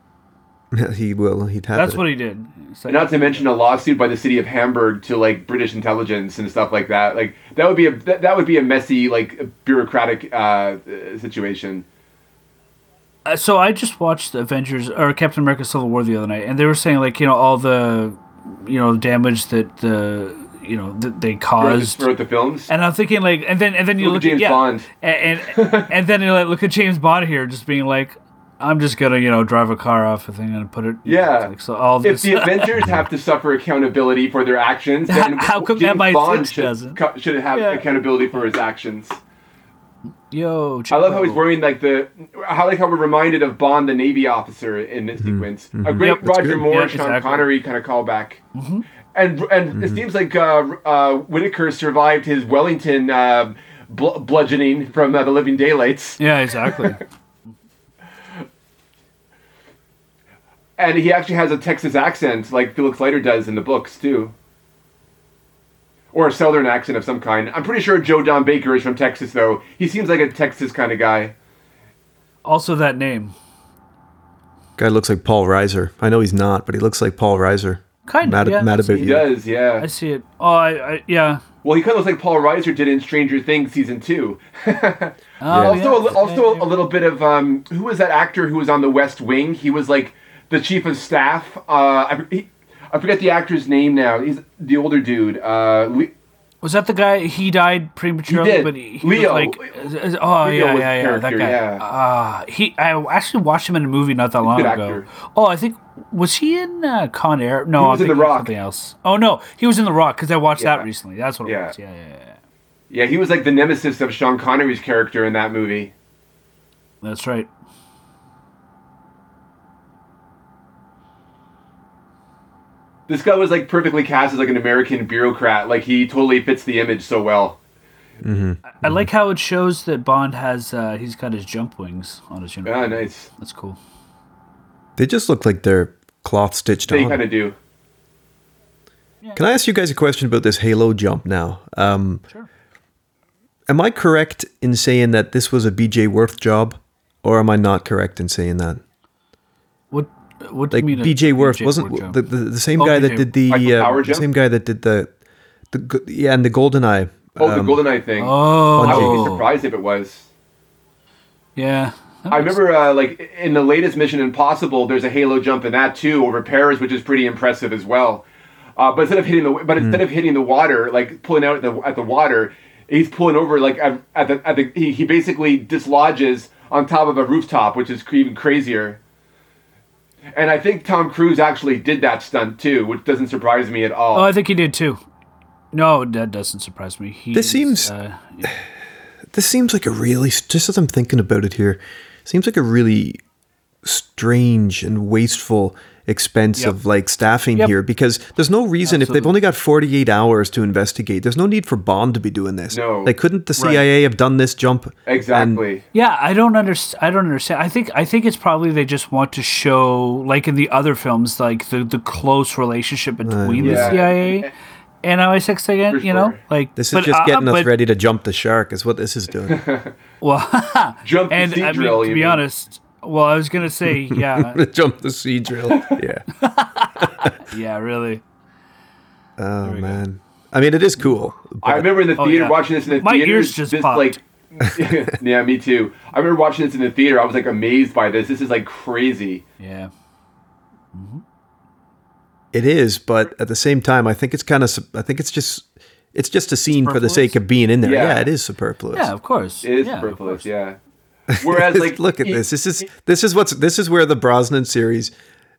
Speaker 1: he will. He'd have
Speaker 2: That's
Speaker 1: it.
Speaker 2: what he did. It's like-
Speaker 3: Not to mention a lawsuit by the city of Hamburg to like British intelligence and stuff like that. Like that would be a that, that would be a messy like bureaucratic uh, uh, situation.
Speaker 2: Uh, so I just watched Avengers or Captain America: Civil War the other night, and they were saying like you know all the, you know damage that the you know that they
Speaker 3: Throughout the,
Speaker 2: caused.
Speaker 3: throughout the films,
Speaker 2: And I'm thinking like, and then and then you
Speaker 3: Look
Speaker 2: look,
Speaker 3: at
Speaker 2: at,
Speaker 3: James
Speaker 2: yeah,
Speaker 3: Bond.
Speaker 2: and and, and then you like look at James Bond here, just being like, I'm just gonna you know drive a car off a thing and put it.
Speaker 3: Yeah.
Speaker 2: Like, so all
Speaker 3: if
Speaker 2: this.
Speaker 3: the Avengers have to suffer accountability for their actions, then
Speaker 2: How come
Speaker 3: James
Speaker 2: MI6
Speaker 3: Bond should,
Speaker 2: doesn't?
Speaker 3: co- should have
Speaker 2: Yeah.
Speaker 3: accountability for his actions.
Speaker 2: Yo,
Speaker 3: I love
Speaker 2: Oh.
Speaker 3: how he's wearing like the. I like how we're reminded of Bond, the Navy officer, in this sequence. A great
Speaker 2: Mm-hmm. Yep. That's
Speaker 3: Roger
Speaker 1: good.
Speaker 3: Moore,
Speaker 2: Yeah,
Speaker 3: Sean
Speaker 2: exactly. Mm-hmm.
Speaker 3: Connery kind of callback. And and it seems like uh, uh, Whitaker survived his Wellington uh, bl- bludgeoning from uh, the Living Daylights,
Speaker 2: Yeah, exactly.
Speaker 3: and he actually has a Texas accent, like Felix Leiter does in the books too. Or a southern accent of some kind. I'm pretty sure Joe Don Baker is from Texas, though. He seems like a Texas kind of guy.
Speaker 2: also, that name.
Speaker 1: Guy looks like Paul Reiser. I know he's not, but he looks like Paul Reiser.
Speaker 2: Kind of,
Speaker 1: Mad,
Speaker 2: yeah.
Speaker 1: mad about
Speaker 3: He
Speaker 1: you.
Speaker 3: does, yeah.
Speaker 2: I see it. Oh, I, I yeah.
Speaker 3: Well, he kind of looks like Paul Reiser did in Stranger Things season two.
Speaker 2: Oh,
Speaker 1: Yeah.
Speaker 3: also,
Speaker 2: yeah.
Speaker 3: a, also a little bit of um, who was that actor who was on The West Wing? He was like the chief of staff. Uh, I, he, I forget the actor's name now. He's the older dude. Uh, Le-
Speaker 2: Was that the guy? He died prematurely,
Speaker 3: did.
Speaker 2: but he, he
Speaker 3: Leo.
Speaker 2: was like, uh, oh yeah,
Speaker 3: Leo was
Speaker 2: yeah,
Speaker 3: the
Speaker 2: yeah, that
Speaker 3: character,
Speaker 2: guy.
Speaker 3: yeah.
Speaker 2: Uh, he, I actually watched him in a movie not that long
Speaker 3: good
Speaker 2: ago.
Speaker 3: actor.
Speaker 2: Oh, I think was he in uh, Con Air? No,
Speaker 3: He was
Speaker 2: I'm
Speaker 3: in The
Speaker 2: thinking of
Speaker 3: Rock.
Speaker 2: Something else. Oh no, he was in The Rock because I watched
Speaker 3: Yeah.
Speaker 2: that recently. That's what it
Speaker 3: Yeah.
Speaker 2: was. Yeah, yeah, yeah.
Speaker 3: yeah, he was like the nemesis of Sean Connery's character in that movie.
Speaker 2: That's right.
Speaker 3: This guy was like perfectly cast as like an American bureaucrat. Like he totally fits the image so well.
Speaker 2: I
Speaker 1: Mm-hmm.
Speaker 2: like how it shows that Bond has uh, he's got his jump wings on his uniform.
Speaker 3: Ah, nice.
Speaker 2: That's cool.
Speaker 1: They just look like they're cloth stitched
Speaker 3: They
Speaker 1: on.
Speaker 3: kind of do.
Speaker 1: Can I ask you guys a question about this Halo jump now? Um,
Speaker 2: Sure.
Speaker 1: Am I correct in saying that this was a BJ Worth job, or am I not correct in saying that?
Speaker 2: What what do
Speaker 1: Like
Speaker 2: you mean? a
Speaker 1: BJ Worth wasn't
Speaker 2: jump?
Speaker 1: the, the, the same
Speaker 2: Oh,
Speaker 1: guy that
Speaker 2: BJ
Speaker 1: did the,
Speaker 3: Michael
Speaker 1: uh,
Speaker 3: Power
Speaker 1: the
Speaker 3: jump?
Speaker 1: same guy that did the, the g- yeah and the Golden Eye.
Speaker 3: Oh, the GoldenEye thing. I would be
Speaker 2: oh
Speaker 3: surprised if it was.
Speaker 2: yeah.
Speaker 3: I remember, uh, like in the latest Mission Impossible, there's a halo jump in that too over Paris, which is pretty impressive as well. Uh, but instead of hitting the, but instead of hitting the water, like pulling out at the at the water, he's pulling over like at, at the at the he, he basically dislodges on top of a rooftop, which is even crazier. And I think Tom Cruise actually did that stunt too, which doesn't surprise me at all.
Speaker 2: Oh, I think he did too. No, that doesn't surprise me. He
Speaker 1: This seems-
Speaker 2: Uh,
Speaker 1: This seems like a really just as I'm thinking about it here, seems like a really strange and wasteful expense
Speaker 2: Yep.
Speaker 1: of like staffing
Speaker 2: Yep.
Speaker 1: here because there's no reason if they've
Speaker 2: Absolutely.
Speaker 1: only got 48 hours to investigate. There's no need for Bond to be doing this.
Speaker 3: No.
Speaker 1: They couldn't the CIA have done this jump and-
Speaker 3: Exactly.
Speaker 2: Yeah, I don't understand. I don't understand. I think I think it's probably they just want to show, like in the other films, like the the close relationship
Speaker 1: Uh,
Speaker 2: between the
Speaker 3: Yeah.
Speaker 2: CIA and MI6 again.
Speaker 3: For
Speaker 2: You know,
Speaker 3: sure.
Speaker 2: like
Speaker 1: this is
Speaker 2: but,
Speaker 1: just
Speaker 2: uh,
Speaker 1: getting us
Speaker 2: but-
Speaker 1: ready to jump the shark is what this is doing.
Speaker 2: Well,
Speaker 3: Jump the
Speaker 2: and
Speaker 3: sea
Speaker 2: I mean,
Speaker 3: drill,
Speaker 2: to
Speaker 3: you
Speaker 2: be
Speaker 3: mean.
Speaker 2: honest, well, I was gonna say, yeah,
Speaker 1: jump the sea drill. Yeah.
Speaker 2: yeah, really.
Speaker 1: Oh man. I mean, it is cool.
Speaker 3: I remember in the
Speaker 2: Oh,
Speaker 3: theater
Speaker 2: yeah.
Speaker 3: watching this in the
Speaker 2: My
Speaker 3: theater.
Speaker 2: ears just
Speaker 3: this,
Speaker 2: popped.
Speaker 3: Like, yeah, me too. I remember watching this in the theater. I was like amazed by this. This is like crazy.
Speaker 2: Yeah.
Speaker 1: It is, but at the same time, I think it's kind of. I think it's just. It's just a scene for the
Speaker 2: Superfluous?
Speaker 1: sake of being in there.
Speaker 3: Yeah.
Speaker 1: Yeah, it is superfluous.
Speaker 2: Yeah, of course.
Speaker 3: It is
Speaker 2: yeah, of
Speaker 3: superfluous.
Speaker 2: course.
Speaker 3: Yeah. Whereas, like,
Speaker 1: look at
Speaker 3: e-
Speaker 1: this. This is this is what's this is where the Brosnan series,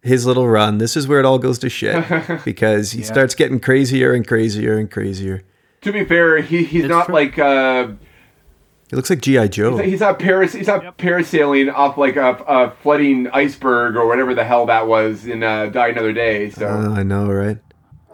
Speaker 1: his little run. This is where it all goes to shit because he starts getting crazier and crazier and crazier.
Speaker 3: To be fair, he, he's
Speaker 2: It's
Speaker 3: not
Speaker 2: true.
Speaker 3: like uh,
Speaker 1: He looks like GI Joe.
Speaker 3: he's not paras he's not parasailing off like a, a flooding iceberg or whatever the hell that was in uh, Die Another Day. So
Speaker 2: Uh-huh.
Speaker 1: Oh, I know, right?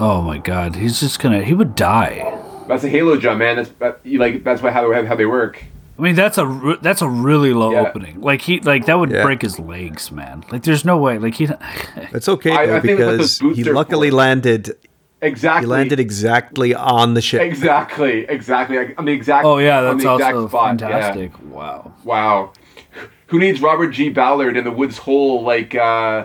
Speaker 2: Oh my God, he's just gonna. He would die.
Speaker 3: that's a halo jump, man. That's that, you like that's what, how how they work.
Speaker 2: I mean, that's a re- that's a really low
Speaker 3: Yeah.
Speaker 2: opening. Like he like that would
Speaker 1: Yeah.
Speaker 2: break his legs, man. Like there's no way. Like he.
Speaker 1: It's okay
Speaker 3: I- I
Speaker 1: though,
Speaker 3: think that's what
Speaker 1: because
Speaker 3: those boots
Speaker 1: he
Speaker 3: are
Speaker 1: luckily
Speaker 3: for.
Speaker 1: landed.
Speaker 3: Exactly.
Speaker 1: He landed exactly on the ship.
Speaker 3: Exactly. Exactly. Like, on the exact.
Speaker 2: Oh yeah,
Speaker 3: on
Speaker 2: that's
Speaker 3: the exact
Speaker 2: also
Speaker 3: spot, yeah.
Speaker 2: fantastic. Wow.
Speaker 3: Wow. Who needs Robert G. Ballard in the Woods Hole? Like, uh,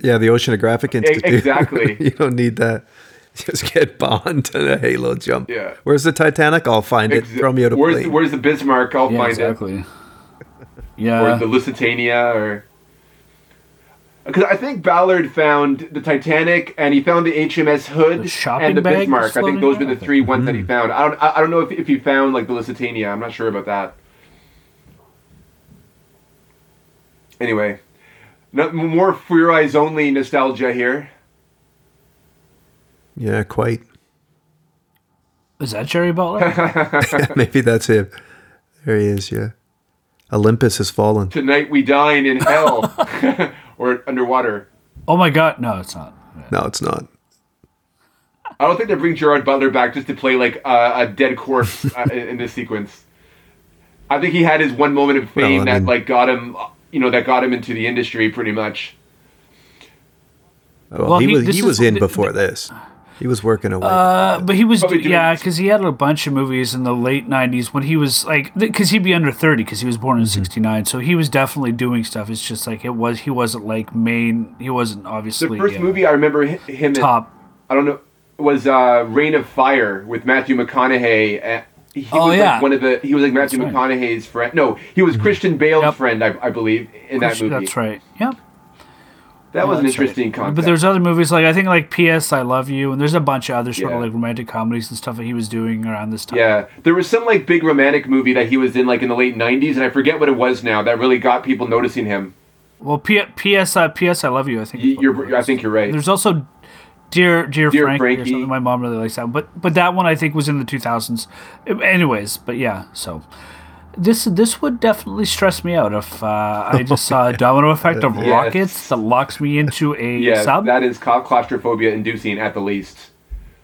Speaker 1: Yeah, the Oceanographic Institute.
Speaker 3: E-, exactly.
Speaker 1: you don't need that. Just get Bond and a Halo jump.
Speaker 3: Yeah.
Speaker 1: Where's the Titanic? I'll find it.
Speaker 3: ex-
Speaker 1: Throw me out a
Speaker 3: where's,
Speaker 1: plane.
Speaker 3: where's the Bismarck? I'll
Speaker 2: Yeah,
Speaker 3: find
Speaker 2: exactly. Uh.
Speaker 3: it. Or
Speaker 2: Yeah.
Speaker 3: the Lusitania or. Because I think Ballard found the Titanic and he found the HMS Hood
Speaker 2: The shopping
Speaker 3: and the
Speaker 2: bag Hmm. was
Speaker 3: Bismarck. I think
Speaker 2: floating
Speaker 3: those were the
Speaker 2: around?
Speaker 3: three ones that he found. I don't. I, I don't know if, if he found like the Lusitania. I'm not sure about that. Anyway, no, more for your eyes only nostalgia here.
Speaker 1: yeah, quite.
Speaker 2: Is that Jerry Butler?
Speaker 1: Maybe that's him. There he is. Yeah. Olympus has fallen.
Speaker 3: Tonight we dine in hell or underwater.
Speaker 2: oh my God! No, it's not.
Speaker 1: No, it's not.
Speaker 3: I don't think they bring Gerard Butler back just to play like a a dead corpse uh, in in this sequence. I think he had his one moment of fame
Speaker 1: I
Speaker 3: that
Speaker 1: mean-
Speaker 3: like got him, you know, that got him into the industry pretty much.
Speaker 1: Well,
Speaker 2: Well,
Speaker 1: Oh, he,
Speaker 2: he-
Speaker 1: was
Speaker 2: this
Speaker 1: he
Speaker 2: is-
Speaker 1: was in
Speaker 2: th-
Speaker 1: before this. He was working away.
Speaker 2: Uh, but he was,
Speaker 3: Probably doing-
Speaker 2: yeah, because he had a bunch of movies in the late '90s when he was like, because he'd be under 30 because he was born in
Speaker 3: Mm-hmm.
Speaker 2: '69, so he was definitely doing stuff. It's just like it was, he wasn't like main, he wasn't
Speaker 3: The
Speaker 2: obviously
Speaker 3: first
Speaker 2: uh,
Speaker 3: movie I remember hi- him in,
Speaker 2: top.
Speaker 3: I don't know, was uh, Reign of Fire with Matthew McConaughey. Uh, He
Speaker 2: Oh,
Speaker 3: was
Speaker 2: yeah.
Speaker 3: like one of the. He was like Matthew
Speaker 2: That's right. Mm-hmm.
Speaker 3: McConaughey's friend. No, he was Christian Bale's
Speaker 2: Yep.
Speaker 3: friend, I, I believe, in that movie.
Speaker 2: That's right. Yep.
Speaker 3: That was an
Speaker 2: That's right.
Speaker 3: interesting concept.
Speaker 2: But there's other movies like I think like P.S. I Love You, and there's a bunch of other sort of
Speaker 3: Yeah.
Speaker 2: like romantic comedies and stuff that he was doing around this time.
Speaker 3: Yeah, there was some like big romantic movie that he was in like in the late '90s, and I forget what it was now. That really got people noticing him.
Speaker 2: Well, P- P.S. I, P.S. I Love You. I think.
Speaker 3: Y-
Speaker 2: is what it
Speaker 3: You're, I
Speaker 2: was.
Speaker 3: think you're right.
Speaker 2: There's also Dear Dear,
Speaker 3: Dear
Speaker 2: Frankie,
Speaker 3: Frankie.
Speaker 2: or something. My mom really likes that. But but that one I think was in the 2000s. Anyways, but yeah, so this this would definitely stress me out if uh, I just saw a domino effect of
Speaker 3: Yes.
Speaker 2: rockets that locks me into a
Speaker 3: Yeah,
Speaker 2: sub.
Speaker 3: that is cla- claustrophobia inducing at the least.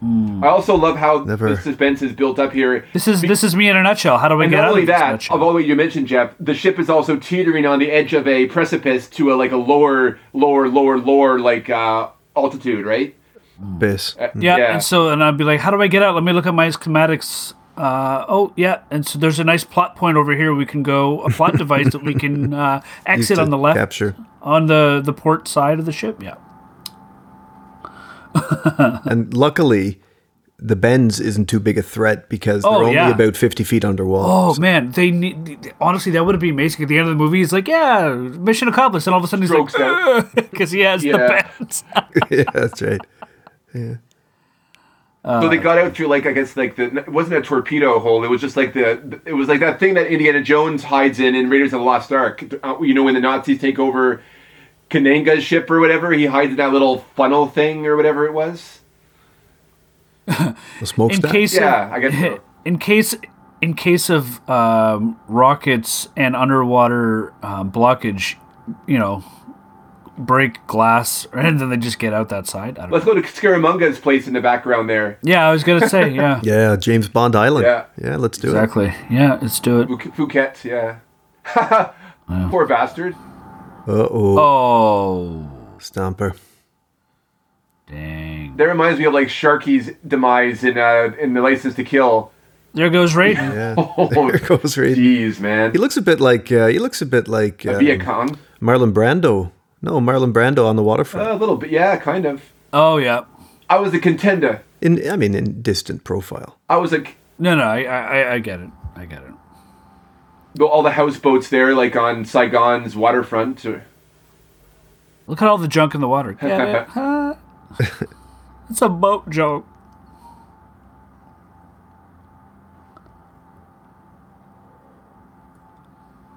Speaker 2: Hmm.
Speaker 3: I also love how
Speaker 1: Never-
Speaker 3: the suspense is built up here.
Speaker 2: this is this is me in a nutshell. How do I
Speaker 3: And
Speaker 2: get
Speaker 3: not
Speaker 2: out
Speaker 3: only
Speaker 2: of this
Speaker 3: that,
Speaker 2: nutshell?
Speaker 3: of all what you mentioned, Jeff, the ship is also teetering on the edge of a precipice to a like a lower, lower, lower, lower like uh, altitude, right?
Speaker 1: Abyss.
Speaker 2: yeah,
Speaker 3: yeah.
Speaker 2: and so and I'd be like, how do I get out? Let me look at my schematics. Uh, oh yeah, and so there's a nice plot point over here. We can go a plot device that we can uh, exit
Speaker 1: To
Speaker 2: on the left
Speaker 1: Capture.
Speaker 2: on the the port side of the ship. Yeah.
Speaker 1: And luckily, the bends isn't too big a threat because
Speaker 2: Oh,
Speaker 1: they're only
Speaker 2: yeah.
Speaker 1: about 50 feet underwater.
Speaker 2: Oh man, they need honestly that would be amazing at the end of the movie. He's like, yeah, mission accomplished, and all of a sudden he's
Speaker 3: Strokes out.
Speaker 2: like, because he has
Speaker 3: Yeah.
Speaker 2: the pants.
Speaker 1: yeah, that's right.
Speaker 3: So they got out through like I guess like the it wasn't a torpedo hole. It was just like the it was like that thing that Indiana Jones hides in in Raiders of the Lost Ark. Uh, you know when the Nazis take over Kananga's ship or whatever, he hides in that little funnel thing or whatever it was.
Speaker 1: The smoke's
Speaker 2: In case,
Speaker 3: Yeah, I guess so.
Speaker 2: in case, in case of um, rockets and underwater um, blockage, you know, break glass, and then they just get out that side. I don't
Speaker 3: Let's
Speaker 2: know.
Speaker 3: go to Scaramanga's place in the background there.
Speaker 2: Yeah, I was gonna say yeah.
Speaker 1: Yeah, James Bond Island.
Speaker 3: Yeah.
Speaker 1: yeah let's do it.
Speaker 2: Exactly. Yeah, let's do it.
Speaker 3: Phu- Phuket, yeah. Poor bastard.
Speaker 1: Uh oh,
Speaker 2: Oh,
Speaker 1: Stomper.
Speaker 2: dang!
Speaker 3: That reminds me of like Sharky's demise in uh, in the License to Kill.
Speaker 2: There goes Raiden.
Speaker 1: Yeah,
Speaker 3: Oh,
Speaker 1: there goes Raiden.
Speaker 3: jeez, man.
Speaker 1: He looks a bit like uh, he looks a bit like
Speaker 3: A
Speaker 1: um,
Speaker 3: Viet Cong.
Speaker 1: Marlon Brando. No, Marlon Brando on the
Speaker 2: Uh.
Speaker 1: waterfront.
Speaker 3: A little bit, yeah, kind of.
Speaker 2: Oh yeah.
Speaker 3: I was a contender.
Speaker 1: In I mean, in distant profile.
Speaker 3: I was a
Speaker 2: No, no, I, I, I- I get it. I get it.
Speaker 3: all the houseboats there, like on Saigon's waterfront. or-
Speaker 2: Look at all the junk in the water. Get it? Huh? it's a boat joke.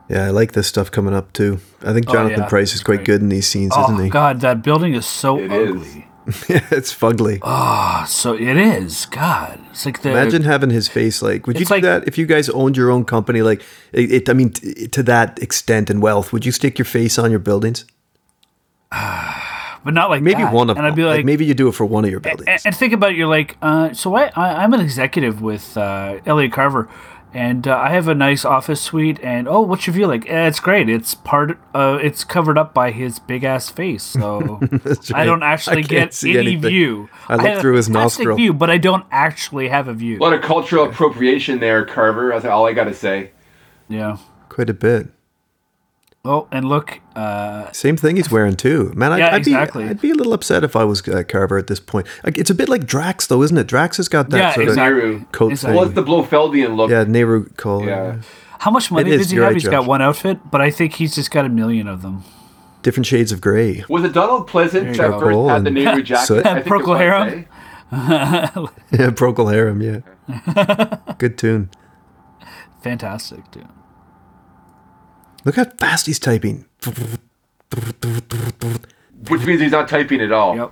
Speaker 1: Yeah, I like this stuff coming up too. I think
Speaker 2: Oh,
Speaker 1: Jonathan
Speaker 2: yeah,
Speaker 1: Price is
Speaker 2: he's
Speaker 1: quite
Speaker 2: great.
Speaker 1: good in these scenes, isn't
Speaker 2: Oh
Speaker 1: he?
Speaker 2: God, that building is so
Speaker 3: It is.
Speaker 2: ugly.
Speaker 1: yeah, it's fugly.
Speaker 2: Oh, So it is. God, it's like the
Speaker 1: Imagine having his face like. Would you
Speaker 2: It's
Speaker 1: do
Speaker 2: like-
Speaker 1: that if you guys owned your own company? Like, it, it, I mean, t- to that extent and wealth, would you stick your face on your buildings?
Speaker 2: but not like
Speaker 1: Maybe
Speaker 2: that.
Speaker 1: one of
Speaker 2: and
Speaker 1: them.
Speaker 2: I'd be like, eh,
Speaker 1: maybe you do it for one of your buildings.
Speaker 2: and, and think about it, you're like, uh, so I, I I'm an executive with uh, L.A. Carver, and uh, I have a nice office suite. And oh, what's your view like? Eh, it's great. It's part. Uh, it's covered up by his big ass face, so I don't
Speaker 1: right. I
Speaker 2: actually
Speaker 1: can't
Speaker 2: get
Speaker 1: see
Speaker 2: any
Speaker 1: anything.
Speaker 2: view.
Speaker 1: I look
Speaker 2: have
Speaker 1: through his
Speaker 2: a fantastic
Speaker 1: nostril.
Speaker 2: view, but I don't actually have a view.
Speaker 3: A lot of cultural appropriation there, Carver. That's all I gotta say.
Speaker 2: Yeah.
Speaker 1: Quite a bit.
Speaker 2: Oh, and look, uh,
Speaker 1: Same thing he's wearing too, man. I'd,
Speaker 2: Yeah,
Speaker 1: I'd be
Speaker 2: exactly.
Speaker 1: I'd be a little upset if I was uh, Carver at this point. Like, it's a bit like Drax though, isn't it? Drax has got that
Speaker 2: yeah,
Speaker 1: sort
Speaker 2: exactly.
Speaker 3: Nehru.
Speaker 1: Coat
Speaker 2: Exactly.
Speaker 3: Well, it's the Blofeldian
Speaker 1: of
Speaker 3: look.
Speaker 1: yeah, Nehru collar.
Speaker 3: Yeah.
Speaker 2: How much money
Speaker 1: It is,
Speaker 2: does he
Speaker 1: you're
Speaker 2: have?
Speaker 1: right,
Speaker 2: He's
Speaker 1: Josh.
Speaker 2: got one outfit, but I think he's just got a million of them.
Speaker 1: different shades of gray.
Speaker 3: Was it Donald Pleasant
Speaker 2: There you
Speaker 3: that
Speaker 2: go.
Speaker 3: first had the
Speaker 1: And-
Speaker 3: Nehru jacket?
Speaker 1: Soot.
Speaker 3: I think it
Speaker 2: Procol
Speaker 3: was,
Speaker 2: Harum.
Speaker 3: eh?
Speaker 1: Yeah, Procol Harum. Yeah, good tune.
Speaker 2: Fantastic, dude.
Speaker 1: Look how fast he's typing.
Speaker 3: Which means he's not typing at all.
Speaker 2: Yep.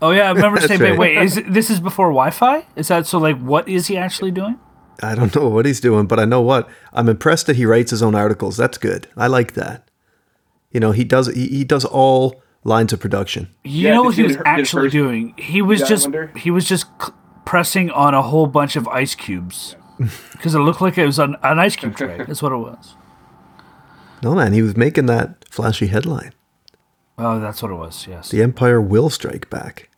Speaker 2: Oh yeah, I remember
Speaker 1: That's
Speaker 2: saying,
Speaker 1: right.
Speaker 2: wait, wait, is it- this is before Wi-Fi? Is that so? Like, what is he actually doing?
Speaker 1: I don't know what he's doing, but I know what I'm impressed that he writes his own articles. That's good. I like that. You know, he does he, he does all lines of production.
Speaker 2: You
Speaker 3: Yeah,
Speaker 2: know
Speaker 3: did
Speaker 2: what he
Speaker 3: you
Speaker 2: was
Speaker 3: hear- did
Speaker 2: actually
Speaker 3: first-
Speaker 2: doing? He was
Speaker 3: Yeah, I
Speaker 2: just
Speaker 3: wonder.
Speaker 2: he was just c- pressing on a whole bunch of ice cubes because it looked like it was an, an ice cube tray. That's what it was.
Speaker 1: No man, he was making that flashy headline.
Speaker 2: Oh, that's what it was. Yes.
Speaker 1: The Empire will strike back.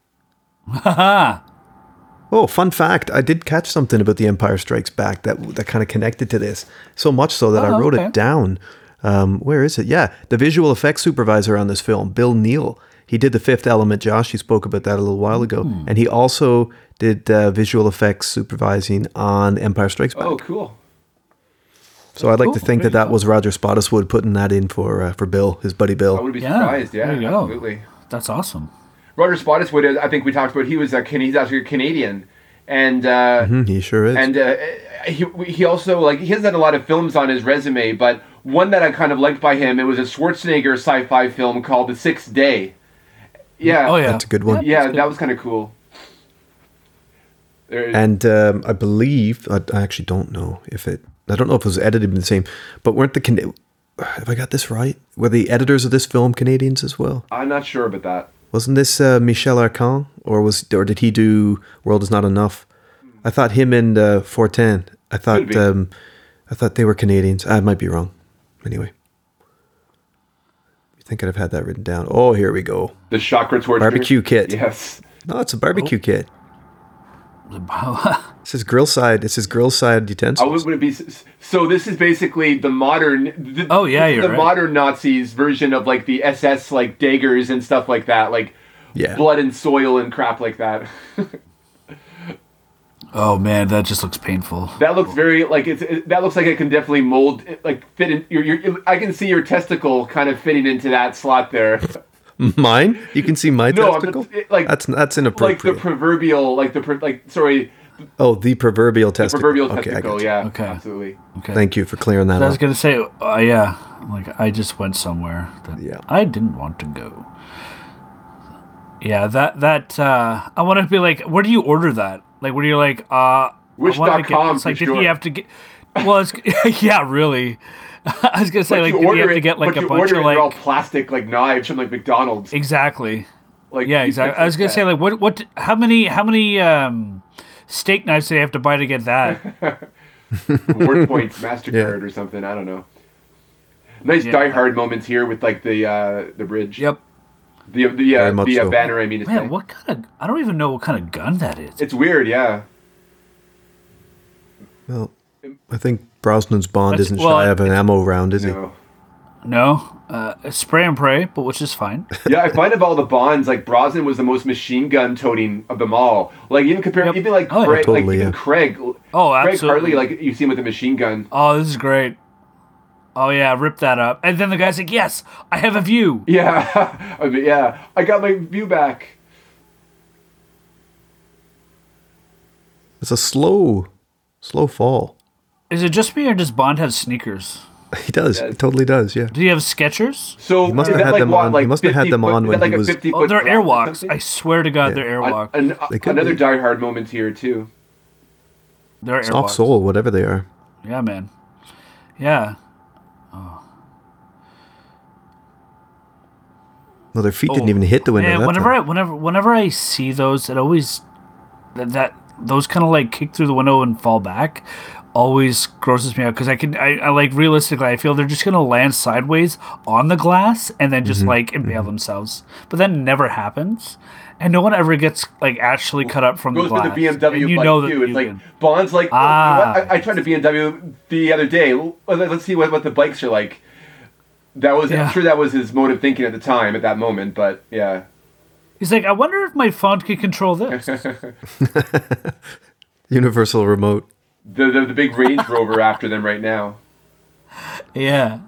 Speaker 1: oh, fun fact! I did catch something about the Empire Strikes Back that that kind of connected to this. So much so that I
Speaker 2: Oh,
Speaker 1: wrote
Speaker 2: okay.
Speaker 1: it down. Um, where is it? Yeah, the visual effects supervisor on this film, Bill Neal. He did the Fifth Element. Josh, you spoke about that a little while ago,
Speaker 2: Hmm.
Speaker 1: and he also did uh, visual effects supervising on Empire Strikes Back.
Speaker 3: Oh, cool.
Speaker 1: so I'd like to
Speaker 2: cool.
Speaker 1: think
Speaker 2: There
Speaker 1: that that was Roger Spottiswoode putting that in for uh, for Bill, his buddy
Speaker 3: I
Speaker 1: Bill.
Speaker 3: would be
Speaker 2: Yeah,
Speaker 3: surprised. Yeah,
Speaker 2: there you go.
Speaker 3: absolutely.
Speaker 2: That's awesome.
Speaker 3: Roger Spottiswoode, I think we talked about. He was a Can- he's actually a Canadian, and uh,
Speaker 1: Mm-hmm, He sure is.
Speaker 3: and uh, he he also like he has done a lot of films on his resume, but one that I kind of liked by him it was a Schwarzenegger sci-fi film called The Sixth Day. Yeah.
Speaker 2: Oh yeah,
Speaker 1: That's a good one.
Speaker 3: Yeah, that was kind of cool. There is-
Speaker 1: And um, I believe I, I actually don't know if it. I don't know if it was edited in the same. But weren't the Cana- have I got this right? Were the editors of this film Canadians as well?
Speaker 3: I'm not sure about that.
Speaker 1: Wasn't this uh, Michel Arcan, or was or did he do World Is Not Enough? I thought him and uh, Fortin. I
Speaker 3: Could
Speaker 1: thought
Speaker 3: be.
Speaker 1: um, I thought they were Canadians. I might be wrong. Anyway, I think I'd have had that written down. Oh, here we go.
Speaker 3: The chakra torture.
Speaker 1: Barbecue kit.
Speaker 3: Yes.
Speaker 1: No, it's a barbecue kit.
Speaker 2: yeah.
Speaker 1: This is grill side. This is grill side
Speaker 3: I
Speaker 1: utensils.
Speaker 3: would, would it be s- so? This is basically the modern. The,
Speaker 2: Oh, yeah,
Speaker 3: this is
Speaker 2: you're
Speaker 3: the
Speaker 2: right.
Speaker 3: modern Nazis version of like the SS like daggers and stuff like that, like
Speaker 1: yeah.
Speaker 3: blood and soil and crap like that.
Speaker 2: Oh man, that just looks painful.
Speaker 3: That looks very like it's. It, that looks like it can definitely mold, like fit in. Your, your, I can see your testicle kind of fitting into that slot there.
Speaker 1: Mine? You can see my
Speaker 3: No, I'm
Speaker 1: testicle?
Speaker 3: not- it- like-
Speaker 1: that's that's
Speaker 3: like
Speaker 1: inappropriate.
Speaker 3: the proverbial, like the pro- like sorry,
Speaker 1: oh, the proverbial testicle.
Speaker 3: proverbial
Speaker 1: Okay, I
Speaker 3: testicle.
Speaker 1: got you.
Speaker 3: Yeah.
Speaker 2: Okay.
Speaker 3: Absolutely.
Speaker 2: Okay.
Speaker 1: Thank you for clearing that
Speaker 2: I was
Speaker 1: up.
Speaker 2: gonna say, uh, yeah, like I just went somewhere that
Speaker 1: Yeah.
Speaker 2: I didn't want to go. Yeah, that that uh, I want to be like, where do you order that? Like, where you're like, uh, I wanna get-
Speaker 3: Wish.com
Speaker 2: It's like,
Speaker 3: for
Speaker 2: did
Speaker 3: sure.
Speaker 2: he have to get? Well, it's, yeah, really. I was gonna say
Speaker 3: But
Speaker 2: like
Speaker 3: you
Speaker 2: do you
Speaker 3: order
Speaker 2: have to
Speaker 3: it-
Speaker 2: get like
Speaker 3: but
Speaker 2: a
Speaker 3: you
Speaker 2: bunch
Speaker 3: order
Speaker 2: of
Speaker 3: it, they're all
Speaker 2: like
Speaker 3: plastic like knives from like McDonald's.
Speaker 2: exactly
Speaker 3: Like
Speaker 2: yeah
Speaker 3: you
Speaker 2: exactly.
Speaker 3: can't
Speaker 2: I was gonna
Speaker 3: get
Speaker 2: say like what what how many how many um steak knives do they have to buy to get that?
Speaker 3: that. Word points Mastercard or something. I don't know. Nice
Speaker 2: Yeah.
Speaker 3: Die Hard moments here with like the uh, the bridge.
Speaker 2: yep.
Speaker 3: The the
Speaker 1: Very
Speaker 3: uh,
Speaker 1: much
Speaker 3: the uh,
Speaker 1: so.
Speaker 3: banner. I mean, it's,
Speaker 2: Man, what kind of I don't even know what kind of gun that is.
Speaker 3: it's weird. Yeah.
Speaker 1: Well, I think Brosnan's Bond
Speaker 2: That's-
Speaker 1: isn't
Speaker 2: well,
Speaker 1: shy of an ammo round, is
Speaker 3: No.
Speaker 2: no, uh, it's spray and pray, but which is fine.
Speaker 3: yeah, I find of all the Bonds, like Brosnan was the most machine gun toting of them all. Like even compared,
Speaker 2: Yep.
Speaker 3: even like
Speaker 2: Oh, yeah.
Speaker 3: Craig,
Speaker 1: Totally,
Speaker 3: like even
Speaker 1: yeah.
Speaker 3: Craig.
Speaker 2: Oh,
Speaker 3: Craig
Speaker 2: absolutely.
Speaker 3: Hartley, like you see him with a machine gun.
Speaker 2: Oh, this is great. Oh yeah, rip that up. And then the guy's like, "Yes, I have a view."
Speaker 3: Yeah, I mean, yeah, I got my view back.
Speaker 1: he? It's a slow, slow fall.
Speaker 2: Is it just me or does Bond have sneakers?
Speaker 1: He does.
Speaker 3: Yeah.
Speaker 1: He totally does. Yeah.
Speaker 2: Do you have Skechers?
Speaker 3: So
Speaker 1: He must
Speaker 3: is
Speaker 1: have
Speaker 3: that
Speaker 1: had
Speaker 3: like
Speaker 1: them
Speaker 3: what,
Speaker 1: on-
Speaker 3: Like
Speaker 1: he must have had
Speaker 3: 50
Speaker 1: them
Speaker 3: foot-
Speaker 1: on
Speaker 3: is
Speaker 1: when
Speaker 3: that like
Speaker 1: he
Speaker 3: a
Speaker 1: was-
Speaker 3: 50
Speaker 2: Oh,
Speaker 3: foot
Speaker 2: they're
Speaker 3: drop or
Speaker 2: airwalks.
Speaker 3: something?
Speaker 2: I swear to God,
Speaker 1: Yeah.
Speaker 2: they're
Speaker 3: An-
Speaker 2: airwalks.
Speaker 3: an-
Speaker 1: They could
Speaker 3: another
Speaker 1: be.
Speaker 3: Die Hard moment here too.
Speaker 2: they're
Speaker 1: Soft
Speaker 2: airwalks.
Speaker 1: soul, whatever they are.
Speaker 2: Yeah, man. Yeah.
Speaker 1: No, their feet
Speaker 2: Oh.
Speaker 1: didn't even hit the window.
Speaker 2: Man,
Speaker 1: that
Speaker 2: whenever I
Speaker 1: time.
Speaker 2: whenever whenever I see those, it always that, that those kind of like kick through the window and fall back always grosses me out because I can I, I like realistically I feel they're just gonna land sideways on the glass and then just like impale themselves. But that never happens. And no one ever gets like actually cut up from
Speaker 3: Goes
Speaker 2: the
Speaker 3: for the
Speaker 2: glass.
Speaker 3: BMW
Speaker 2: and you
Speaker 3: bike
Speaker 2: know that
Speaker 3: too. It's
Speaker 2: you
Speaker 3: like
Speaker 2: can-
Speaker 3: Bond's like, oh, you know
Speaker 2: Ah.
Speaker 3: what? I, I tried a BMW the other day. Well, let- Let's see what, what the bikes are like. That was
Speaker 2: Yeah.
Speaker 3: I'm sure that was his mode of thinking at the time at that moment, but yeah.
Speaker 2: he's like, I wonder if my font can control this.
Speaker 1: Universal remote.
Speaker 3: The, the, the big Range Rover after them right now.
Speaker 2: yeah.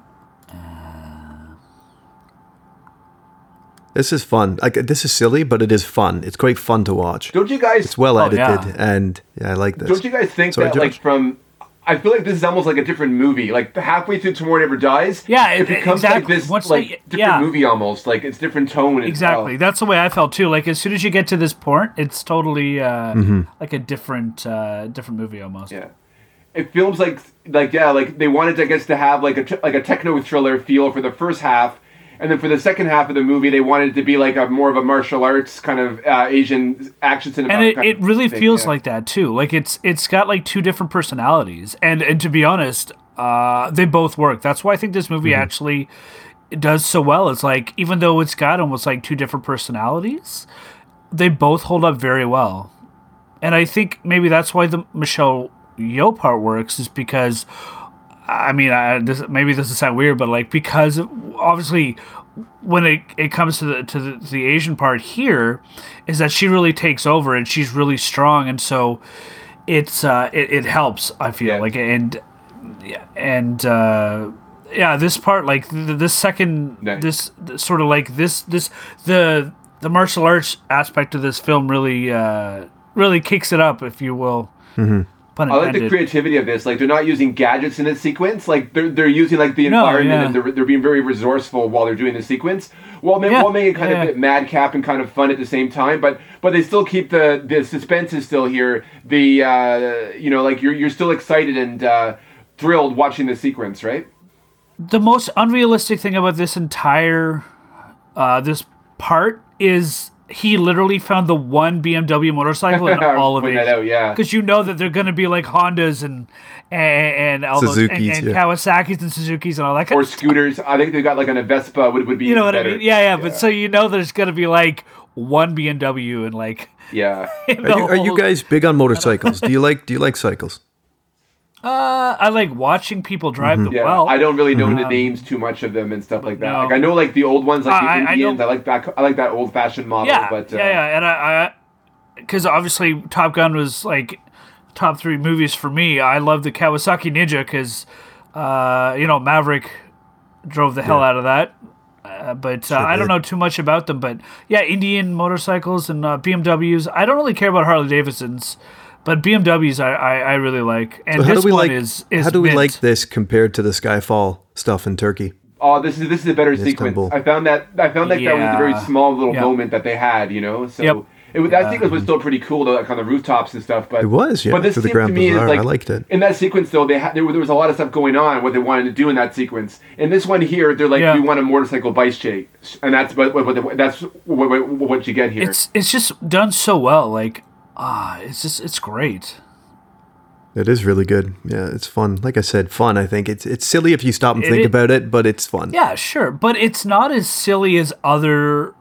Speaker 1: This is fun. Like this is silly, but it is fun. It's quite fun to watch.
Speaker 3: Don't you guys
Speaker 1: It's well
Speaker 2: Oh,
Speaker 1: edited,
Speaker 2: yeah.
Speaker 1: and yeah, I like this.
Speaker 3: Don't you guys think
Speaker 1: Sorry,
Speaker 3: that
Speaker 1: George.
Speaker 3: like from? I feel like this is almost like a different movie. Like halfway through Tomorrow Never Dies,
Speaker 2: Yeah,
Speaker 3: it
Speaker 2: it-
Speaker 3: becomes
Speaker 2: exactly.
Speaker 3: like this
Speaker 2: Once
Speaker 3: like
Speaker 2: they-
Speaker 3: different
Speaker 2: yeah.
Speaker 3: movie almost. Like it's different tone. as
Speaker 2: Exactly.
Speaker 3: well.
Speaker 2: That's the way I felt too. Like as soon as you get to this point, it's totally uh, like a different uh, different movie almost.
Speaker 3: Yeah. It feels like like yeah, like they wanted I guess to have like a t- like a techno thriller feel for the first half, and then for the second half of the movie they wanted it to be like a more of a martial arts kind of uh, Asian action cinema.
Speaker 2: And it,
Speaker 3: kind
Speaker 2: it
Speaker 3: of
Speaker 2: really
Speaker 3: thing,
Speaker 2: feels
Speaker 3: yeah.
Speaker 2: like that too. Like it's it's got like two different personalities. And and to be honest, uh, they both work. That's why I think this movie actually does so well. It's like even though it's got almost like two different personalities, they both hold up very well. And I think maybe that's why the Michelle Yeoh part works is because I mean, I, this, maybe this is sound weird, but like because obviously, when it, it comes to the to the, the Asian part here, is that she really takes over and she's really strong, and so it's uh, it, it helps. I feel
Speaker 3: Yeah.
Speaker 2: like and and uh, yeah, this part like th- this second
Speaker 3: Nice.
Speaker 2: this, this sort of like this this the the martial arts aspect of this film really uh, really kicks it up, if you will. Pun
Speaker 3: I like the
Speaker 2: intended.
Speaker 3: creativity of this. Like they're not using gadgets in this sequence. Like they're they're using like the
Speaker 2: No,
Speaker 3: environment
Speaker 2: yeah.
Speaker 3: and they're, they're being very resourceful while they're doing the sequence. While ma-
Speaker 2: Yeah,
Speaker 3: while making it kind
Speaker 2: yeah,
Speaker 3: of a
Speaker 2: yeah.
Speaker 3: bit madcap and kind of fun at the same time. But but they still keep the the suspense is still here. The uh, you know like you're you're still excited and uh, thrilled watching the sequence, right?
Speaker 2: the most unrealistic thing about this entire uh, this part is he literally found the one BMW motorcycle in all of
Speaker 3: Point
Speaker 2: it
Speaker 3: that out, yeah.
Speaker 2: because you know that they're going to be like Hondas and and, and all those and,
Speaker 1: Suzukis,
Speaker 2: and
Speaker 1: yeah.
Speaker 2: Kawasaki's and Suzuki's and all that kind
Speaker 3: Or
Speaker 2: of
Speaker 3: scooters. I think they got like on a Vespa would would be
Speaker 2: you know what
Speaker 3: better.
Speaker 2: I mean? Yeah, yeah, But so you know there's going to be like one BMW and like
Speaker 3: yeah.
Speaker 2: in the
Speaker 1: Are you, are you
Speaker 2: whole-
Speaker 1: guys big on motorcycles? do you like do you like cycles?
Speaker 2: Uh, I like watching people drive
Speaker 1: Mm-hmm.
Speaker 2: them
Speaker 3: Yeah,
Speaker 2: well. um,
Speaker 3: I don't really know the names too much of them and stuff like that.
Speaker 2: No.
Speaker 3: Like I know like the old ones, like the
Speaker 2: I- I- I
Speaker 3: Indians. I,
Speaker 2: know-
Speaker 3: like that. I like that old fashioned model.
Speaker 2: yeah,
Speaker 3: but uh,
Speaker 2: yeah, yeah, and I, because obviously Top Gun was like top three movies for me. I love the Kawasaki Ninja because, uh, you know, Maverick drove the hell out of that. Uh, but uh, I don't
Speaker 1: did.
Speaker 2: know too much about them. But yeah, Indian motorcycles and uh, BMWs. I don't really care about Harley Davidsons, but BMWs I, I, I really like. And
Speaker 1: how do
Speaker 2: this
Speaker 1: we
Speaker 2: one
Speaker 1: like
Speaker 2: is, is
Speaker 1: how do we
Speaker 2: mint.
Speaker 1: like this compared to the Skyfall stuff in Turkey?
Speaker 3: oh, this is this is a better sequence.
Speaker 1: Istanbul.
Speaker 3: I found that I found like that was a very
Speaker 2: Yeah.
Speaker 3: small little
Speaker 2: Yeah.
Speaker 3: moment that they had. You know, so
Speaker 2: Yep. Um,
Speaker 3: It was, I think it was still pretty cool though, like on the rooftops and stuff. But
Speaker 1: It was, yeah,
Speaker 3: But this
Speaker 1: to the
Speaker 3: seems
Speaker 1: Grand
Speaker 3: to me
Speaker 1: Bazaar,
Speaker 3: is like
Speaker 1: I liked it.
Speaker 3: In that sequence though, they had there, there was a lot of stuff going on what they wanted to do in that sequence. In this one here, they're like,
Speaker 2: Yeah.
Speaker 3: we want a motorcycle vice chase, and that's what, what, what that's what, what, what you get here.
Speaker 2: It's it's just done so well. Like ah, it's just it's great.
Speaker 1: It is really good. Yeah, it's fun. Like I said, fun. I think it's it's silly if you stop and think
Speaker 2: is-
Speaker 1: about it, but it's fun.
Speaker 2: Yeah, sure, but it's not as silly as other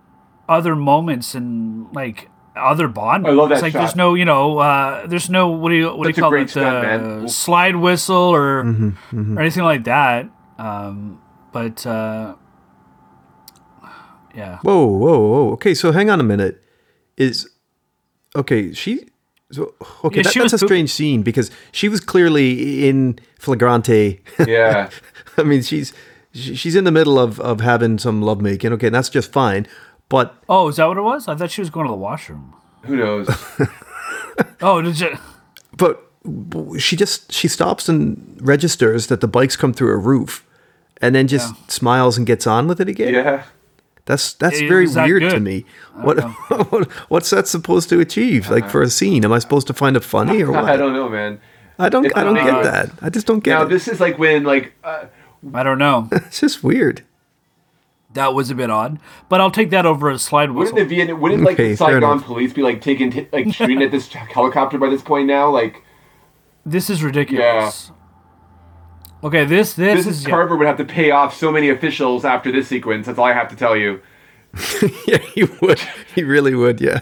Speaker 2: other moments and like other Bond.
Speaker 3: I love
Speaker 2: movies.
Speaker 3: that
Speaker 2: Like
Speaker 3: shot.
Speaker 2: there's no you know uh, there's no what do you what
Speaker 3: That's
Speaker 2: do you
Speaker 3: a
Speaker 2: call
Speaker 3: great
Speaker 2: it
Speaker 3: stunt,
Speaker 2: the
Speaker 3: man.
Speaker 2: slide whistle or or anything like that. Um, but uh, yeah,
Speaker 1: Whoa, whoa, whoa. Okay, so hang on a minute. Is okay? She. So, okay,
Speaker 2: Yeah,
Speaker 1: that, that's
Speaker 2: she
Speaker 1: a
Speaker 2: was poop-
Speaker 1: strange scene because she was clearly in flagrante.
Speaker 3: yeah.
Speaker 1: I mean, she's she- she's in the middle of of having some lovemaking. Okay, and that's just fine. But
Speaker 2: Oh, is that what it was? I thought she was going to the washroom.
Speaker 3: Who knows?
Speaker 2: Oh, did you?
Speaker 1: but she just she stops and registers that the bike's come through a roof, and then just smiles and gets on with it again.
Speaker 3: Yeah.
Speaker 1: That's that's
Speaker 2: It
Speaker 1: very
Speaker 2: was that
Speaker 1: weird to
Speaker 2: good.
Speaker 1: me. What, what what's that supposed to achieve? Like for a scene, am I supposed to find it funny or what?
Speaker 3: I don't know, man.
Speaker 1: I don't,
Speaker 3: It's
Speaker 1: I don't get
Speaker 3: ridiculous.
Speaker 1: that. I just don't get
Speaker 3: Now
Speaker 1: it.
Speaker 3: this is like when like uh,
Speaker 2: I don't know.
Speaker 1: it's just weird.
Speaker 2: That was a bit odd, but I'll take that over a slide
Speaker 3: wouldn't
Speaker 2: whistle.
Speaker 3: the Vietnam wouldn't like
Speaker 1: Okay,
Speaker 3: the
Speaker 1: fair
Speaker 3: Saigon
Speaker 1: enough.
Speaker 3: police be like taking t- like shooting at this helicopter by this point now? Like
Speaker 2: This is ridiculous. Okay, this this,
Speaker 3: this is
Speaker 2: yeah.
Speaker 3: Carver would have to pay off so many officials after this sequence. That's all I have to tell you.
Speaker 1: yeah, he would. He really would. Yeah.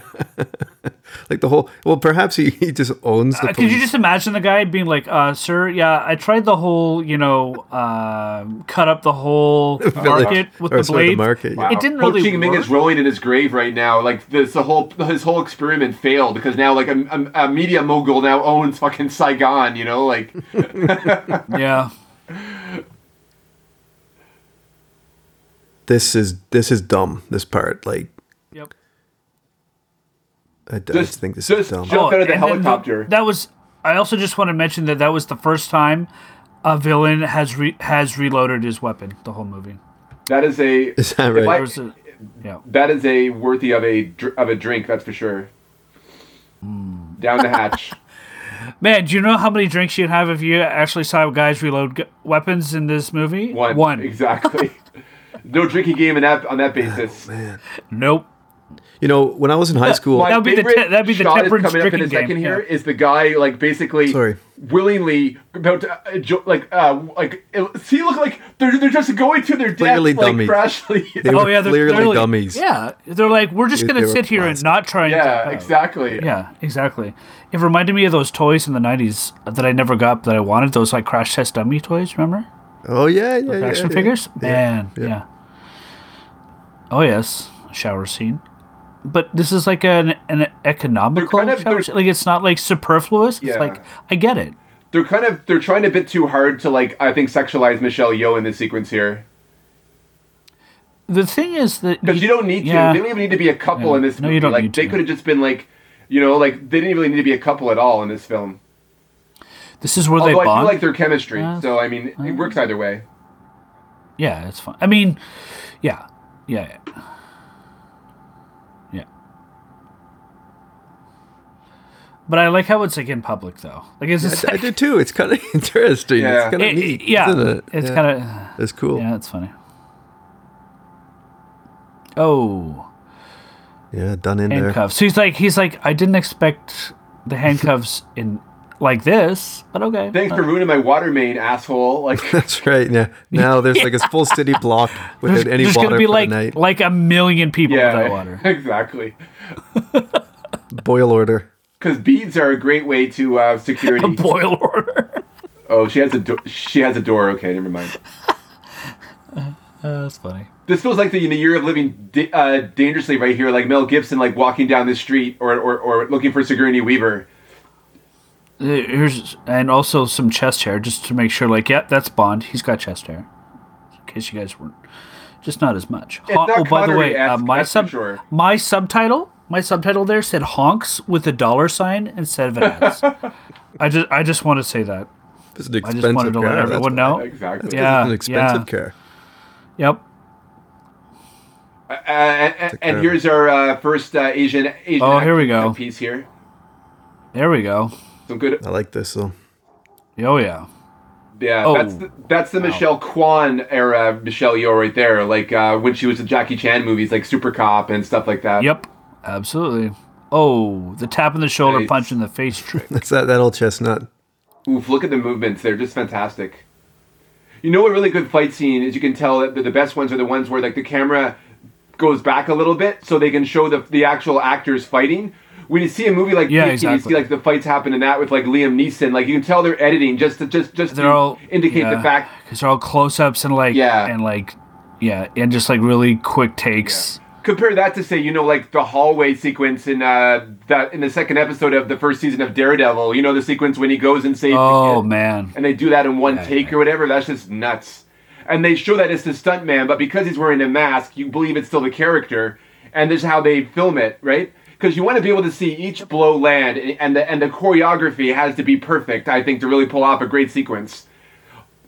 Speaker 1: like the whole. Well, perhaps he, he just owns the
Speaker 2: Uh, could
Speaker 1: police.
Speaker 2: you just imagine the guy being like, uh, "Sir, yeah, I tried the whole, you know, um cut up the whole
Speaker 1: Village,
Speaker 2: market with
Speaker 1: or
Speaker 2: the
Speaker 1: sorry,
Speaker 2: blade."
Speaker 1: market. yeah.
Speaker 2: It didn't
Speaker 3: Ho
Speaker 2: really
Speaker 3: Chi Minh is
Speaker 2: work.
Speaker 3: rolling in his grave right now. Like this, the whole his whole experiment failed because now like a, a, a media mogul now owns fucking Saigon. You know, like
Speaker 2: Yeah,
Speaker 1: This is this is dumb. This part, like,
Speaker 2: yep.
Speaker 1: I, I just
Speaker 3: Just-
Speaker 1: think this is
Speaker 3: just
Speaker 1: dumb.
Speaker 3: jump- out of the
Speaker 2: and then
Speaker 3: helicopter.
Speaker 2: that was. I also just want to mention that that was the first time a villain has re- has reloaded his weapon. The whole movie.
Speaker 3: that is a
Speaker 1: Is that
Speaker 3: if
Speaker 1: right?
Speaker 2: There was a, yeah.
Speaker 3: that is a worthy of a dr- of a drink. That's for sure.
Speaker 1: Hmm.
Speaker 3: Down the hatch.
Speaker 2: Man, do you know how many drinks you'd have if you actually saw guys reload gu- weapons in this movie?
Speaker 3: One. Exactly. no drinking game in that, on that basis.
Speaker 1: Oh,
Speaker 2: Nope.
Speaker 1: you know, when I was in high school,
Speaker 3: My
Speaker 2: That'd be the
Speaker 3: favorite
Speaker 2: te- that'd be the
Speaker 3: shot is
Speaker 2: temperance
Speaker 3: coming up in
Speaker 2: drinking
Speaker 3: a second
Speaker 2: game,
Speaker 3: here is
Speaker 2: yeah.
Speaker 3: the guy like basically
Speaker 1: Sorry.
Speaker 3: willingly about to uh, jo- like uh like it, see look like they're they're just going to their death
Speaker 1: Clearly
Speaker 3: like
Speaker 1: dummies.
Speaker 3: crashly.
Speaker 1: They were
Speaker 2: oh yeah, they're
Speaker 1: clearly
Speaker 2: clearly-
Speaker 1: dummies.
Speaker 2: Yeah, they're like we're just
Speaker 1: They-
Speaker 2: gonna
Speaker 1: they were
Speaker 2: sit here and
Speaker 1: plastic.
Speaker 2: not try. And
Speaker 3: yeah,
Speaker 2: jump out."
Speaker 3: exactly.
Speaker 2: Oh. Yeah, exactly. It reminded me of those toys in the '90s that I never got that I wanted. Those like crash test dummy toys, remember?
Speaker 1: Oh yeah, yeah, yeah,
Speaker 2: Action
Speaker 1: yeah.
Speaker 2: figures. Man,
Speaker 1: yeah.
Speaker 2: yeah. Oh yes, shower scene. But this is like an an economical
Speaker 3: They're kind of-
Speaker 2: shower
Speaker 3: they're-
Speaker 2: scene. Like it's not like superfluous. It's
Speaker 3: Yeah.
Speaker 2: like I get it.
Speaker 3: They're kind of they're trying a bit too hard to like I think sexualize Michelle Yeoh in this sequence here.
Speaker 2: The thing is that
Speaker 3: Because you don't need
Speaker 2: Yeah.
Speaker 3: to. They don't even need to be a couple
Speaker 2: Yeah.
Speaker 3: in this
Speaker 2: No,
Speaker 3: movie.
Speaker 2: you don't
Speaker 3: like
Speaker 2: need
Speaker 3: they
Speaker 2: to.
Speaker 3: could have just been like, you know, like they didn't really need to be a couple at all in this film.
Speaker 2: This is where
Speaker 3: Although
Speaker 2: they
Speaker 3: I
Speaker 2: bond.
Speaker 3: feel like their chemistry.
Speaker 2: Yeah.
Speaker 3: so I mean, it works either way.
Speaker 2: yeah, it's fun. I mean, yeah, yeah, yeah. yeah. But I like how it's like in public though. Like it's just
Speaker 1: I did too. It's kind of interesting. It's
Speaker 3: Yeah.
Speaker 1: kind of
Speaker 2: It-
Speaker 1: neat.
Speaker 2: it- yeah,
Speaker 1: isn't it?
Speaker 2: it's
Speaker 1: Yeah.
Speaker 2: kind of
Speaker 1: It's cool.
Speaker 2: yeah, it's funny. Oh,
Speaker 1: Yeah, done in there.
Speaker 2: handcuffs. So he's like, he's like, I didn't expect the handcuffs in like this, but okay.
Speaker 3: Thanks for ruining my water main, asshole. Like
Speaker 1: That's right. Yeah. Now there's like a full city block without any
Speaker 2: There's
Speaker 1: water
Speaker 2: gonna be
Speaker 1: for
Speaker 2: like
Speaker 1: the night.
Speaker 2: like a million people
Speaker 3: yeah,
Speaker 2: without water.
Speaker 3: exactly.
Speaker 1: Boil order.
Speaker 3: Because beads are a great way to uh, security.
Speaker 2: Boil order.
Speaker 3: oh, she has a do- she has a door. Okay, never mind.
Speaker 2: Uh, that's funny.
Speaker 3: This feels like the you know, year of living da- uh, dangerously right here, like Mel Gibson, like walking down the street or or, or looking for Sigourney Weaver.
Speaker 2: Here's and also some chest hair just to make sure. Like, yep, that's Bond. He's got chest hair. In case you guys weren't, just not as much. Hon-
Speaker 3: not
Speaker 2: oh, by the way, uh,
Speaker 3: Connery-esque,
Speaker 2: my
Speaker 3: that's for
Speaker 2: sub
Speaker 3: sure.
Speaker 2: my subtitle my subtitle there said honks with a dollar sign instead of an S. I just I just want to say that.
Speaker 1: It's an
Speaker 2: I
Speaker 1: expensive
Speaker 2: just wanted to
Speaker 1: car.
Speaker 2: let
Speaker 1: That's why.
Speaker 2: everyone know.
Speaker 3: Exactly.
Speaker 2: Yeah,
Speaker 1: It's an expensive
Speaker 2: yeah.
Speaker 1: car.
Speaker 2: Yep.
Speaker 3: Uh, and, and here's our uh, first uh, Asian Asian
Speaker 2: Oh, here we go.
Speaker 3: piece here.
Speaker 2: There we go.
Speaker 3: Some good,
Speaker 1: I like this though.
Speaker 2: Oh yeah.
Speaker 3: yeah.
Speaker 2: Oh,
Speaker 3: that's the, that's the Michelle Kwan era Michelle Yeoh right there. Like uh, when she was in Jackie Chan movies, like Super Cop and stuff like that.
Speaker 2: Yep. Absolutely. Oh, the tap on the shoulder,
Speaker 3: Nice.
Speaker 2: punch in the face trick.
Speaker 1: That's that, that old chestnut.
Speaker 3: Oof, look at the movements. They're just fantastic. You know what really good fight scene is you can tell that the best ones are the ones where like the camera goes back a little bit so they can show the, the actual actors fighting. When you see a movie like
Speaker 2: Yeah,
Speaker 3: Peaky, you
Speaker 2: exactly.
Speaker 3: see like the fights happen in that with like Liam Neeson, like you can tell they're editing just to just just
Speaker 2: They're
Speaker 3: to
Speaker 2: all
Speaker 3: indicate the fact
Speaker 2: because they're all close ups and like
Speaker 3: Yeah.
Speaker 2: and like yeah and just like really quick takes.
Speaker 3: compare that to say you know like the hallway sequence in uh that in the second episode of the first season of Daredevil, you know the sequence when he goes and saves the
Speaker 2: Oh
Speaker 3: kid.
Speaker 2: man.
Speaker 3: and they do that in one take or whatever. That's just nuts. And they show that it's the stuntman, but because he's wearing a mask, you believe it's still the character, and this is how they film it, right? Because you want to be able to see each blow land, and and the and the choreography has to be perfect, I think, to really pull off a great sequence.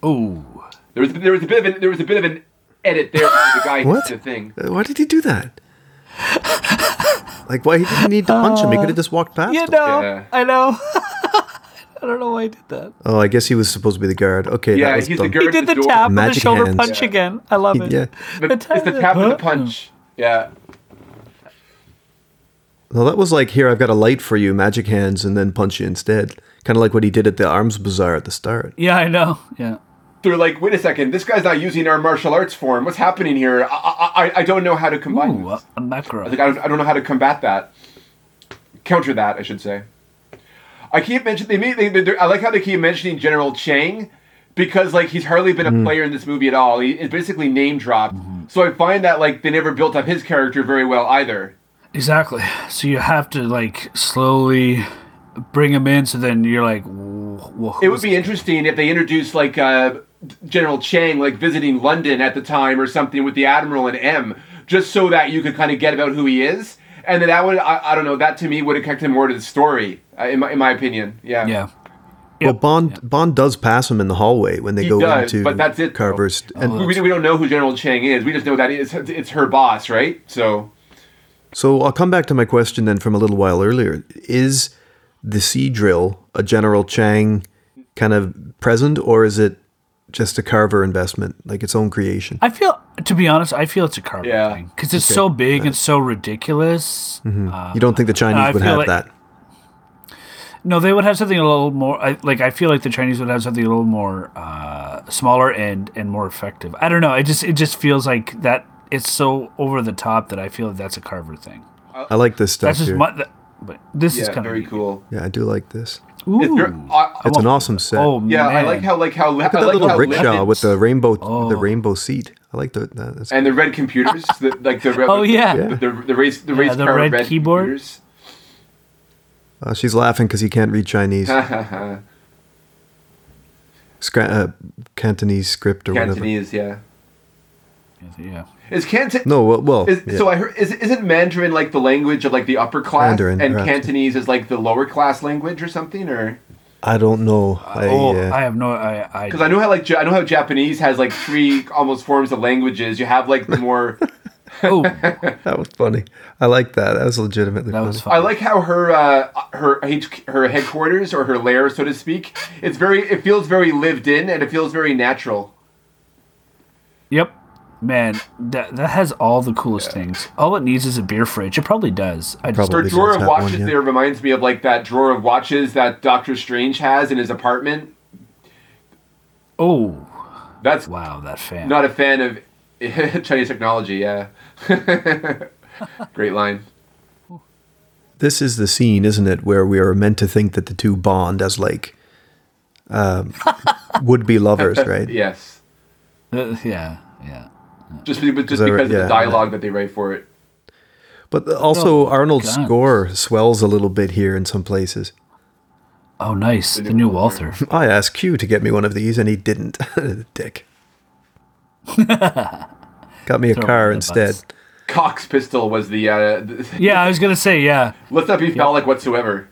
Speaker 2: Ooh.
Speaker 3: There was there was a bit of an, there was a bit of an edit there. for the guy who
Speaker 1: What?
Speaker 3: did the thing.
Speaker 1: Uh, Why did he do that? like, why did he need to punch him? He
Speaker 2: Uh,
Speaker 1: could have just walked past him.
Speaker 3: Yeah.
Speaker 2: I know. I don't know why I did that.
Speaker 1: Oh, I guess he was supposed to be the guard. Okay,
Speaker 3: Yeah,
Speaker 1: that was
Speaker 3: he's
Speaker 1: dumb.
Speaker 3: the guard.
Speaker 2: He did
Speaker 3: at the
Speaker 2: the
Speaker 3: door.
Speaker 2: tap and the
Speaker 1: Magic
Speaker 2: shoulder
Speaker 1: hands.
Speaker 2: punch again. I love it.
Speaker 1: Yeah.
Speaker 3: The- it's the tap and the punch. Yeah.
Speaker 1: Well, that was like, here, I've got a light for you, magic hands, and then punch you instead. Kind of like what he did at the Arms Bazaar at the start.
Speaker 2: Yeah, I know. Yeah.
Speaker 3: They're like, wait a second, this guy's not using our martial arts form. What's happening here? I I, I- I don't know how to combine.
Speaker 2: Ooh, uh
Speaker 3: this."
Speaker 2: a, a macro.
Speaker 3: Like I don't, I don't know how to combat that, counter that, I should say. I keep mentioning they, mean- they, they I like how they keep mentioning General Chang because like he's hardly been a player in this movie at all. He is basically name dropped. So I find that like they never built up his character very well either.
Speaker 2: Exactly. So you have to like slowly bring him in. So then you're like, well,
Speaker 3: It would be interesting if they introduced like uh, General Chang like visiting London at the time or something with the Admiral and M, just so that you could kind of get about who he is. And then that would I, I don't know that to me would have kept him more to the story uh, in my in my opinion.
Speaker 2: yeah.
Speaker 1: Well, Bond Bond does pass him in the hallway when they
Speaker 3: He
Speaker 1: go
Speaker 3: does,
Speaker 1: into
Speaker 3: but that's it, though.
Speaker 1: Carver's.
Speaker 2: Oh.
Speaker 1: And
Speaker 3: we, we don't know who General Chang is. We just know that it's, it's her boss, right? So
Speaker 1: So I'll come back to my question then from a little while earlier. Is the sea drill a General Chang kind of present, or is it just a Carver investment, like its own creation?
Speaker 2: I feel, to be honest, I feel it's a carbon
Speaker 3: Yeah.
Speaker 2: thing because it's so big and so ridiculous.
Speaker 1: you don't think the Chinese
Speaker 2: Uh, I
Speaker 1: would
Speaker 2: feel
Speaker 1: have
Speaker 2: like-
Speaker 1: that?
Speaker 2: No, they would have something a little more. I, like I feel like the Chinese would have something a little more uh, smaller and and more effective. I don't know. I just it just feels like that. It's so over the top that I feel that that's a Carver thing.
Speaker 1: I like this stuff
Speaker 2: That's just
Speaker 1: here.
Speaker 2: my. That, but this is
Speaker 3: yeah,
Speaker 2: kind of
Speaker 3: very cool.
Speaker 1: yeah, I do like this.
Speaker 2: Ooh.
Speaker 3: If you're- I- I-
Speaker 1: It's an awesome set.
Speaker 2: Oh
Speaker 3: yeah,
Speaker 2: man.
Speaker 3: I like how like how
Speaker 1: Look
Speaker 3: Look
Speaker 1: at that little rickshaw with the rainbow, the
Speaker 2: Oh.
Speaker 1: rainbow seat. I like the, that. That's,
Speaker 3: and the red computers, the, like the red,
Speaker 2: Oh yeah.
Speaker 1: Yeah.
Speaker 3: the, the, the race the race
Speaker 2: the
Speaker 3: car
Speaker 2: red keyboard.
Speaker 3: computers.
Speaker 1: uh, she's laughing because he can't read Chinese, Scra- uh, Cantonese script or whatever.
Speaker 3: Cantonese, yeah.
Speaker 2: yeah.
Speaker 3: Is Canton?
Speaker 1: No, well, well
Speaker 3: Is,
Speaker 1: yeah.
Speaker 3: So I heard is isn't Mandarin like the language of like the upper class,
Speaker 1: Mandarin,
Speaker 3: and
Speaker 1: right.
Speaker 3: Cantonese is like the lower class language or something, or
Speaker 1: I don't know. I,
Speaker 2: oh,
Speaker 1: uh,
Speaker 2: I have no. I I,
Speaker 3: because I know how like Ja- I know how Japanese has like three almost forms of languages. You have like the more
Speaker 2: oh, that
Speaker 1: that was funny. I like that. That was legitimately funny.
Speaker 2: was fun.
Speaker 3: I like how her uh, her HQ her headquarters or her lair, so to speak, it's very it feels very lived in and it feels very natural.
Speaker 2: Yep. Man, that that has all the coolest things. All it needs is a beer fridge. It probably does. I just
Speaker 1: Probably.
Speaker 3: Her
Speaker 1: Because
Speaker 3: drawer
Speaker 1: it's
Speaker 3: of
Speaker 1: not one,
Speaker 3: watches
Speaker 1: yeah.
Speaker 3: there reminds me of like that drawer of watches that Doctor Strange has in his apartment.
Speaker 2: oh
Speaker 3: That's
Speaker 2: wow, that fan.
Speaker 3: not a fan of Chinese technology. Yeah, great line.
Speaker 1: This is the scene, isn't it, where we are meant to think that the two bond as like um, would be lovers, right?
Speaker 3: Yes,
Speaker 2: Uh, yeah, yeah.
Speaker 3: just be- just because
Speaker 1: I-
Speaker 3: of
Speaker 1: yeah,
Speaker 3: the dialogue that they write for it.
Speaker 1: But also,
Speaker 2: Oh,
Speaker 1: Arnold's
Speaker 2: God.
Speaker 1: score swells a little bit here in some places.
Speaker 2: Oh, nice. The new Walther.
Speaker 1: I asked Q to get me one of these, and he didn't. Dick. Got me a
Speaker 2: Throw him
Speaker 1: car
Speaker 2: under the
Speaker 1: instead.
Speaker 2: bus.
Speaker 3: Cox pistol was the, uh, the
Speaker 2: Yeah, I was gonna say yeah.
Speaker 3: let's not be phallic whatsoever.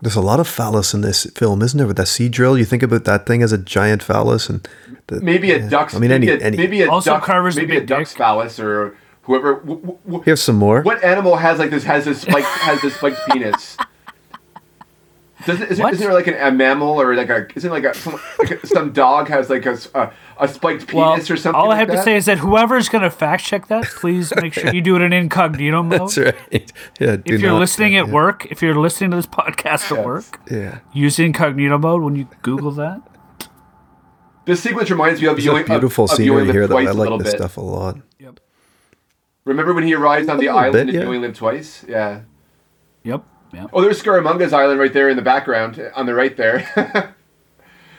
Speaker 1: There's a lot of phallus in this film, isn't there? With that sea drill, you think about that thing as a giant phallus, and the,
Speaker 3: Maybe a
Speaker 1: yeah.
Speaker 3: duck's.
Speaker 1: I mean, any,
Speaker 3: maybe a,
Speaker 1: any.
Speaker 3: Maybe a
Speaker 2: Also
Speaker 3: duck,
Speaker 2: Carver's
Speaker 3: maybe
Speaker 2: big
Speaker 3: a duck's
Speaker 2: dick.
Speaker 3: phallus or whoever. W- w- w-
Speaker 1: Here's some more.
Speaker 3: What animal has like this has this spiked has this spiked penis? Does it, is there,
Speaker 2: What?
Speaker 3: isn't there like an, a mammal or like a isn't like a some, like a- some dog has like a, s- a- a spiked penis
Speaker 2: Well,
Speaker 3: or something?
Speaker 2: all I
Speaker 3: like
Speaker 2: have to
Speaker 3: that?
Speaker 2: say is that whoever's going to fact check that, please make sure you do it in incognito mode.
Speaker 1: That's right. Yeah, do
Speaker 2: If you're
Speaker 1: not-
Speaker 2: listening
Speaker 1: yeah,
Speaker 2: at work, if you're listening to this podcast at
Speaker 3: Yes.
Speaker 2: work,
Speaker 1: yeah.
Speaker 2: use incognito mode when you Google that.
Speaker 3: this sequence reminds me of
Speaker 1: There's a
Speaker 3: viewing
Speaker 1: beautiful
Speaker 3: of, of
Speaker 1: scenery
Speaker 3: viewing
Speaker 1: here,
Speaker 3: Live
Speaker 1: though.
Speaker 3: twice
Speaker 1: I
Speaker 3: a little
Speaker 1: like this
Speaker 3: bit.
Speaker 1: stuff a lot.
Speaker 2: Yep.
Speaker 3: Remember when he arrives on the
Speaker 1: little
Speaker 3: island
Speaker 1: bit,
Speaker 3: and
Speaker 1: yeah.
Speaker 3: viewing live twice? Yeah.
Speaker 2: Yep. Yep.
Speaker 3: Oh, there's Scaramanga's Island right there in the background, on the right there.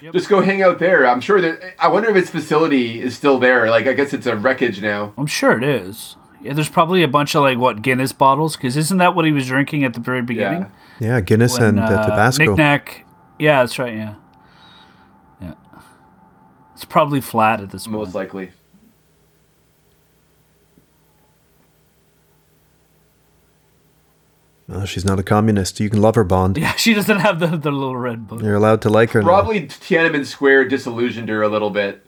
Speaker 2: Yep.
Speaker 3: Just go hang out there. I'm sure that. I wonder if its facility is still there. Like, I guess it's a wreckage now.
Speaker 2: I'm sure it is. Yeah, there's probably a bunch of like what Guinness bottles because isn't that what he was drinking at the very beginning?
Speaker 3: Yeah.
Speaker 1: Yeah, Guinness
Speaker 2: When,
Speaker 1: and uh,
Speaker 2: uh,
Speaker 1: Tabasco.
Speaker 2: Knick-knack. Yeah, that's right. Yeah. Yeah. It's probably flat at this point.
Speaker 3: Most likely.
Speaker 1: No, Oh, she's not a communist. You can love her, Bond.
Speaker 2: Yeah, she doesn't have the, the little red book.
Speaker 1: You're allowed to like her. now.
Speaker 3: Probably Tiananmen Square disillusioned her a little bit.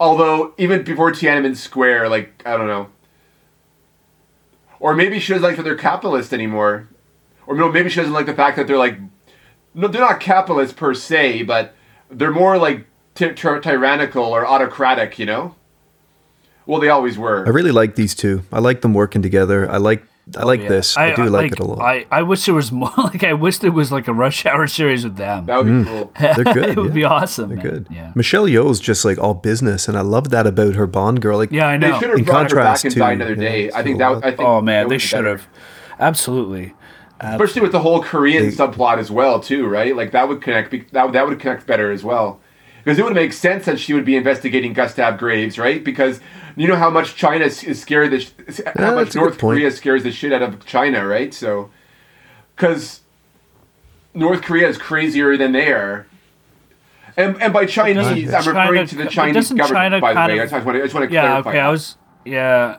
Speaker 3: Although, even before Tiananmen Square, like, I don't know. Or maybe she doesn't like that they're capitalist anymore. Or no, maybe she doesn't like the fact that they're like. No, they're not capitalist per se, but they're more like ty- ty- tyrannical or autocratic, you know? Well, they always were.
Speaker 1: I really like these two. I like them working together. I like I like
Speaker 2: Oh, Yeah.
Speaker 1: this. I, do like, it a lot.
Speaker 2: I, I wish there was more. Like I wish there was like a rush hour series with them.
Speaker 3: that would
Speaker 1: Mm.
Speaker 3: be cool.
Speaker 1: They're good.
Speaker 2: it would
Speaker 1: yeah.
Speaker 2: be awesome. man.
Speaker 1: good.
Speaker 2: Yeah.
Speaker 1: Michelle Yeoh's just like all business, and I love that about her Bond girl. Like,
Speaker 2: Yeah, I
Speaker 3: They
Speaker 2: know.
Speaker 3: should have
Speaker 1: In
Speaker 3: brought her back
Speaker 1: contrast
Speaker 3: and
Speaker 1: to-
Speaker 3: died another
Speaker 1: yeah,
Speaker 3: day.
Speaker 1: it's
Speaker 3: I think
Speaker 1: been a
Speaker 3: that. I
Speaker 1: while.
Speaker 3: think
Speaker 2: Oh
Speaker 3: that
Speaker 2: man, they
Speaker 3: would've been
Speaker 2: should
Speaker 3: better.
Speaker 2: have. Absolutely.
Speaker 3: especially with the whole Korean subplot as well, too, right? Like that would connect. be- That that would connect better as well, because it would make sense that she would be investigating Gustav Graves, right? Because you know how much China is is scared. This how
Speaker 1: Yeah,
Speaker 3: much
Speaker 1: that's a good
Speaker 3: North
Speaker 1: point.
Speaker 3: Korea scares the shit out of China, right? So, because North Korea is crazier than they are. And, and by Chinese, I'm
Speaker 2: China-
Speaker 3: referring to the
Speaker 2: but
Speaker 3: Chinese
Speaker 2: doesn't
Speaker 3: government.
Speaker 2: China
Speaker 3: By the
Speaker 2: kind
Speaker 3: way, I
Speaker 2: of-
Speaker 3: just want to, I just want to
Speaker 2: Yeah.
Speaker 3: clarify.
Speaker 2: Okay. I was. Yeah.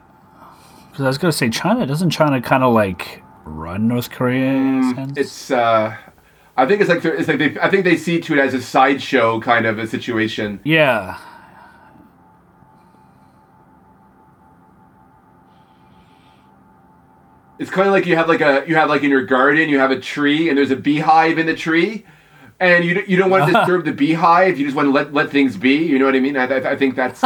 Speaker 2: Because I was gonna say China doesn't China kind of like run North Korea in a sense?
Speaker 3: Mm, It's uh, I think it's like they're- it's like they I think they see to it as a sideshow kind of a situation.
Speaker 2: yeah.
Speaker 3: It's kind of like you have like a you have like in your garden you have a tree and there's a beehive in the tree, and you don't- you don't want to disturb the beehive. You just want to let let things be. You know what I mean? I, I, I think that's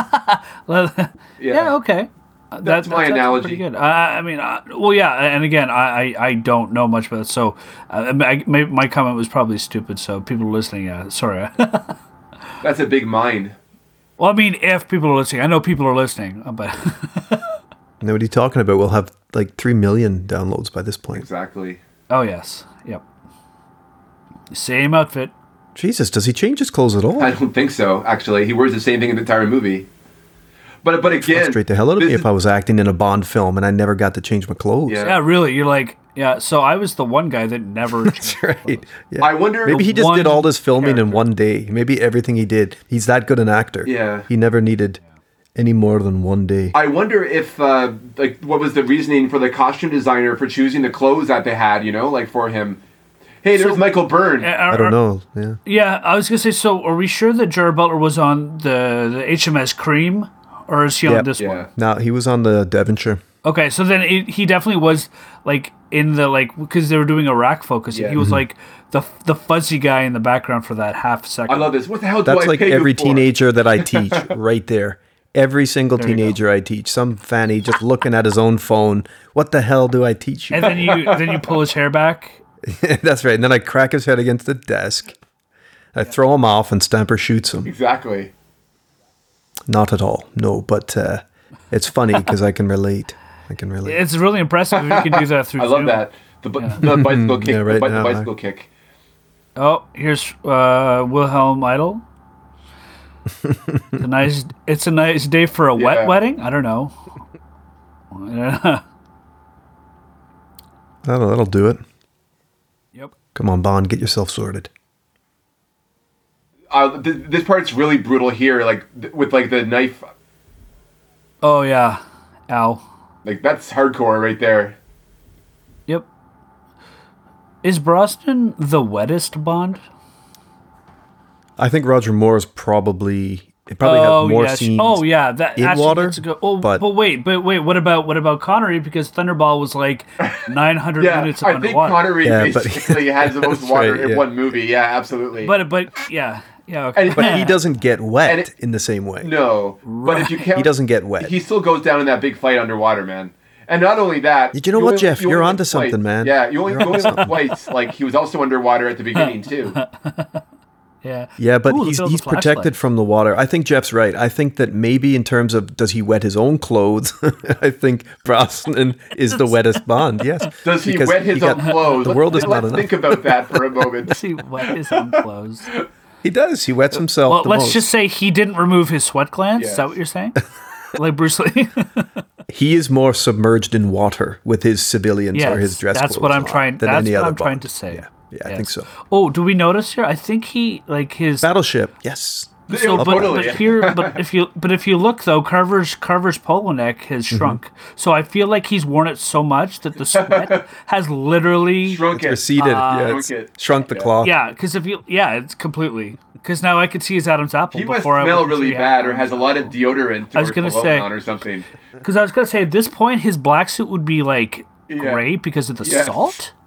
Speaker 2: Well, yeah. okay. Uh, that-
Speaker 3: That's my analogy.
Speaker 2: pretty good. I, I mean, uh, well, yeah, and again, I, I, I don't know much about it, so uh, I, my, my comment was probably stupid. So people listening, uh, sorry.
Speaker 3: that's a big mind.
Speaker 2: well, I mean, if people are listening, I know people are listening, uh, but
Speaker 1: Now, what are you talking about? We'll have like three million downloads by this point.
Speaker 3: Exactly.
Speaker 2: oh yes, yep, same outfit.
Speaker 1: Jesus, does he change his clothes at all?
Speaker 3: I don't think so. Actually, he wears the same thing in the entire movie. But but again,
Speaker 1: Straight the hell out of
Speaker 3: this
Speaker 1: me
Speaker 3: is-
Speaker 1: if I was acting in a Bond film and I never got to change my clothes.
Speaker 3: Yeah.
Speaker 2: Yeah, really, you're like, yeah. So I was the one guy that never.
Speaker 1: That's right. Yeah.
Speaker 3: I wonder-
Speaker 1: Maybe he just did
Speaker 2: One
Speaker 1: all this filming in
Speaker 3: character.
Speaker 1: one day. Maybe everything he did. He's that good an actor.
Speaker 3: Yeah.
Speaker 1: He never needed any more than one day.
Speaker 3: I wonder if uh, like what was the reasoning for the costume designer for choosing the clothes that they had, you know, like for him. Hey, there's Michael Byrne.
Speaker 2: eh,
Speaker 1: I don't know. Yeah.
Speaker 2: Uh, Yeah, I was gonna say. So, are we sure that Jared Butler was on the the HMS Cream, or is he on
Speaker 1: Yep.
Speaker 2: this one?
Speaker 3: yeah.
Speaker 1: Now he was on the Devonshire.
Speaker 2: Okay, so then it, he definitely was like in the like because they were doing Iraq focus. and
Speaker 3: Yeah.
Speaker 2: He was like the the fuzzy guy in the background for that half second.
Speaker 3: I love this. What the hell do
Speaker 1: That's
Speaker 3: I
Speaker 1: like
Speaker 3: pay you
Speaker 1: every
Speaker 3: for?
Speaker 1: teenager that I teach right there. Every single teenager I teach, some fanny just looking at his own phone. What the hell do I teach you?
Speaker 2: And then you then you pull his hair back.
Speaker 1: That's right. And then I crack his head against the desk. I throw him off, and Stamper shoots him.
Speaker 3: Exactly.
Speaker 1: Not at all. No, but uh, it's funny because I can relate. I can relate.
Speaker 2: It's really impressive if you can do that through.
Speaker 3: I love
Speaker 2: Zoom.
Speaker 3: that. The, bu- the bicycle kick.
Speaker 1: Yeah, right
Speaker 3: the, bi-
Speaker 1: now,
Speaker 3: the bicycle kick.
Speaker 2: Oh, here's uh, Wilhelm Idol. it's a nice. It's a nice day for a
Speaker 3: Yeah.
Speaker 2: wet wedding. I don't know.
Speaker 1: That'll, that'll do it.
Speaker 2: yep.
Speaker 1: Come on, Bond, get yourself sorted.
Speaker 3: Uh, th- this part's really brutal here, like th- with like the knife.
Speaker 2: Oh yeah. Ow.
Speaker 3: Like that's hardcore right there.
Speaker 2: Yep. Is Brosnan the wettest Bond?
Speaker 1: I think Roger Moore's probably it probably had more
Speaker 2: yes.
Speaker 1: scenes.
Speaker 2: Oh yeah, that
Speaker 1: in
Speaker 2: actually,
Speaker 1: water,
Speaker 2: that's a good- Oh,
Speaker 1: but-
Speaker 2: but, wait, but wait, what about what about Connery? Because Thunderball was like 900
Speaker 3: Yeah,
Speaker 2: minutes of
Speaker 3: I think
Speaker 2: underwater.
Speaker 3: Connery
Speaker 1: Yeah, but-
Speaker 3: basically has the most
Speaker 1: That's
Speaker 3: water
Speaker 1: right,
Speaker 3: in
Speaker 1: yeah.
Speaker 3: one movie. Yeah, absolutely.
Speaker 2: but but yeah, yeah. Okay.
Speaker 3: And-
Speaker 1: But he doesn't get wet
Speaker 3: And it-
Speaker 1: in the same way.
Speaker 3: no, but if you count,
Speaker 1: He doesn't get wet.
Speaker 3: He still goes down in that big fight underwater, man. And not only that,
Speaker 1: You know what, Jeff? You're
Speaker 3: only
Speaker 1: onto
Speaker 3: live
Speaker 1: something,
Speaker 3: twice.
Speaker 1: man.
Speaker 3: Yeah, you only you only live twice. Like he was also underwater at the beginning too.
Speaker 2: yeah.
Speaker 1: Yeah, but
Speaker 2: Ooh, look
Speaker 1: he's,
Speaker 2: at all the
Speaker 1: he's protected
Speaker 2: flashlights.
Speaker 1: from the water. I think Jeff's right. I think that maybe in terms of does he wet his own clothes, I think Brosnan is the wettest Bond. Yes.
Speaker 3: Does he
Speaker 1: Because
Speaker 3: wet his
Speaker 1: got-
Speaker 3: own clothes?
Speaker 1: The world is
Speaker 3: Let's-
Speaker 1: not
Speaker 3: let's
Speaker 1: enough.
Speaker 3: think about that for a moment.
Speaker 2: See what is enclosed.
Speaker 1: He does. He wets himself.
Speaker 2: Well,
Speaker 1: the
Speaker 2: let's
Speaker 1: most.
Speaker 2: just say he didn't remove his sweat glands. Is
Speaker 3: Yes.
Speaker 2: that what you're saying? like Bruce Lee.
Speaker 1: He is more submerged in water with his civilians
Speaker 2: yes,
Speaker 1: or his dress
Speaker 2: that's
Speaker 1: clothes
Speaker 2: what I'm
Speaker 1: on
Speaker 2: trying.
Speaker 1: than
Speaker 2: That's
Speaker 1: any
Speaker 2: what
Speaker 1: other
Speaker 2: I'm trying
Speaker 1: Bond.
Speaker 2: to say.
Speaker 1: Yeah, yeah, I think
Speaker 2: Yes.
Speaker 1: so.
Speaker 2: Oh, do we notice here? I think he like his
Speaker 1: Battleship. Yes.
Speaker 2: So, but,
Speaker 3: totally.
Speaker 2: but here, but if you but if you look though, Carver's Carver's polo neck has shrunk. So I feel like he's worn it so much that the sweat has literally
Speaker 3: Shrunk it.
Speaker 2: uh,
Speaker 1: Receded. yeah, it's
Speaker 3: okay.
Speaker 1: shrunk the cloth.
Speaker 2: yeah. Because if you yeah, it's completely because now I could see his Adam's apple.
Speaker 3: He must
Speaker 2: before I
Speaker 3: smell
Speaker 2: would
Speaker 3: really
Speaker 2: see
Speaker 3: bad, or has a lot of deodorant to
Speaker 2: I was
Speaker 3: wear
Speaker 2: gonna
Speaker 3: cologne
Speaker 2: say-
Speaker 3: on or something.
Speaker 2: Because I was gonna say at this point his black suit would be like
Speaker 3: Yeah.
Speaker 2: gray because of the
Speaker 3: Yes.
Speaker 2: salt.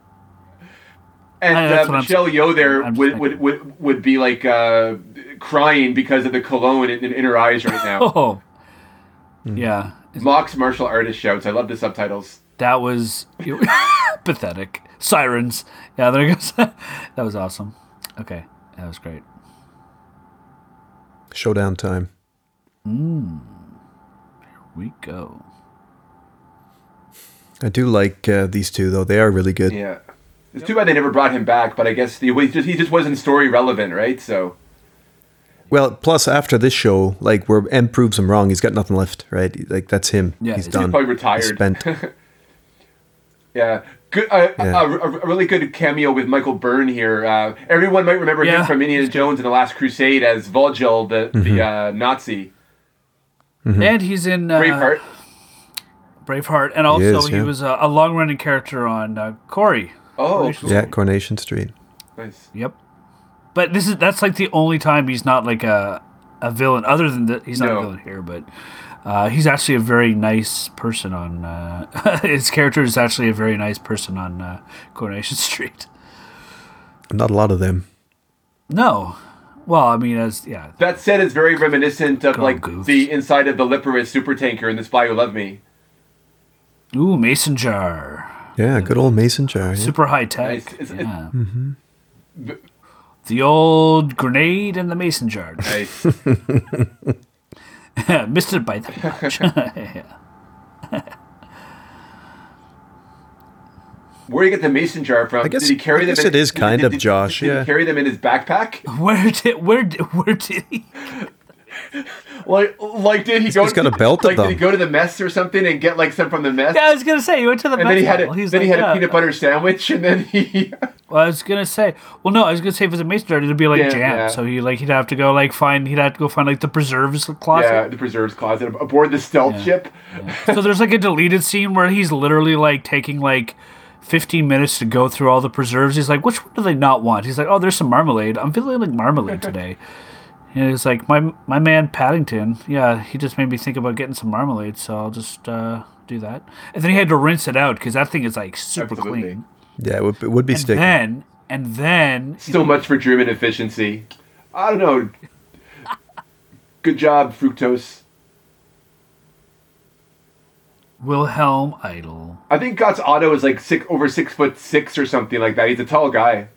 Speaker 3: And
Speaker 2: I- that's
Speaker 3: uh,
Speaker 2: what I'm-
Speaker 3: Michelle Yeoh there
Speaker 2: I'm just
Speaker 3: would,
Speaker 2: thinking.
Speaker 3: would, would would be like uh, crying because of the cologne in, in her eyes right now.
Speaker 2: Oh, yeah.
Speaker 3: Mox martial artist shouts. I love the subtitles.
Speaker 2: That was pathetic. Sirens. Yeah, there goes. that was awesome. Okay, that was great.
Speaker 1: Showdown time.
Speaker 2: We go.
Speaker 1: I do like uh, these two though. They are really good.
Speaker 3: Yeah, it's too bad they never brought him back. But I guess he was just he just wasn't story relevant, right? So
Speaker 1: Well, plus after this show, like where M proves him wrong, he's got nothing left, right? Like that's him.
Speaker 2: Yeah,
Speaker 1: he's
Speaker 2: he's
Speaker 1: done.
Speaker 3: probably retired.
Speaker 1: He's spent.
Speaker 3: yeah. Good, uh,
Speaker 1: Yeah.
Speaker 3: A, a- a really good cameo with Michael Byrne here. Uh, everyone might remember
Speaker 2: Yeah.
Speaker 3: him from Indiana Jones and the Last Crusade as Volgil, the, the uh,
Speaker 1: Mm-hmm.
Speaker 3: Nazi.
Speaker 2: And he's in uh,
Speaker 3: Hmm. Braveheart.
Speaker 2: Braveheart, and also he,
Speaker 1: is, yeah.
Speaker 2: was a, a long-running character on uh, Corey.
Speaker 3: Oh, cool.
Speaker 1: yeah, Coronation Street.
Speaker 3: nice.
Speaker 2: Yep. But this is that's like the only time he's not like a a villain, other than that he's not
Speaker 3: No.
Speaker 2: a villain here, but. Uh, he's actually a very nice person on. Uh, his character is actually a very nice person on uh, Coronation Street.
Speaker 1: Not a lot of them.
Speaker 2: No, well, I mean, as yeah,
Speaker 3: That set is very reminiscent of
Speaker 2: Go
Speaker 3: like
Speaker 2: Goofs.
Speaker 3: the inside of the Lipperous super tanker in The Spy Who Loved Me.
Speaker 2: ooh, mason jar,
Speaker 1: Yeah, good old Mason jar. yeah.
Speaker 2: super high tech.
Speaker 3: Nice. It's- it's-
Speaker 2: yeah. The old grenade and the mason jar.
Speaker 3: Nice.
Speaker 2: Missed it by that much. Yeah.
Speaker 3: Where do you get the mason jar from?
Speaker 1: I guess-
Speaker 3: did he carry
Speaker 1: I guess
Speaker 3: them in-
Speaker 1: it is kind
Speaker 3: did-
Speaker 1: of
Speaker 3: did-
Speaker 1: Josh,
Speaker 3: Did
Speaker 1: yeah.
Speaker 3: he carry them in his backpack?
Speaker 2: Where did where did, where did he?
Speaker 3: Like, like did he go?
Speaker 1: he's
Speaker 3: to-
Speaker 1: got a belt of
Speaker 3: Like, did he
Speaker 1: them.
Speaker 3: go to the mess or something and get like some from the mess?
Speaker 2: Yeah, I was gonna say he went to the.
Speaker 3: and then he
Speaker 2: mess
Speaker 3: had a,
Speaker 2: hall. He's
Speaker 3: then he
Speaker 2: like,
Speaker 3: had
Speaker 2: yeah.
Speaker 3: a peanut butter sandwich, and then he.
Speaker 2: Well, I was gonna say. Well, no, I was gonna say if it's a mason jar, it'd be like
Speaker 3: Yeah,
Speaker 2: jam.
Speaker 3: yeah.
Speaker 2: So he like he'd have to go like find he'd have to go find like the preserves
Speaker 3: yeah,
Speaker 2: closet.
Speaker 3: the preserves closet aboard the stealth ship.
Speaker 2: so there's like a deleted scene where he's literally like taking like. 15 minutes to go through all the preserves. He's like, which one do they not want? He's like, oh, there's some marmalade. I'm feeling like marmalade today. and he's like, my my man Paddington, yeah, he just made me think about getting some marmalade, so I'll just uh, do that. And then he had to rinse it out because that thing is like super
Speaker 3: Absolutely.
Speaker 2: clean.
Speaker 1: Yeah, it would, it would be sticky.
Speaker 2: Then and then
Speaker 3: So much for German efficiency. I don't know. Good job, fructose.
Speaker 2: Wilhelm Idol.
Speaker 3: I think Gott's Otto is like six over six foot six or something like that. He's a tall guy.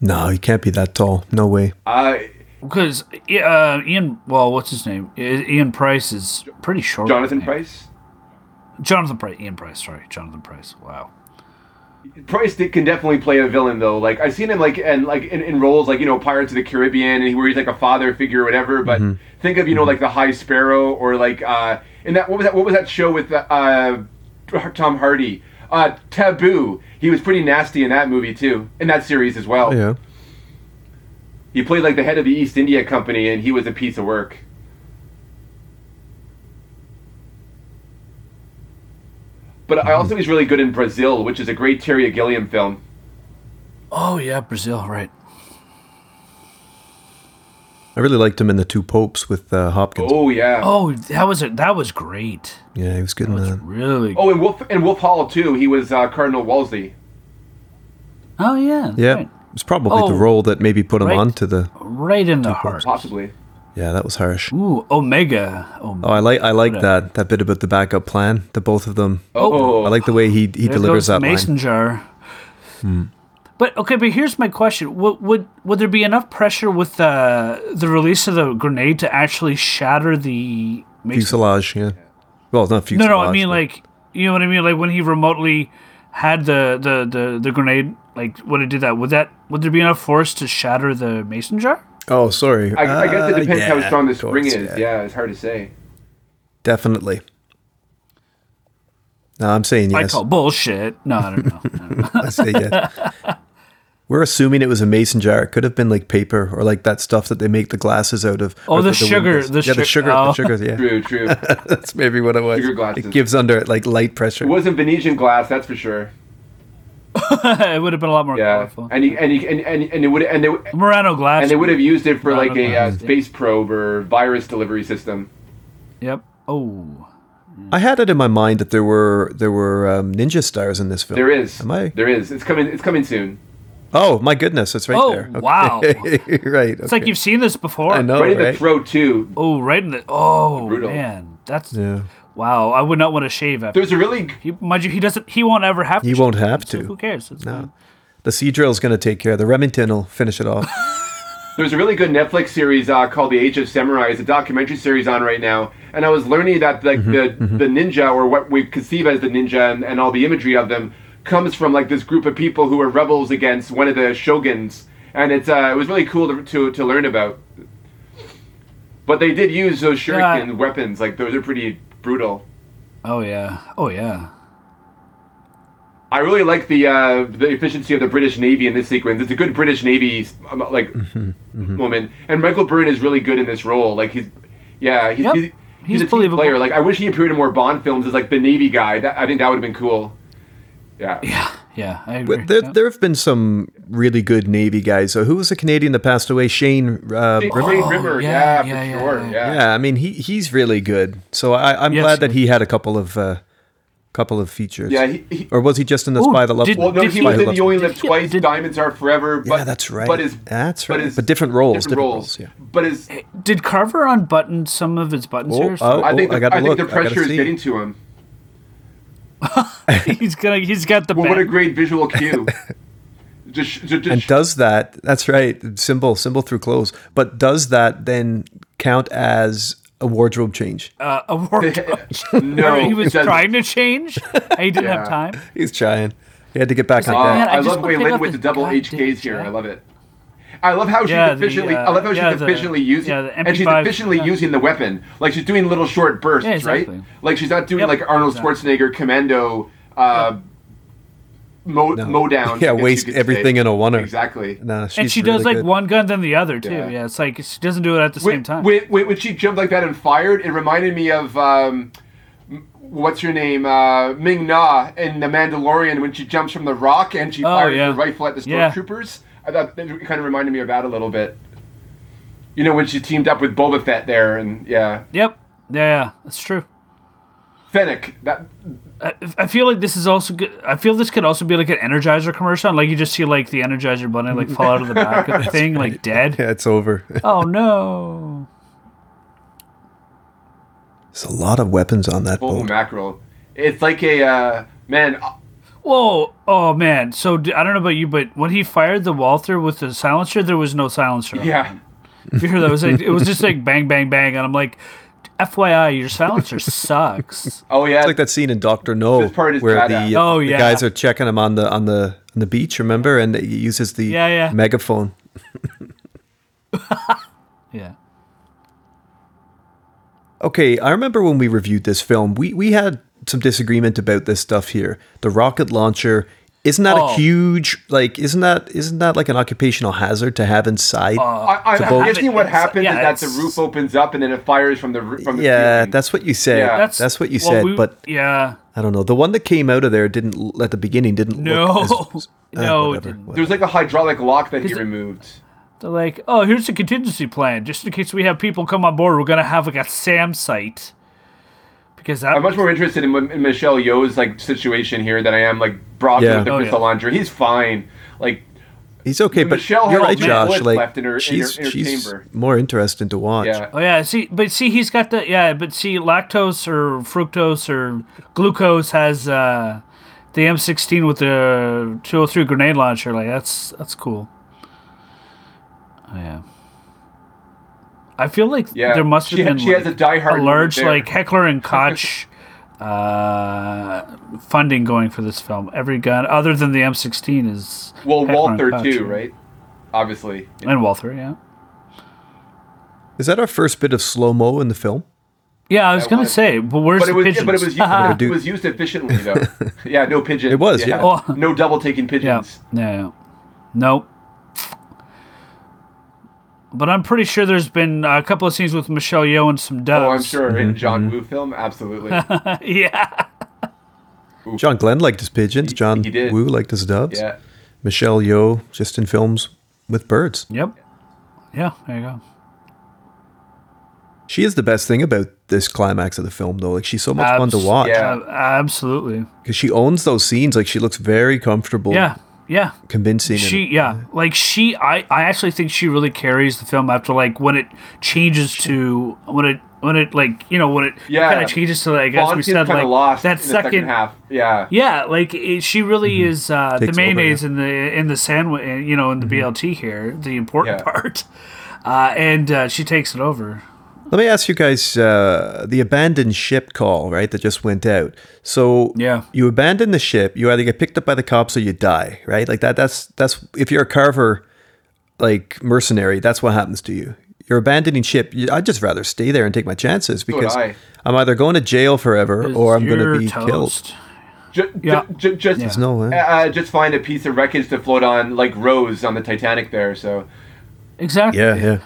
Speaker 1: No, he can't be that tall. No way.
Speaker 3: Uh,
Speaker 2: Because uh, Ian, well, what's his name? I- Ian Price is pretty short.
Speaker 3: Jonathan
Speaker 2: I think.
Speaker 3: Price.
Speaker 2: Jonathan Price. Ian Price. Sorry, Jonathan Price. Wow.
Speaker 3: Price did, can definitely play a villain though. Like I've seen him like and like in, in roles like you know Pirates of the Caribbean and where he's like a father figure or whatever. But think of you know like the High Sparrow or like uh in that what was that what was that show with uh Tom Hardy uh Taboo. He was pretty nasty in that movie too in that series as
Speaker 2: Oh.
Speaker 3: well.
Speaker 1: Yeah.
Speaker 3: He played like the head of the East India Company and he was a piece of work. But I also think he's really good in Brazil, which is a great Terry Gilliam film.
Speaker 2: Oh yeah, Brazil, right?
Speaker 1: I really liked him in the Two Popes with uh, Hopkins.
Speaker 3: Oh yeah.
Speaker 2: Oh, that was a, that was great.
Speaker 1: Yeah, he was good
Speaker 2: That
Speaker 1: in
Speaker 2: was
Speaker 1: that.
Speaker 2: really.
Speaker 3: Oh, and Wolf and Wolf Hall too. He was uh, Cardinal Wolsey.
Speaker 2: Oh yeah. that's
Speaker 1: Yeah,
Speaker 2: Right.
Speaker 1: it's probably the
Speaker 2: Oh,
Speaker 1: role that maybe put him
Speaker 2: right.
Speaker 1: on to the.
Speaker 2: Right in the heart.
Speaker 3: Possibly.
Speaker 1: Yeah, that was harsh.
Speaker 2: Ooh, Omega. Oh,
Speaker 1: Oh, I like I like
Speaker 2: What a-
Speaker 1: that that bit about the backup plan. The both of them.
Speaker 3: Oh,
Speaker 1: I like the way he he
Speaker 2: there
Speaker 1: delivers
Speaker 2: goes
Speaker 1: that
Speaker 2: Mason
Speaker 1: line. Hmm.
Speaker 2: jar. But okay, but here's my question: would, would would there be enough pressure with uh, the release of the grenade to actually shatter the Mason?
Speaker 1: Fuselage, yeah. Well, not
Speaker 2: No,
Speaker 1: fuselage.
Speaker 2: no, I mean
Speaker 1: but-
Speaker 2: like you know what I mean, like when he remotely had the the the, the grenade, like when it did that, would that would there be enough force to shatter the mason jar?
Speaker 1: Oh, sorry.
Speaker 3: I, I guess it
Speaker 1: Uh,
Speaker 3: depends how
Speaker 1: yeah,
Speaker 3: strong the
Speaker 1: of
Speaker 3: spring
Speaker 1: course,
Speaker 3: is. Yeah. it's hard to say.
Speaker 1: Definitely. No, I'm saying
Speaker 2: I
Speaker 1: yes.
Speaker 2: call bullshit. No, I don't know. I don't know.
Speaker 1: I say yes. We're assuming it was a mason jar. It could have been like paper or like that stuff that they make the glasses out of.
Speaker 2: Oh,
Speaker 1: or
Speaker 2: the sugar,
Speaker 1: windows.
Speaker 2: the
Speaker 1: yeah, the
Speaker 2: su-
Speaker 1: sugar.
Speaker 2: oh.
Speaker 1: The sugar. Yeah,
Speaker 3: True, true. it
Speaker 1: that's maybe what it was.
Speaker 3: Sugar glasses.
Speaker 1: It gives under it like light pressure.
Speaker 3: wasn't Venetian glass, that's for sure.
Speaker 2: it would have been a lot more
Speaker 3: Yeah,
Speaker 2: colorful.
Speaker 3: and he, and, he, and and and it would and they
Speaker 2: Murano glass.
Speaker 3: and they would have used it for like a uh,
Speaker 2: Modernized it.
Speaker 3: space probe or virus delivery system.
Speaker 2: Yep. Oh,
Speaker 1: I had it in my mind that there were there were um, ninja stars in this film.
Speaker 3: There is.
Speaker 1: Am I?
Speaker 3: There is. It's coming. It's coming soon.
Speaker 1: Oh my goodness, it's right
Speaker 2: Oh,
Speaker 1: there.
Speaker 2: wow.
Speaker 1: right.
Speaker 2: it's like you've seen this before.
Speaker 1: I know.
Speaker 3: right in the
Speaker 1: Oh, right?
Speaker 3: throat too.
Speaker 2: Oh, right in the. Oh
Speaker 3: Brutal.
Speaker 2: man, that's
Speaker 1: Yeah.
Speaker 2: wow. I would not want to shave after.
Speaker 3: There's a really
Speaker 2: He, mind you, he doesn't. He won't ever have.
Speaker 1: He
Speaker 2: to
Speaker 1: won't
Speaker 2: shave,
Speaker 1: have
Speaker 2: so
Speaker 1: to.
Speaker 2: Who cares? It's fine.
Speaker 1: The sea drill's going to take care. of The Remington will finish it off.
Speaker 3: There's a really good Netflix series uh, called The Age of Samurai. It's a documentary series on right now, and I was learning that like the the ninja or what we conceive as the ninja and, and all the imagery of them comes from like this group of people who were rebels against one of the shoguns, and it's uh, it was really cool to, to to learn about. But they did use those shuriken
Speaker 2: Yeah.
Speaker 3: weapons. Like those are pretty brutal.
Speaker 2: Oh yeah. Oh yeah.
Speaker 3: I really like the uh, the efficiency of the British Navy in this sequence. It's a good British Navy um, like
Speaker 1: Mm-hmm,
Speaker 3: moment, and Michael Byrne is really good in this role. Like he's, yeah, he's
Speaker 2: Yep.
Speaker 3: he's,
Speaker 2: He's
Speaker 3: he's a team
Speaker 2: believable.
Speaker 3: player. Like I wish he appeared in more Bond films as like the Navy guy. That, I think that would have been cool. Yeah,
Speaker 2: Yeah. I agree.
Speaker 1: But there,
Speaker 2: Yeah.
Speaker 1: there have been some really good Navy guys. So who was the Canadian that passed away? Shane uh,
Speaker 3: Big
Speaker 1: Brimmer?
Speaker 3: Green River.
Speaker 2: yeah,
Speaker 3: Yeah,
Speaker 2: yeah, yeah,
Speaker 3: for sure.
Speaker 2: yeah.
Speaker 3: Yeah.
Speaker 1: Yeah, I mean he he's really good. So I, I'm
Speaker 2: Yes.
Speaker 1: glad that he had a couple of uh, couple of features.
Speaker 3: Yeah, he- he-
Speaker 1: or was he just in the
Speaker 2: Ooh,
Speaker 1: Spy that Loved
Speaker 2: did-
Speaker 1: Me?
Speaker 3: Well, no,
Speaker 2: Did
Speaker 3: he
Speaker 2: he-
Speaker 3: was in
Speaker 1: Spy Who
Speaker 3: You Only
Speaker 1: Loved Me.
Speaker 3: Live
Speaker 2: he-
Speaker 3: Twice,
Speaker 2: did-
Speaker 3: Diamonds Are Forever. But,
Speaker 1: Yeah, that's right.
Speaker 3: But his,
Speaker 1: That's
Speaker 3: but
Speaker 1: right.
Speaker 3: his
Speaker 1: But different roles,
Speaker 3: Different,
Speaker 1: different roles,
Speaker 3: roles.
Speaker 1: yeah.
Speaker 3: But his,
Speaker 2: Did Carver unbutton some of his buttons
Speaker 1: Oh,
Speaker 2: here? or
Speaker 1: oh.
Speaker 3: I think, the,
Speaker 1: I
Speaker 3: I
Speaker 1: gotta
Speaker 3: think
Speaker 1: look,
Speaker 3: the
Speaker 1: I gotta
Speaker 3: pressure is
Speaker 1: see.
Speaker 3: getting to him.
Speaker 2: something? he's gonna. He's got the.
Speaker 3: Well, what
Speaker 2: bat.
Speaker 3: a great visual cue. just, just, just
Speaker 1: And does that? That's right. Symbol symbol through clothes. But does that then count as a wardrobe change?
Speaker 2: uh, a work.
Speaker 3: no,
Speaker 2: he was
Speaker 3: it doesn't.
Speaker 2: trying to change. He didn't have
Speaker 3: Yeah.
Speaker 2: time.
Speaker 1: He's trying. He had to get back on
Speaker 2: like,
Speaker 1: that.
Speaker 3: Uh,
Speaker 2: Man, I
Speaker 3: I,
Speaker 2: just
Speaker 3: love
Speaker 2: wanna
Speaker 3: Wayne
Speaker 2: pick
Speaker 3: Lynn
Speaker 2: up
Speaker 3: with the
Speaker 2: this
Speaker 3: double
Speaker 2: goddamn
Speaker 3: HKs here.
Speaker 2: jack.
Speaker 3: I love it. I love how she's
Speaker 2: Yeah, the,
Speaker 3: efficiently.
Speaker 2: uh,
Speaker 3: I love how
Speaker 2: yeah,
Speaker 3: she's
Speaker 2: the-
Speaker 3: efficiently using,
Speaker 2: yeah, the
Speaker 3: and she's
Speaker 2: MP5,
Speaker 3: efficiently
Speaker 2: yeah.
Speaker 3: using the weapon. Like she's doing little short bursts,
Speaker 2: Yeah, exactly.
Speaker 3: right? Like she's not doing
Speaker 2: Yep,
Speaker 3: like Arnold
Speaker 2: exactly.
Speaker 3: Schwarzenegger commando uh, mow, mow down.
Speaker 1: Yeah,
Speaker 3: I guess you
Speaker 1: waste
Speaker 3: could
Speaker 1: everything
Speaker 3: say.
Speaker 1: in a oneer.
Speaker 3: Exactly.
Speaker 1: No, she's
Speaker 2: And she
Speaker 1: really
Speaker 2: does like
Speaker 1: good.
Speaker 2: one gun then the other too. Yeah.
Speaker 3: Yeah.
Speaker 2: it's like she doesn't do it at the
Speaker 3: When-
Speaker 2: same time.
Speaker 3: When, when, when she jumped like that and fired, it reminded me of um, m- what's her name, uh, Ming Na in The Mandalorian when she jumps from the rock and she
Speaker 2: Oh,
Speaker 3: fires
Speaker 2: yeah.
Speaker 3: her rifle at the
Speaker 2: Yeah.
Speaker 3: stormtroopers. I thought that kind of reminded me of that a little bit. You know when she teamed up with Boba Fett there, and yeah,
Speaker 2: yep. Yeah, yeah, that's true.
Speaker 3: Fennec. That
Speaker 2: I, I feel like this is also good. I feel this could also be like an Energizer commercial. and, Like you just see like the Energizer bunny like fall out of the back of the thing like dead.
Speaker 1: Yeah, it's over.
Speaker 2: Oh no!
Speaker 1: There's a lot of weapons on that
Speaker 3: oh
Speaker 1: boat.
Speaker 3: mackerel. It's like a uh, man. uh,
Speaker 2: Whoa! Oh man! So d- I don't know about you, but when he fired the Walther with the silencer, there was no silencer.
Speaker 3: Yeah,
Speaker 2: you heard that? It was like, it was just like bang, bang, bang, and I'm like, FYI, your silencer sucks.
Speaker 3: oh yeah.
Speaker 1: It's like that scene in Doctor No
Speaker 3: This part is
Speaker 1: where
Speaker 3: badass.
Speaker 1: the,
Speaker 2: Oh,
Speaker 1: the
Speaker 2: yeah.
Speaker 1: guys are checking him on the on the on the beach. Remember, and he uses the
Speaker 2: Yeah, yeah.
Speaker 1: megaphone.
Speaker 2: Yeah.
Speaker 1: Okay, I remember when we reviewed this film, we we had some disagreement about this stuff here. The rocket launcher Isn't that a
Speaker 2: Oh.
Speaker 1: huge like? Isn't that isn't that like an occupational hazard to have inside?
Speaker 2: Oh.
Speaker 3: I, I,
Speaker 1: boat.
Speaker 3: I'm guessing what happens
Speaker 2: Yeah,
Speaker 3: is that the
Speaker 2: it's-
Speaker 3: roof opens up and then it fires from the roo- from the
Speaker 1: yeah,
Speaker 3: ceiling.
Speaker 1: that's what you said.
Speaker 3: Yeah.
Speaker 1: That's, what you
Speaker 2: well,
Speaker 1: said.
Speaker 2: we-
Speaker 1: but
Speaker 2: yeah,
Speaker 1: I don't know. The one that came out of there didn't l- at the beginning didn't
Speaker 2: no,
Speaker 1: look. as- uh,
Speaker 2: no. it
Speaker 1: whatever,
Speaker 2: didn't.
Speaker 1: whatever.
Speaker 3: there's like a hydraulic lock that he
Speaker 2: it-
Speaker 3: removed.
Speaker 2: They're like, oh, here's a contingency plan. Just in case we have people come on board, we're gonna have like a SAM site. Because that
Speaker 3: I'm much more interested in, in Michelle Yeoh's like situation here than I am like Brogdon
Speaker 1: Yeah.
Speaker 3: with the
Speaker 2: Oh, yeah.
Speaker 3: crystal laundry. He's fine. Like
Speaker 1: He's okay, but
Speaker 3: Michelle
Speaker 1: you're
Speaker 3: had
Speaker 1: right,
Speaker 3: all
Speaker 1: Josh.
Speaker 3: bullets
Speaker 1: Like
Speaker 3: left in her- in her-
Speaker 1: she's
Speaker 3: in her
Speaker 1: she's
Speaker 3: chamber.
Speaker 1: more interesting to watch.
Speaker 3: yeah,
Speaker 2: Oh yeah, see, but see, he's got the yeah, but see, lactose or fructose or glucose has uh, the M16 with the 203 grenade launcher. Like that's that's cool. Oh, yeah, I feel like
Speaker 3: Yeah,
Speaker 2: there must
Speaker 3: she
Speaker 2: have
Speaker 3: ha-
Speaker 2: been
Speaker 3: she has
Speaker 2: like,
Speaker 3: a diehard woman
Speaker 2: large
Speaker 3: there.
Speaker 2: like heckler and Koch uh, funding going for this film. Every gun other than the M16 is
Speaker 3: well
Speaker 2: Heckler and
Speaker 3: Walther
Speaker 2: Koch,
Speaker 3: too,
Speaker 2: yeah.
Speaker 3: right? Obviously,
Speaker 2: And Walther, yeah.
Speaker 1: Is that our first bit of slow mo in the film?
Speaker 2: Yeah, I was
Speaker 3: That
Speaker 2: gonna
Speaker 3: was-
Speaker 2: say, but where's
Speaker 3: but it
Speaker 2: the
Speaker 3: was
Speaker 2: pigeons?
Speaker 3: but it was
Speaker 1: They're
Speaker 3: used,
Speaker 1: do-
Speaker 3: it was used efficiently though. yeah, no pigeons.
Speaker 1: It was, yeah.
Speaker 2: Oh.
Speaker 3: no double taking
Speaker 2: Yeah,
Speaker 3: pigeons.
Speaker 2: yeah, yeah. Nope. But I'm pretty sure there's been a couple of scenes with Michelle Yeoh and some doves.
Speaker 3: Oh, I'm sure in
Speaker 1: Mm-hmm,
Speaker 3: John Woo film, absolutely.
Speaker 2: yeah.
Speaker 1: John Glenn liked his pigeons. John
Speaker 3: he did.
Speaker 1: Woo liked his doves.
Speaker 3: yeah.
Speaker 1: Michelle Yeoh just in films with birds.
Speaker 2: Yep. Yeah. There you go.
Speaker 1: She is the best thing about this climax of the film, though. Like she's so much fun to
Speaker 2: Abs-
Speaker 1: watch
Speaker 3: yeah.
Speaker 2: Uh, absolutely.
Speaker 1: because she owns those scenes. Like she looks very comfortable,
Speaker 2: Yeah. Yeah.
Speaker 1: convincing. and-
Speaker 2: She. Yeah. Like she. I. I actually think she really carries the film after like when it changes to when it when it like you know when it
Speaker 3: Yeah.
Speaker 2: kind of changes to like as
Speaker 3: Bond
Speaker 2: we
Speaker 3: seems
Speaker 2: said
Speaker 3: kind of
Speaker 2: like
Speaker 3: lost
Speaker 2: that
Speaker 3: in the second half. Yeah.
Speaker 2: Yeah, like it, she really is uh, the
Speaker 1: Mm-hmm. Takes over, Mm-hmm.
Speaker 2: mayonnaise in the in the sandwich, you know, in the BLT here, the important
Speaker 3: Yeah.
Speaker 2: part, uh, and uh, she takes it over.
Speaker 1: Let me ask you guys uh, the abandoned ship call, right? That just went out. So
Speaker 2: Yeah.
Speaker 1: you abandon the ship. You either get picked up by the cops or you die, right? Like that. That's that's if you're a carver, like mercenary, that's what happens to you. You're abandoning ship. You- I'd just rather stay there and take my chances
Speaker 3: would
Speaker 1: because
Speaker 3: I.
Speaker 1: I'm either going to jail forever or I'm going to
Speaker 2: You're
Speaker 1: be killed.
Speaker 2: toast.
Speaker 3: Ju- ju-
Speaker 2: Yeah.
Speaker 3: ju- just
Speaker 2: There's
Speaker 1: no way.
Speaker 3: Uh, just find a piece of wreckage to float on, like Rose on the Titanic there. So,
Speaker 2: Exactly.
Speaker 1: Yeah, yeah.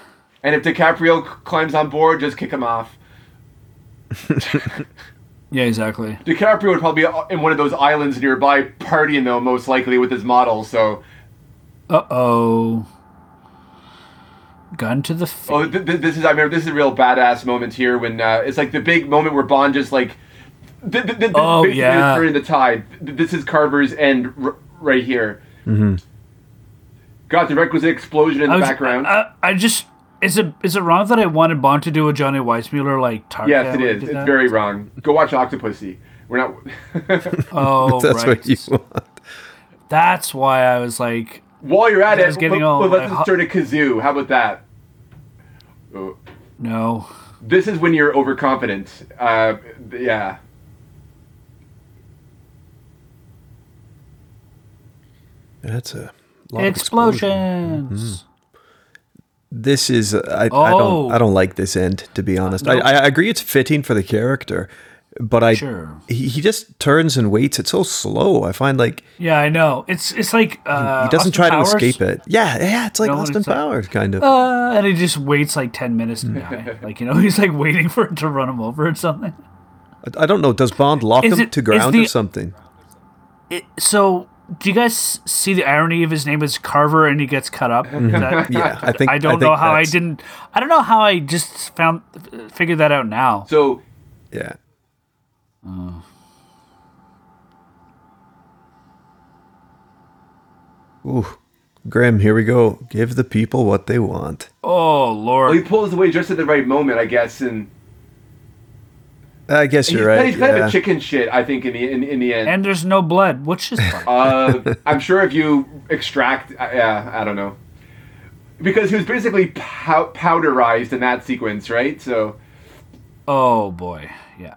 Speaker 3: and if DiCaprio c- climbs on board, just kick him off.
Speaker 2: Yeah. Exactly.
Speaker 3: DiCaprio would probably be uh, in one of those islands nearby, partying though, most likely with his model. So,
Speaker 2: Uh oh. Gun to the. F-
Speaker 3: oh, th- th- this is I remember this is a real badass moment here when uh, it's like the big moment where Bond just like, th- th- th-
Speaker 2: Oh,
Speaker 3: basically
Speaker 2: yeah.
Speaker 3: is turning the tide. Th- This is Carver's end r- right here. Got the requisite explosion in
Speaker 2: Mm-hmm.
Speaker 3: the
Speaker 2: I was-
Speaker 3: background.
Speaker 2: I, I just is it is it wrong that I wanted Bond to do a Johnny Weissmuller like target?
Speaker 3: yes, it is. It's very wrong. Go watch Octopussy. We're not.
Speaker 2: Oh,
Speaker 1: That's
Speaker 2: right.
Speaker 1: what you want.
Speaker 2: That's why I was like,
Speaker 3: While you're at
Speaker 2: I
Speaker 3: it,
Speaker 2: was getting
Speaker 3: let-
Speaker 2: all,
Speaker 3: let- let's
Speaker 2: like, ho-
Speaker 3: insert a kazoo. How about that? Oh,
Speaker 2: no.
Speaker 3: This is when you're overconfident. Uh, yeah.
Speaker 1: That's a lot of
Speaker 2: Explosions.
Speaker 1: Mm-hmm. This is uh, I, I
Speaker 2: Oh.
Speaker 1: don't I don't like this end to be honest.
Speaker 2: no.
Speaker 1: I, I agree it's fitting for the character, but I
Speaker 2: Sure.
Speaker 1: he, he just turns and waits. It's so slow. I find like
Speaker 2: Yeah, I know. It's it's like uh,
Speaker 1: he doesn't
Speaker 2: Austin
Speaker 1: try
Speaker 2: Powers,
Speaker 1: to escape it. Yeah, yeah, it's like
Speaker 2: No,
Speaker 1: Austin
Speaker 2: it's like-
Speaker 1: Powers kind of.
Speaker 2: Uh, and he just waits like ten minutes to die. like you know, he's like waiting for it to run him over or something.
Speaker 1: I, I don't know. Does Bond lock
Speaker 2: is
Speaker 1: him
Speaker 2: it-
Speaker 1: to
Speaker 2: is
Speaker 1: ground or
Speaker 2: the-
Speaker 1: something?
Speaker 2: It, so, do you guys see the irony of his name is Carver and he gets cut up? That-
Speaker 1: Yeah, I think
Speaker 2: I don't
Speaker 1: think
Speaker 2: know how I
Speaker 1: that's-
Speaker 2: didn't. I don't know how I just found figured that out now.
Speaker 3: So
Speaker 1: Yeah, ooh, Grim. Here we go. Give the people what they want.
Speaker 2: Oh
Speaker 3: well, he
Speaker 2: lord.
Speaker 3: pulls away just at the right moment, I guess, and
Speaker 1: I guess
Speaker 3: he's,
Speaker 1: you're
Speaker 3: kind,
Speaker 1: right.
Speaker 3: he's kind of
Speaker 1: yeah.
Speaker 3: a chicken shit, I think, in the in, in the end.
Speaker 2: And there's no blood, which is fine.
Speaker 3: Uh, I'm sure if you extract, uh, yeah, I don't know, because he was basically pow- powderized in that sequence, right? So
Speaker 2: oh boy. Yeah.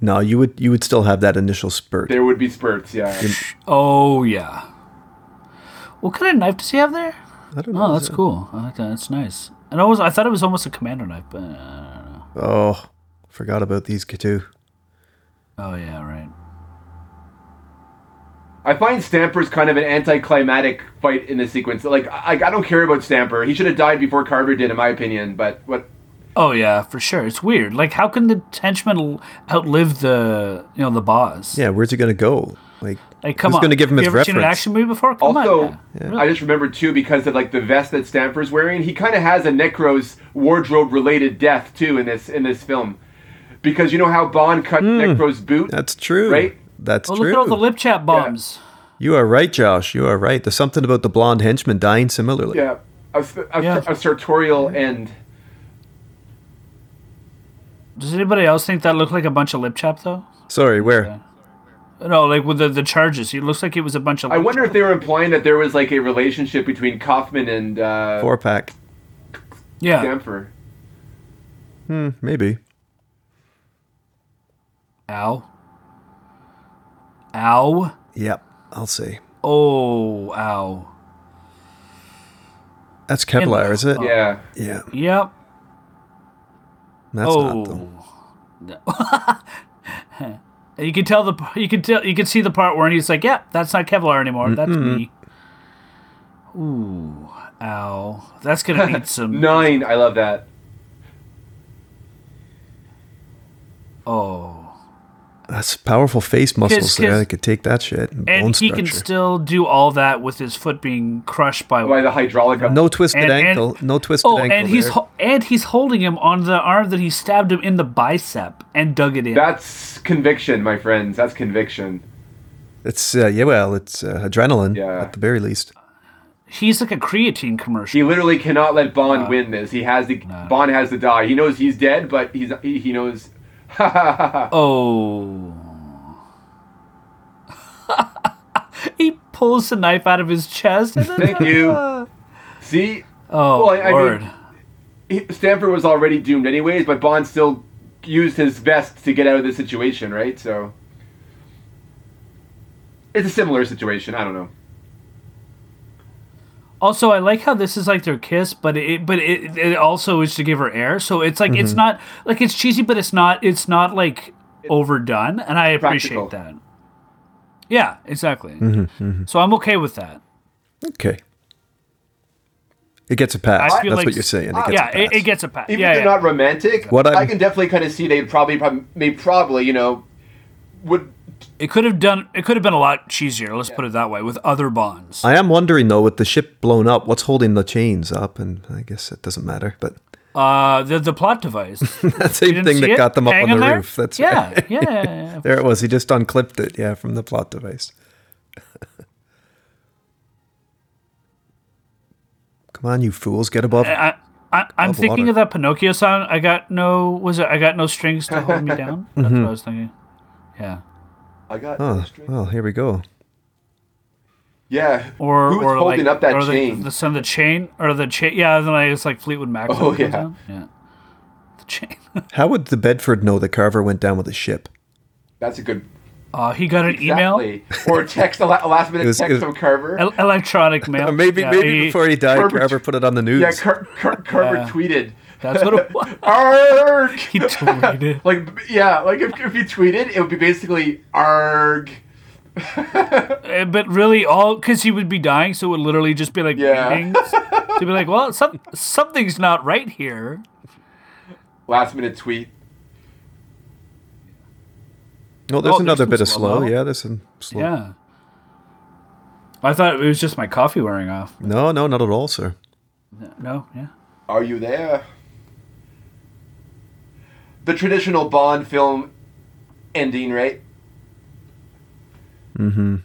Speaker 1: No, you would you would still have that initial spurt.
Speaker 3: there would be spurts, yeah.
Speaker 2: Oh yeah. What kind of knife does he have there?
Speaker 1: I
Speaker 3: Ah.
Speaker 1: don't know.
Speaker 2: Oh, that's cool. I like that. That's nice. And I was I thought it was almost a commando knife, but uh,
Speaker 1: Oh, forgot about these two.
Speaker 2: oh yeah, right.
Speaker 3: I find Stamper's kind of an anticlimactic fight in this sequence. Like, I, I don't care about Stamper. He should have died before Carver did, in my opinion. But what?
Speaker 2: Oh yeah, for sure. It's weird. Like, how can the henchman l- outlive the you know the boss?
Speaker 1: Yeah, where's he gonna go? Like,
Speaker 2: Like, come
Speaker 1: who's
Speaker 2: on.
Speaker 1: gonna give him
Speaker 2: you
Speaker 1: his
Speaker 2: ever Seen an
Speaker 1: reference?
Speaker 2: action movie before? Come
Speaker 3: Also,
Speaker 2: on. yeah. Really?
Speaker 3: I just remembered too because of like the vest that Stamper's wearing. He kind of has a Necro's wardrobe-related death too in this in this film, because you know how Bond cut Necro's boot.
Speaker 1: Hmm. That's true.
Speaker 3: Right?
Speaker 1: That's
Speaker 2: Oh,
Speaker 1: true.
Speaker 2: look at all the lip chat bombs.
Speaker 1: you are right, Josh. You are right. There's something about the blonde henchman dying similarly.
Speaker 3: yeah, a, a,
Speaker 2: Yeah.
Speaker 3: a sartorial end.
Speaker 2: Does anybody else think that looked like a bunch of lip chap though?
Speaker 1: Sorry, where?
Speaker 2: No, like with the, the charges. It looks like it was a bunch of.
Speaker 3: I
Speaker 2: lip
Speaker 3: wonder if they were implying that there was like a relationship between Kaufman and uh,
Speaker 1: Four pack.
Speaker 2: Yeah.
Speaker 3: Stamper.
Speaker 1: Hmm, maybe.
Speaker 2: Ow. Ow.
Speaker 1: Yep. I'll see.
Speaker 2: Oh, ow.
Speaker 1: That's Kevlar, is it?
Speaker 3: Yeah.
Speaker 1: Yeah.
Speaker 2: Yep.
Speaker 1: That's not though.
Speaker 2: oh. No. Oh. you can tell the p- you can tell you can see the part where he's like, "Yeah, that's not Kevlar anymore. That's
Speaker 1: Mm-hmm.
Speaker 2: me." Ooh, ow. That's going to need some
Speaker 3: Nine. I love that.
Speaker 2: oh.
Speaker 1: That's powerful face muscles there.
Speaker 2: his-
Speaker 1: They could take that shit. And
Speaker 2: And
Speaker 1: bone
Speaker 2: he
Speaker 1: structure.
Speaker 2: can still do all that with his foot being crushed by
Speaker 3: By the hydraulic.
Speaker 1: no twisted
Speaker 2: and- and-
Speaker 1: ankle. no twisted
Speaker 2: Oh,
Speaker 1: ankle.
Speaker 2: and he's
Speaker 1: there.
Speaker 2: ho- and he's holding him on the arm that he stabbed him in the bicep and dug it in.
Speaker 3: That's conviction, my friends. That's conviction.
Speaker 1: it's uh, yeah. Well, it's uh, adrenaline
Speaker 3: Yeah.
Speaker 1: at the very least.
Speaker 2: he's like a creatine commercial.
Speaker 3: He literally cannot let Bond win this. He has to. Bond has to die. He knows he's dead, but he's he, he knows.
Speaker 2: Oh. he pulls the knife out of his chest. And then,
Speaker 3: Thank you.
Speaker 1: Oh,
Speaker 3: See,
Speaker 2: Oh,
Speaker 3: Well, I- I mean-
Speaker 2: Lord.
Speaker 3: he- Stanford was already doomed anyways, but Bond still used his best to get out of this situation, right? So it's a similar situation. I don't know.
Speaker 2: also, I like how this is like their kiss, but it but it, it also is to give her air. So it's like
Speaker 1: Mm-hmm.
Speaker 2: it's not like it's cheesy, but it's not it's not like overdone, and I appreciate
Speaker 3: Practical.
Speaker 2: that. Yeah, exactly.
Speaker 1: Mm-hmm,
Speaker 2: So I'm okay with that.
Speaker 1: Okay. It gets a pass.
Speaker 2: I feel
Speaker 1: That's
Speaker 2: like-
Speaker 1: what you're saying. It gets
Speaker 2: yeah,
Speaker 1: a pass.
Speaker 2: it, it gets a pass.
Speaker 3: Even
Speaker 2: yeah,
Speaker 3: if they're
Speaker 2: yeah.
Speaker 3: not romantic,
Speaker 1: What I'm-
Speaker 3: I can definitely kind of see they probably, probably, may probably, you know, would
Speaker 2: it could have done. It could have been a lot cheesier. Let's put it that way. With other bonds.
Speaker 1: I am wondering though, with the ship blown up, what's holding the chains up? And I guess it doesn't matter. But
Speaker 2: Uh, the the plot device.
Speaker 1: that same thing that got them up on the roof. That's
Speaker 2: yeah,
Speaker 1: right.
Speaker 2: yeah, yeah, yeah.
Speaker 1: There it was. He just unclipped it. Yeah, from the plot device. Come on, you fools! Get above.
Speaker 2: I, I, I'm
Speaker 1: Above
Speaker 2: thinking
Speaker 1: water.
Speaker 2: of that Pinocchio song. I got no was it? I got no strings to hold me down. That's
Speaker 1: Mm-hmm.
Speaker 2: what I was thinking. Yeah,
Speaker 3: I got
Speaker 1: Oh, well, here we go.
Speaker 3: yeah.
Speaker 2: or
Speaker 3: who's
Speaker 2: or
Speaker 3: holding
Speaker 2: like,
Speaker 3: up that
Speaker 2: or the,
Speaker 3: chain?
Speaker 2: The son, the chain, or the chain. Yeah, then I it's like Fleetwood Mac.
Speaker 3: Oh,
Speaker 2: that comes
Speaker 3: yeah.
Speaker 2: down. yeah. The chain.
Speaker 1: How would the Bedford know that Carver went down with the ship?
Speaker 3: That's a good
Speaker 2: Uh, he got an email,
Speaker 3: exactly. Or a text, a la- a last minute
Speaker 1: It was-
Speaker 3: text
Speaker 1: it was-
Speaker 3: from Carver.
Speaker 2: El- electronic mail.
Speaker 1: Or Uh, maybe,
Speaker 2: Yeah,
Speaker 1: maybe
Speaker 2: he-
Speaker 1: before he died,
Speaker 3: Carver-
Speaker 1: Carver put it on the news.
Speaker 3: yeah, Car- Car- Carver
Speaker 1: Uh.
Speaker 3: tweeted.
Speaker 2: That's what it was.
Speaker 3: Arg!
Speaker 2: He tweeted.
Speaker 3: like, yeah, like if, if you tweeted, it would be basically arg.
Speaker 2: Uh, but really all because he would be dying so it would literally just be like
Speaker 3: Yeah.
Speaker 2: readings. to be like well some, something's not right here
Speaker 3: Last minute tweet.
Speaker 1: No, there's
Speaker 2: Oh, there's
Speaker 1: another
Speaker 2: some
Speaker 1: bit of
Speaker 2: slow-mo.
Speaker 1: slow. Yeah, there's some slow.
Speaker 2: yeah i thought it was just my coffee wearing off
Speaker 1: No, no, not at all, sir.
Speaker 2: no yeah
Speaker 3: Are you there? The traditional Bond film ending, right?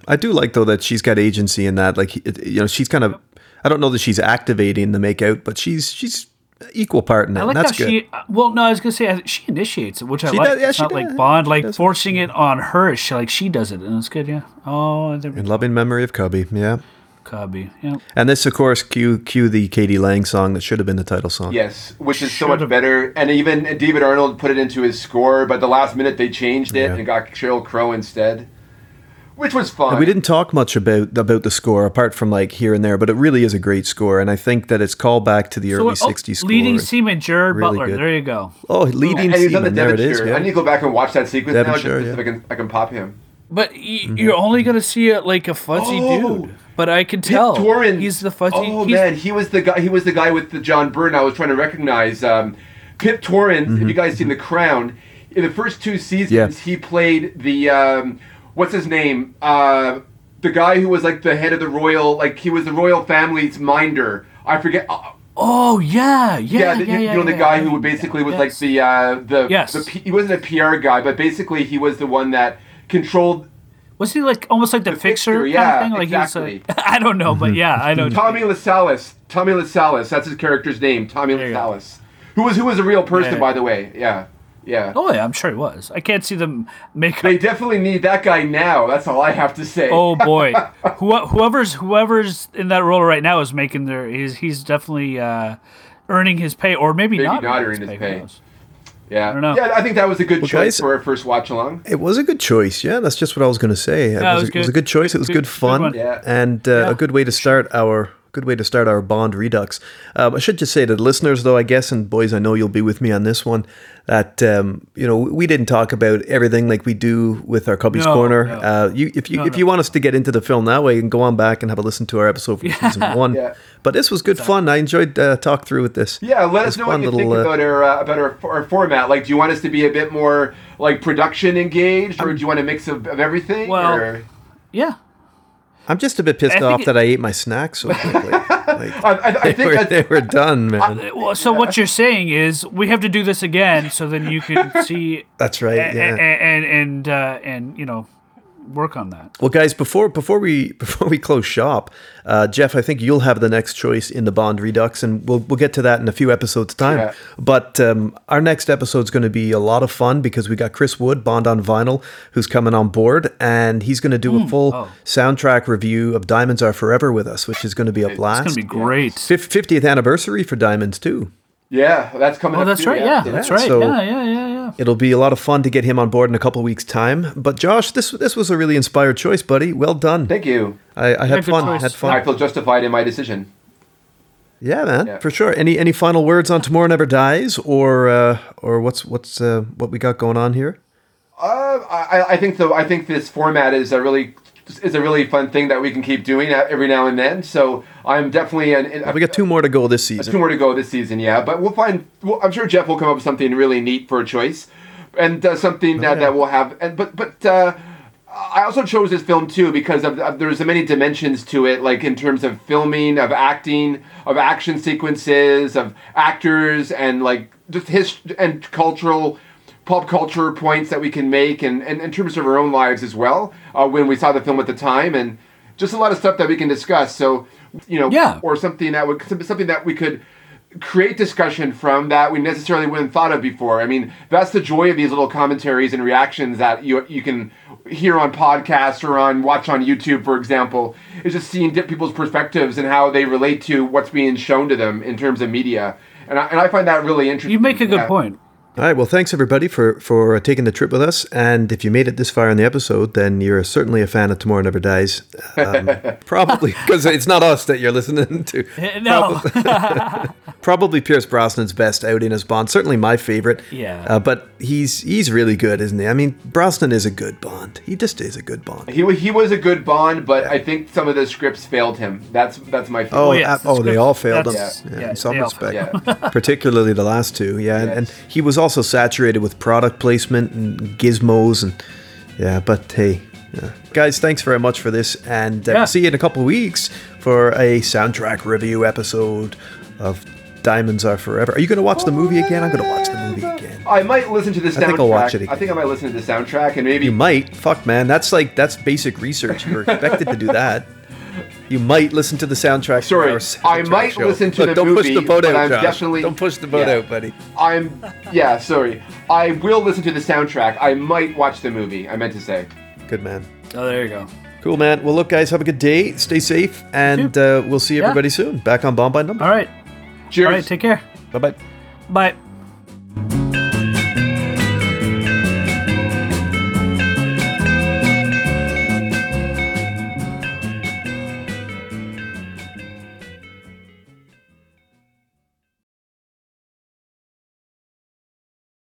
Speaker 1: I do like though that she's got agency in that. Like, it- you know, she's kind of. I don't know that she's activating the makeout, but she's she's equal part in it.
Speaker 2: i like
Speaker 1: and that's
Speaker 2: how
Speaker 1: good.
Speaker 2: she uh, well no i was gonna say I- she initiates it which i
Speaker 1: She
Speaker 2: like
Speaker 1: does- yeah,
Speaker 2: it's
Speaker 1: she
Speaker 2: not
Speaker 1: does.
Speaker 2: like bond like
Speaker 1: Does it.
Speaker 2: forcing it on her she like she does it and it's good yeah oh there we
Speaker 1: In
Speaker 2: go
Speaker 1: loving memory of Cubby, yeah.
Speaker 2: cubby yeah
Speaker 1: And this, of course, cue cue the Katie Lang song that should have been the title song.
Speaker 3: Yes, which is so
Speaker 2: Should've-
Speaker 3: much better. And even David Arnold put it into his score, but the last minute they changed it
Speaker 1: Yeah.
Speaker 3: and got Cheryl Crow instead, which was fun.
Speaker 1: We didn't talk much about about the score apart from like here and there, but it really is a great score, and I think that it's called back to the
Speaker 2: So,
Speaker 1: early
Speaker 2: oh,
Speaker 1: '60s score.
Speaker 2: leading seaman jared
Speaker 1: Really
Speaker 2: butler
Speaker 1: good.
Speaker 2: there you go
Speaker 1: oh, leading
Speaker 3: And he was on the
Speaker 1: seaman, there it
Speaker 3: Devonshire.
Speaker 1: is.
Speaker 3: I need
Speaker 1: Yeah.
Speaker 3: to go back and watch that sequence now, just
Speaker 1: Devonshire,
Speaker 3: to see if I can, I can pop him.
Speaker 2: But y-
Speaker 1: Mm-hmm.
Speaker 2: you're only gonna see it like a fuzzy
Speaker 3: Oh!
Speaker 2: dude. But I can
Speaker 3: Pip
Speaker 2: tell
Speaker 3: Torrens.
Speaker 2: he's the fuzzy.
Speaker 3: Oh
Speaker 2: he's-
Speaker 3: man, he was the guy. He was the guy with the John Byrne I was trying to recognize. Um, Pip Torrens. If you guys seen The Crown, in the first two seasons,
Speaker 1: Yeah.
Speaker 3: he played the um, what's his name? Uh, the guy who was like the head of the royal, like he was the royal family's minder. I forget. uh,
Speaker 2: Oh yeah, yeah,
Speaker 3: yeah,
Speaker 2: yeah.
Speaker 3: the, you,
Speaker 2: yeah,
Speaker 3: you know the
Speaker 2: yeah,
Speaker 3: guy
Speaker 2: yeah,
Speaker 3: who
Speaker 2: yeah,
Speaker 3: basically
Speaker 2: yeah,
Speaker 3: was
Speaker 2: yes.
Speaker 3: like the uh, the,
Speaker 2: Yes.
Speaker 3: the P- he wasn't a PR guy, but basically he was the one that controlled
Speaker 2: was he like almost like the,
Speaker 3: fixer,
Speaker 2: fixer, kind
Speaker 3: yeah,
Speaker 2: of thing? Like he
Speaker 3: exactly. Mm-hmm.
Speaker 2: was. uh, I I don't know, but yeah, I know.
Speaker 3: Tommy Lasalis. Tommy Lasalis. That's his character's name. Tommy
Speaker 2: you go.
Speaker 3: Lasalis. Who was who was a real person,
Speaker 2: Yeah.
Speaker 3: by the way. Yeah, yeah.
Speaker 2: Oh yeah, I'm sure he was. I can't see them make.
Speaker 3: They definitely need that guy now. That's all I have to say.
Speaker 2: Oh boy, Who, whoever's whoever's in that role right now is making their. He's he's definitely uh, earning his pay, or maybe,
Speaker 3: Maybe
Speaker 2: not,
Speaker 3: not earning his
Speaker 2: Who
Speaker 3: pay.
Speaker 2: knows?
Speaker 3: yeah.
Speaker 2: don't know.
Speaker 3: Yeah, I think that was a good choice
Speaker 1: guys-
Speaker 3: for our first watch along.
Speaker 1: It was a good choice. Yeah, that's just what I was going to say. it,
Speaker 2: Yeah,
Speaker 1: was a, it was a good choice. It was good, fun
Speaker 2: one.
Speaker 3: Yeah.
Speaker 1: and uh, a good way to start our good way to start our Bond redux. Um, I should just say to the listeners, though, I guess, and boys, I know you'll be with me on this one. That um, you know, we didn't talk about everything like we do with our Cubby's
Speaker 2: No,
Speaker 1: Corner.
Speaker 2: no.
Speaker 1: Uh, you, if you if you want us to get into the film that way, you can go on back and have a listen to our episode from season one.
Speaker 3: Yeah.
Speaker 1: But this was good fun. I enjoyed uh, talk through with this.
Speaker 3: Yeah, let
Speaker 1: It
Speaker 3: us
Speaker 1: was
Speaker 3: know what
Speaker 1: fun
Speaker 3: you
Speaker 1: little,
Speaker 3: think
Speaker 1: uh,
Speaker 3: about our uh, about our, our format. Like, do you want us to be a bit more like production engaged, or do you want a mix of, of everything?
Speaker 2: Well-
Speaker 3: or-
Speaker 2: Yeah.
Speaker 1: I'm just a bit pissed
Speaker 2: I think
Speaker 1: off
Speaker 2: it-
Speaker 1: that I ate my snacks so quickly. Like,
Speaker 3: I, I, I
Speaker 1: they,
Speaker 3: think
Speaker 1: were,
Speaker 3: that's,
Speaker 1: they were done, man.
Speaker 2: Well, so what you're saying is we have to do this again, so then you can see
Speaker 1: That's right.
Speaker 2: a-
Speaker 1: yeah.
Speaker 2: a- and and uh, and you know work on that.
Speaker 1: well, guys, before before we before we close shop, uh, Jeff, I think you'll have the next choice in the Bond Redux, and we'll we'll get to that in a few episodes time.
Speaker 3: Yeah.
Speaker 1: But um, our next episode's going to be a lot of fun because we got Chris Wood, Bond on vinyl, who's coming on board, and he's going to
Speaker 2: Hmm.
Speaker 1: do a full
Speaker 2: Oh.
Speaker 1: soundtrack review of Diamonds Are Forever with us, which is going to be a blast.
Speaker 2: It's gonna be great.
Speaker 1: Fiftieth anniversary for Diamonds too.
Speaker 3: yeah, that's coming.
Speaker 2: Oh,
Speaker 3: up
Speaker 2: that's
Speaker 3: too,
Speaker 2: right. Yeah, that's right.
Speaker 1: so-
Speaker 2: yeah, yeah, yeah, yeah.
Speaker 1: It'll be a lot of fun to get him on board in a couple weeks' time. But Josh, this this was a really inspired choice, buddy. Well done.
Speaker 3: Thank you.
Speaker 1: I, I
Speaker 2: Yeah,
Speaker 1: had
Speaker 2: good
Speaker 1: fun.
Speaker 2: choice.
Speaker 1: Had
Speaker 3: I
Speaker 1: fun.
Speaker 3: feel justified in my decision.
Speaker 1: Yeah, man,
Speaker 3: Yeah.
Speaker 1: for sure. Any any final words on Tomorrow Never Dies, or uh, or what's what's uh, what we got going on here?
Speaker 3: Uh, I, I think so. I think this format is a really is a really fun thing that we can keep doing every now and then. So I'm definitely an. an
Speaker 1: We got two more to go this
Speaker 3: There's two
Speaker 1: season.
Speaker 3: more to go this season, yeah. But we'll find. Well, I'm sure Jeff will come up with something really neat for a choice, and uh, something that, that we'll have. And but but uh, I also chose this film too because of, of there's so many dimensions to it, like in terms of filming, of acting, of action sequences, of actors, and like just his and cultural. Pop culture points that we can make, and, and in terms of our own lives as well, uh, when we saw the film at the time, and just a lot of stuff that we can discuss. So, you know,
Speaker 2: Yeah.
Speaker 3: or something that would something that we could create discussion from that we necessarily wouldn't thought of before. I mean, that's the joy of these little commentaries and reactions that you you can hear on podcasts or on watch on YouTube, for example, is just seeing different people's perspectives and how they relate to what's being shown to them in terms of media. And I, and I find that really interesting.
Speaker 2: You make a good
Speaker 3: Yeah.
Speaker 2: point.
Speaker 1: All right. Well, thanks everybody for for uh, taking the trip with us. And if you made it this far in the episode, then you're certainly a fan of Tomorrow Never Dies. Um, probably because it's not us that you're listening to.
Speaker 2: Eh, No,
Speaker 1: probably Pierce Brosnan's best outing as Bond. Certainly my favorite.
Speaker 2: Yeah.
Speaker 1: Uh, but he's he's really good, isn't he? I mean, Brosnan is a good Bond. He just is a good Bond.
Speaker 3: He, wa- he was a good Bond, but I think some of the scripts failed him. That's that's my feeling.
Speaker 1: Oh,
Speaker 2: yes,
Speaker 1: uh,
Speaker 2: that's
Speaker 1: oh, they
Speaker 2: good.
Speaker 1: all failed him
Speaker 2: That's-
Speaker 1: yeah,
Speaker 2: yeah,
Speaker 1: in some
Speaker 2: they all-
Speaker 1: respect,
Speaker 3: yeah.
Speaker 1: particularly the last two. Yeah, and, and
Speaker 3: Yes.
Speaker 1: he was also saturated with product placement and gizmos and yeah. But hey, yeah. guys, thanks very much for this, and uh,
Speaker 2: Yeah.
Speaker 1: see you in a couple of weeks for a soundtrack review episode of Diamonds Are Forever. Are you going to watch the movie again? I'm going to watch the movie again.
Speaker 3: I might listen to the soundtrack.
Speaker 1: I think I'll watch it
Speaker 3: I think I might listen to the soundtrack and maybe
Speaker 1: You might. Fuck, man. That's like that's basic research. You're expected to do that. You might listen to the soundtrack. for
Speaker 3: Sorry,
Speaker 1: our
Speaker 3: I
Speaker 1: soundtrack
Speaker 3: might
Speaker 1: show.
Speaker 3: listen to
Speaker 1: Look,
Speaker 3: the
Speaker 1: don't
Speaker 3: movie,
Speaker 1: push the boat out,
Speaker 3: but I'm
Speaker 1: Josh.
Speaker 3: definitely-
Speaker 1: Don't push the boat
Speaker 3: Yeah.
Speaker 1: out, buddy.
Speaker 3: I'm yeah, sorry. I will listen to the soundtrack. I might watch the movie. I meant to say.
Speaker 1: Good man.
Speaker 2: oh, there you go.
Speaker 1: Cool man. Well, look, guys. Have a good day. Stay safe, and uh, we'll see everybody soon. Back on Bomb by Number.
Speaker 2: All right,
Speaker 3: Cheers.
Speaker 2: all right. Take care.
Speaker 1: Bye bye.
Speaker 2: Bye.